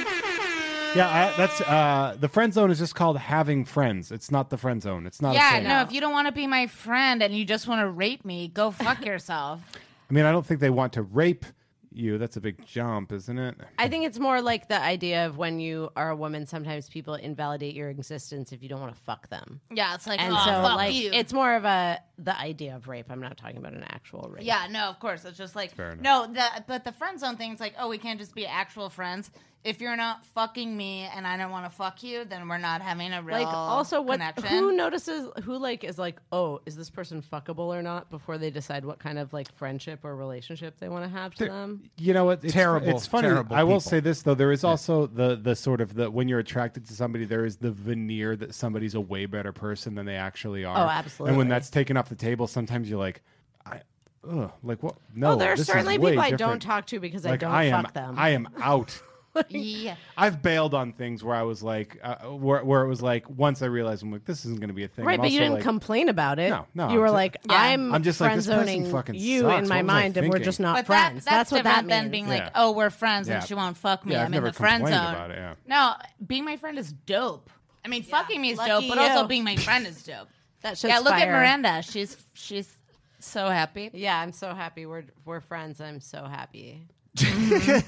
Speaker 3: Yeah, I, that's uh, the friend zone is just called having friends. It's not the friend zone. It's not. a
Speaker 5: Yeah,
Speaker 3: thing.
Speaker 5: no, if you don't want to be my friend and you just want to rape me, go fuck yourself.
Speaker 3: I mean, I don't think they want to rape you. That's a big jump, isn't it?
Speaker 6: I think it's more like the idea of when you are a woman, sometimes people invalidate your existence if you don't want to fuck them.
Speaker 5: Yeah, it's like,
Speaker 6: And
Speaker 5: oh,
Speaker 6: so,
Speaker 5: fuck
Speaker 6: like,
Speaker 5: you.
Speaker 6: it's more of a the idea of rape. I'm not talking about an actual rape.
Speaker 5: yeah, no, of course. It's just like, no, the, but the friend zone thing is like, oh, we can't just be actual friends. If you're not fucking me and I don't want to fuck you, then we're not having a real
Speaker 6: Like, also, what
Speaker 5: connection.
Speaker 6: who notices who like is like, oh, is this person fuckable or not before they decide what kind of like friendship or relationship they want to have to them?
Speaker 3: you know what? It's,
Speaker 2: Terrible,
Speaker 3: It's funny.
Speaker 2: terrible
Speaker 3: I will
Speaker 2: people.
Speaker 3: say this though: there is also the the sort of the when you're attracted to somebody, there is the veneer that somebody's a way better person than they actually are.
Speaker 6: Oh, absolutely.
Speaker 3: And when that's taken off the table, sometimes you're like, I, ugh, like what? No,
Speaker 6: well, there are
Speaker 3: Oh, this is
Speaker 6: certainly
Speaker 3: way
Speaker 6: people I
Speaker 3: different.
Speaker 6: don't talk to because
Speaker 3: Like
Speaker 6: I don't
Speaker 3: I am,
Speaker 6: fuck them.
Speaker 3: I am out.
Speaker 5: yeah.
Speaker 3: I've bailed on things where I was like, uh, where, where it was like, once I realized I'm like, this isn't going to be a thing.
Speaker 6: Right,
Speaker 3: I'm
Speaker 6: but you
Speaker 3: also
Speaker 6: didn't
Speaker 3: like,
Speaker 6: complain about it.
Speaker 3: No, no,
Speaker 6: You were
Speaker 3: I'm ju-
Speaker 6: like,
Speaker 5: Yeah.
Speaker 6: I'm,
Speaker 3: I'm just like,
Speaker 6: friend
Speaker 3: this person
Speaker 6: zoning
Speaker 3: fucking
Speaker 6: you
Speaker 3: sucks.
Speaker 6: in
Speaker 3: What was I
Speaker 6: my mind, and we're
Speaker 3: thinking?
Speaker 6: just not
Speaker 5: But that,
Speaker 6: friends.
Speaker 5: that's,
Speaker 6: what
Speaker 5: different
Speaker 6: that means.
Speaker 5: than being like,
Speaker 3: Yeah.
Speaker 5: oh, we're friends
Speaker 3: Yeah.
Speaker 5: and she won't fuck me.
Speaker 3: Yeah, I've
Speaker 5: I'm in
Speaker 3: never
Speaker 5: the friend zone.
Speaker 3: complained about it, yeah.
Speaker 5: No, being my friend is dope. I mean, fucking me is
Speaker 6: Lucky
Speaker 5: dope, but also
Speaker 6: you.
Speaker 5: being my friend is dope.
Speaker 6: That shit's
Speaker 5: yeah, look at
Speaker 6: fire.
Speaker 5: Miranda. She's she's so happy,
Speaker 6: Yeah, I'm so happy we're we're friends. I'm so happy.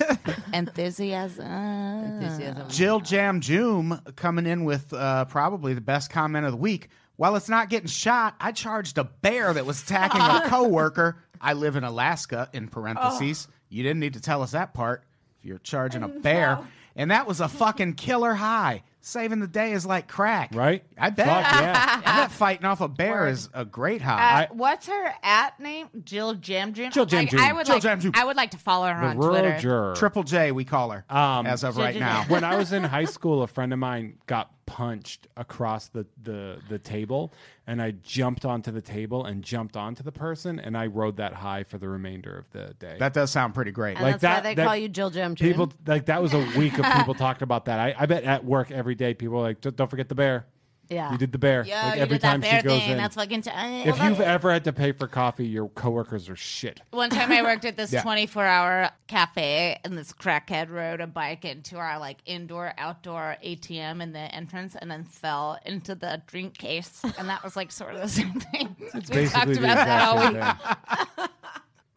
Speaker 6: Ah.
Speaker 5: enthusiasm.
Speaker 6: Enthusiasm.
Speaker 2: Jill Jam Joom coming in with uh, probably the best comment of the week. While it's not getting shot, I charged a bear that was attacking a coworker. I live in Alaska. In parentheses,
Speaker 5: Oh.
Speaker 2: you didn't need to tell us that part. If you're charging a bear, and that was a fucking killer high. Saving the day is like crack,
Speaker 3: Right?
Speaker 2: I bet.
Speaker 3: Fuck, yeah.
Speaker 2: I bet fighting off a bear is a great high.
Speaker 5: Uh, what's her at name? Jill Oh, Jamjoon.
Speaker 3: Jill
Speaker 5: Like,
Speaker 3: Jamjoon.
Speaker 5: I would
Speaker 2: Jill
Speaker 5: like.
Speaker 2: Jamjoon.
Speaker 5: I would like to follow her
Speaker 3: The
Speaker 5: on
Speaker 3: rural
Speaker 5: Twitter.
Speaker 3: juror.
Speaker 2: Triple J, we call her
Speaker 3: Um,
Speaker 2: as of right
Speaker 5: J-
Speaker 2: now.
Speaker 3: when I was in high school, a friend of mine got punched across the, the, the table, and I jumped onto the table and jumped onto the person, and I rode that high for the remainder of the day.
Speaker 2: That does sound pretty great.
Speaker 6: And
Speaker 3: Like
Speaker 6: that's
Speaker 3: that-
Speaker 6: why they
Speaker 3: that-
Speaker 6: call you Jill Jam June.
Speaker 3: people like that was a week of people talked about that. I, I bet at work every day people are like, "Don't don't forget the bear.
Speaker 6: Yeah.
Speaker 3: you did the bear.
Speaker 5: Yeah,
Speaker 3: like
Speaker 5: you
Speaker 3: every
Speaker 5: did
Speaker 3: time
Speaker 5: that bear
Speaker 3: she goes
Speaker 5: thing.
Speaker 3: in.
Speaker 5: That's oh, fucking. T- I-
Speaker 3: if you've ever had to pay for coffee, your coworkers are shit.
Speaker 5: One time I worked at this
Speaker 2: Yeah.
Speaker 5: 24 hour cafe, and this crackhead rode a bike into our like indoor outdoor ATM in the entrance and then fell into the drink case. And that was like sort of the same thing. we talked
Speaker 3: Basically, the
Speaker 5: about that all
Speaker 3: exact
Speaker 5: week.
Speaker 3: same thing.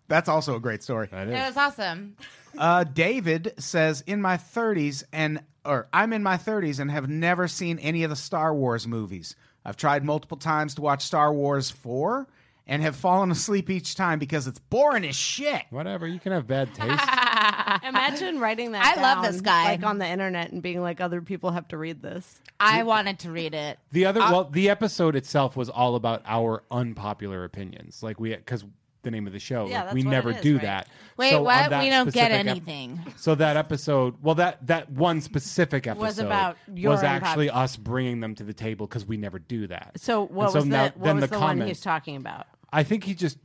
Speaker 2: That's also a great story.
Speaker 3: That
Speaker 5: It
Speaker 3: is.
Speaker 5: was awesome.
Speaker 2: Uh, David says, "In my 30s and or I'm in my 30s and have never seen any of the Star Wars movies. I've tried multiple times to watch Star Wars 4 and have fallen asleep each time because it's boring as shit."
Speaker 3: Whatever. You can have bad taste.
Speaker 6: Imagine writing that.
Speaker 5: I love this
Speaker 6: down,
Speaker 5: guy.
Speaker 6: Like on the internet and being like, other people have to read this.
Speaker 5: I wanted to read it.
Speaker 3: The other, well, the episode itself was all about our unpopular opinions. Like we, because the name of the show,
Speaker 6: Yeah,
Speaker 3: like,
Speaker 6: that's
Speaker 3: we
Speaker 6: what
Speaker 3: never
Speaker 6: it is,
Speaker 3: do
Speaker 6: right?
Speaker 3: that.
Speaker 5: Wait,
Speaker 3: So on
Speaker 5: what?
Speaker 3: that
Speaker 5: We don't get
Speaker 3: specific ep-
Speaker 5: anything.
Speaker 3: so that episode, well, that that one specific episode
Speaker 6: about your
Speaker 3: was
Speaker 6: unpop-
Speaker 3: actually us bringing them to the table because we never do that.
Speaker 6: So what
Speaker 3: And so
Speaker 6: was
Speaker 3: now-
Speaker 6: the what
Speaker 3: then
Speaker 6: was
Speaker 3: the
Speaker 6: the, one
Speaker 3: comment-
Speaker 6: he's talking about?
Speaker 3: I think he just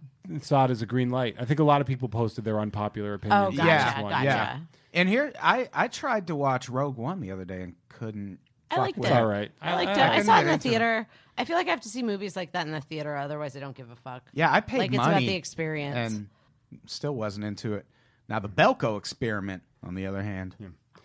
Speaker 3: saw it as a green light. I think a lot of people posted their unpopular
Speaker 6: Oh,
Speaker 3: opinions.
Speaker 5: gotcha,
Speaker 3: on this one.
Speaker 5: gotcha.
Speaker 2: Yeah. And here I I tried to watch Rogue One the other day and couldn't
Speaker 6: I
Speaker 2: fuck
Speaker 6: liked
Speaker 2: with
Speaker 3: It's
Speaker 6: it.
Speaker 3: all right.
Speaker 6: I liked it.
Speaker 2: I
Speaker 6: I,
Speaker 2: couldn't
Speaker 6: saw it
Speaker 2: get
Speaker 6: in the
Speaker 2: into it.
Speaker 6: theater. I feel like I have to see movies like that in the theater, otherwise I don't give a fuck.
Speaker 2: Yeah, I paid
Speaker 6: Like, it's
Speaker 2: money.
Speaker 6: about the experience.
Speaker 2: and still wasn't into it. Now the Belko experiment, on the other hand,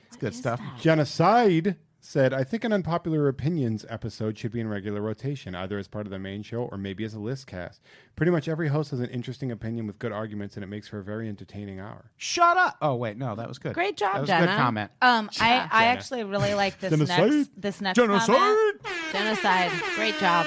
Speaker 2: it's good stuff.
Speaker 3: Genocide said, I think an unpopular opinions episode should be in regular rotation, either as part of the main show or maybe as a list cast. Pretty much every host has an interesting opinion with good arguments, and it makes for a very entertaining hour.
Speaker 2: Shut up! Oh wait, no, that was good.
Speaker 6: Great job,
Speaker 2: that was a good
Speaker 6: Jenna.
Speaker 2: comment.
Speaker 5: Um, I, I actually really like this
Speaker 3: Genocide.
Speaker 5: next this next comment.
Speaker 6: Genocide. Great job.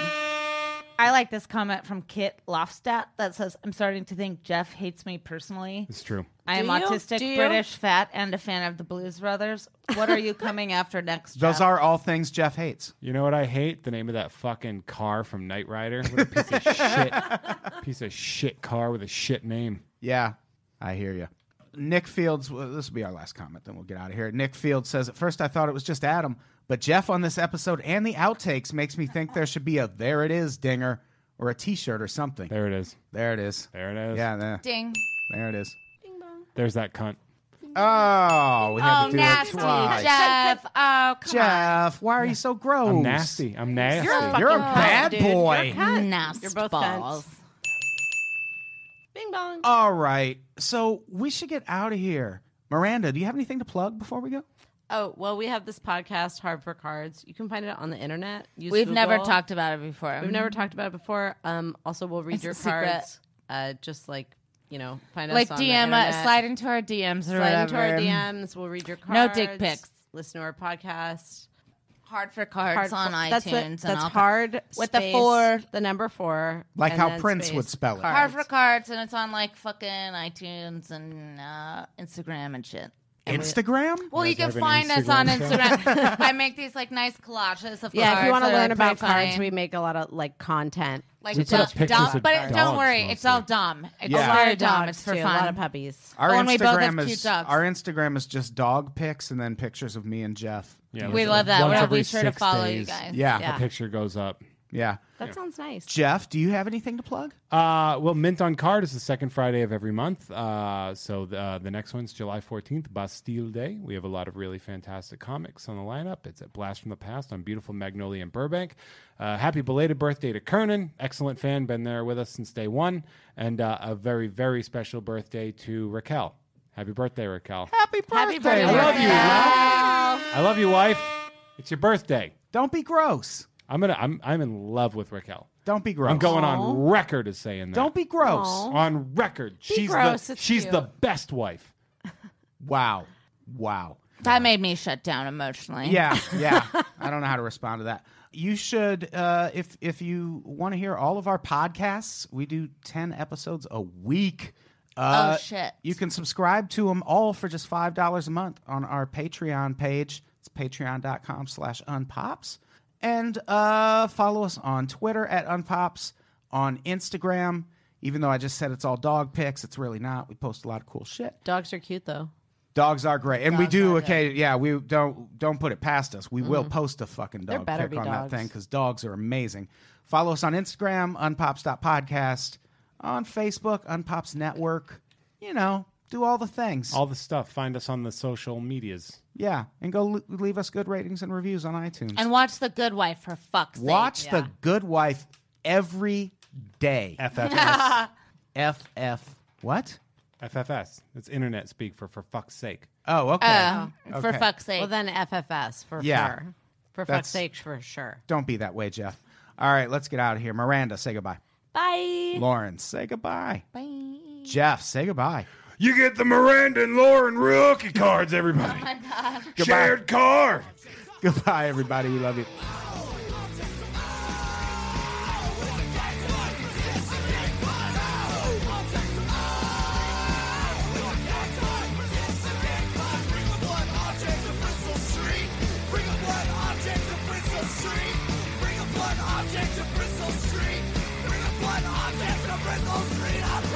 Speaker 5: I like this comment from Kit Lofstadt that says, "I'm starting to think Jeff hates me personally.
Speaker 3: It's true.
Speaker 5: I am
Speaker 6: Do you?
Speaker 5: autistic,
Speaker 6: Do you?
Speaker 5: British, fat, and a fan of the Blues Brothers. What are you coming after next?
Speaker 2: Those
Speaker 5: Jeff?
Speaker 2: are all things Jeff hates.
Speaker 3: You know what I hate? The name of that fucking car from Knight Rider. What a piece of shit. Piece of shit car with a shit name.
Speaker 2: Yeah, I hear you. Nick Fields, well, this will be our last comment, then we'll get out of here. Nick Fields says, At first I thought it was just Adam, but Jeff on this episode and the outtakes makes me think there should be a there it is dinger or a t shirt or something. There,
Speaker 3: There it is.
Speaker 2: it is.
Speaker 3: There it is.
Speaker 2: Yeah, there,
Speaker 5: ding.
Speaker 2: there it is.
Speaker 3: There's that cunt.
Speaker 2: Oh, we have
Speaker 5: Oh,
Speaker 2: to do
Speaker 5: nasty
Speaker 2: it twice.
Speaker 5: Jeff. Oh, come
Speaker 2: Jeff, why are you so gross?
Speaker 3: I'm nasty. I'm nasty.
Speaker 6: You're a fucking
Speaker 2: You're a
Speaker 6: cunt,
Speaker 2: bad
Speaker 6: dude.
Speaker 2: boy.
Speaker 6: You're a cunt.
Speaker 5: on. Nasty
Speaker 6: You're both
Speaker 5: balls.
Speaker 6: cunts. Bing bong.
Speaker 2: All right, so we should get out of here. Miranda, do you have anything to plug before we go?
Speaker 6: Oh, well, we have this podcast, Hard for Cards. You can find it on the internet. Use
Speaker 5: We've never
Speaker 6: Google.
Speaker 5: talked about it before.
Speaker 6: We've never talked about it before. Um, also, we'll read
Speaker 5: It's a
Speaker 6: your
Speaker 5: secret.
Speaker 6: cards. Uh, just like you know, find
Speaker 5: like
Speaker 6: us on the
Speaker 5: DM, uh,
Speaker 6: internet.
Speaker 5: slide into our DMs or
Speaker 6: slide into our
Speaker 5: whatever.
Speaker 6: DMs. We'll read your
Speaker 5: No
Speaker 6: cards.
Speaker 5: dick pics.
Speaker 6: Listen to our podcast.
Speaker 5: Hard for cards
Speaker 6: Hard
Speaker 5: on
Speaker 6: for-
Speaker 5: iTunes.
Speaker 6: That's, the-
Speaker 5: and
Speaker 6: that's
Speaker 5: all-
Speaker 6: hard
Speaker 5: With the
Speaker 6: space,
Speaker 5: four-
Speaker 6: the number four,
Speaker 2: Like
Speaker 6: and
Speaker 2: how
Speaker 6: then
Speaker 2: Prince
Speaker 6: space,
Speaker 2: would spell it.
Speaker 5: Hard
Speaker 6: cards.
Speaker 5: for cards, and it's on like fucking iTunes and uh, Instagram and shit.
Speaker 2: Instagram?
Speaker 5: Well, you can
Speaker 3: have an
Speaker 5: find us on
Speaker 3: Instagram
Speaker 5: Instagram. I make these like nice collages of
Speaker 6: Yeah,
Speaker 5: cards.
Speaker 6: if you want to
Speaker 5: that are
Speaker 6: learn about
Speaker 5: pretty funny.
Speaker 6: cards, we make a lot of like content.
Speaker 5: like
Speaker 3: We put up
Speaker 5: dumb,
Speaker 3: pictures
Speaker 5: dumb,
Speaker 3: of
Speaker 5: but
Speaker 3: dogs
Speaker 5: don't worry, it's all
Speaker 3: mostly.
Speaker 5: dumb. It's
Speaker 2: Yeah.
Speaker 6: A lot
Speaker 5: very
Speaker 6: of
Speaker 5: dumb.
Speaker 6: dogs,
Speaker 5: It's for
Speaker 6: too,
Speaker 5: fun.
Speaker 6: A lot of puppies.
Speaker 2: Our
Speaker 5: Oh, and we both have
Speaker 2: Instagram
Speaker 5: cute
Speaker 2: is
Speaker 5: dogs.
Speaker 2: our Instagram is just dog pics and then pictures of me and Jeff.
Speaker 3: Yeah,
Speaker 5: we
Speaker 3: like
Speaker 2: uh,
Speaker 5: love that.
Speaker 3: once
Speaker 5: We'll
Speaker 3: every
Speaker 5: be sure to
Speaker 3: six
Speaker 5: follow you
Speaker 3: days,
Speaker 5: guys.
Speaker 2: Yeah,
Speaker 6: Yeah.
Speaker 3: A picture goes up.
Speaker 2: Yeah.
Speaker 6: That sounds nice.
Speaker 2: Jeff, do you have anything to plug?
Speaker 3: Uh, well, Mint on Card is the second Friday of every month. Uh, so the, uh, the next one's July 14th, Bastille Day. We have a lot of really fantastic comics on the lineup. It's a blast from the past on beautiful Magnolia and Burbank. Uh, happy belated birthday to Kernan. Excellent fan. Been there with us since day one. And uh, a very, very special birthday to Raquel. Happy birthday, Raquel.
Speaker 2: Happy birthday.
Speaker 3: I love you.
Speaker 5: Wow.
Speaker 3: I love you, wife. It's your birthday.
Speaker 2: Don't be gross.
Speaker 3: I'm gonna. I'm. I'm in love with Raquel.
Speaker 2: Don't be gross.
Speaker 3: I'm going on record as saying that.
Speaker 2: Don't be gross.
Speaker 3: on record. she's
Speaker 6: gross,
Speaker 3: the
Speaker 6: it's
Speaker 3: she's
Speaker 6: cute.
Speaker 3: the best wife.
Speaker 2: Wow. Wow.
Speaker 5: That made me shut down emotionally.
Speaker 2: Yeah, yeah. I don't know how to respond to that. You should, uh, if if you want to hear all of our podcasts, we do ten episodes a week. Uh,
Speaker 5: shit.
Speaker 2: You can subscribe to them all for just five dollars a month on our Patreon page. It's patreon.com slash unpops. And uh, follow us on Twitter at Unpops, on Instagram. Even though I just said it's all dog pics, it's really not. We post a lot of cool shit.
Speaker 6: Dogs are cute though.
Speaker 2: Dogs are great, and we do occasion. Yeah, we don't don't put it past us. We will post a fucking dog
Speaker 6: better
Speaker 2: pic
Speaker 6: be
Speaker 2: on
Speaker 6: dogs.
Speaker 2: that thing because dogs are amazing. Follow us on Instagram, unpops.podcast, on Facebook, Unpops Network. You know, do all the things.
Speaker 3: All the stuff. Find us on the social medias.
Speaker 2: yeah, and go l- leave us good ratings and reviews on iTunes.
Speaker 5: And watch The Good Wife for fuck's sake.
Speaker 2: Watch The Good Wife every day.
Speaker 3: FFS.
Speaker 2: FF what?
Speaker 3: FFS. It's internet speak for for fuck's sake.
Speaker 2: Oh, okay.
Speaker 5: Uh, For
Speaker 2: Okay.
Speaker 5: fuck's sake.
Speaker 6: Well, then FFS for
Speaker 2: Yeah.
Speaker 6: sure. For
Speaker 2: That's-
Speaker 6: fuck's sake, for sure.
Speaker 2: Don't be that way, Jeff. All right, let's get out of here. Miranda, say goodbye.
Speaker 5: Bye.
Speaker 2: Lauren, say goodbye. Bye. Jeff, say goodbye.
Speaker 4: You get the Miranda and Lauren rookie cards, everybody. Oh my God. Shared card.
Speaker 2: goodbye, everybody. We love you.
Speaker 7: Bring a blood object to Bristol Street. Bring a blood object to Bristol Street. I'm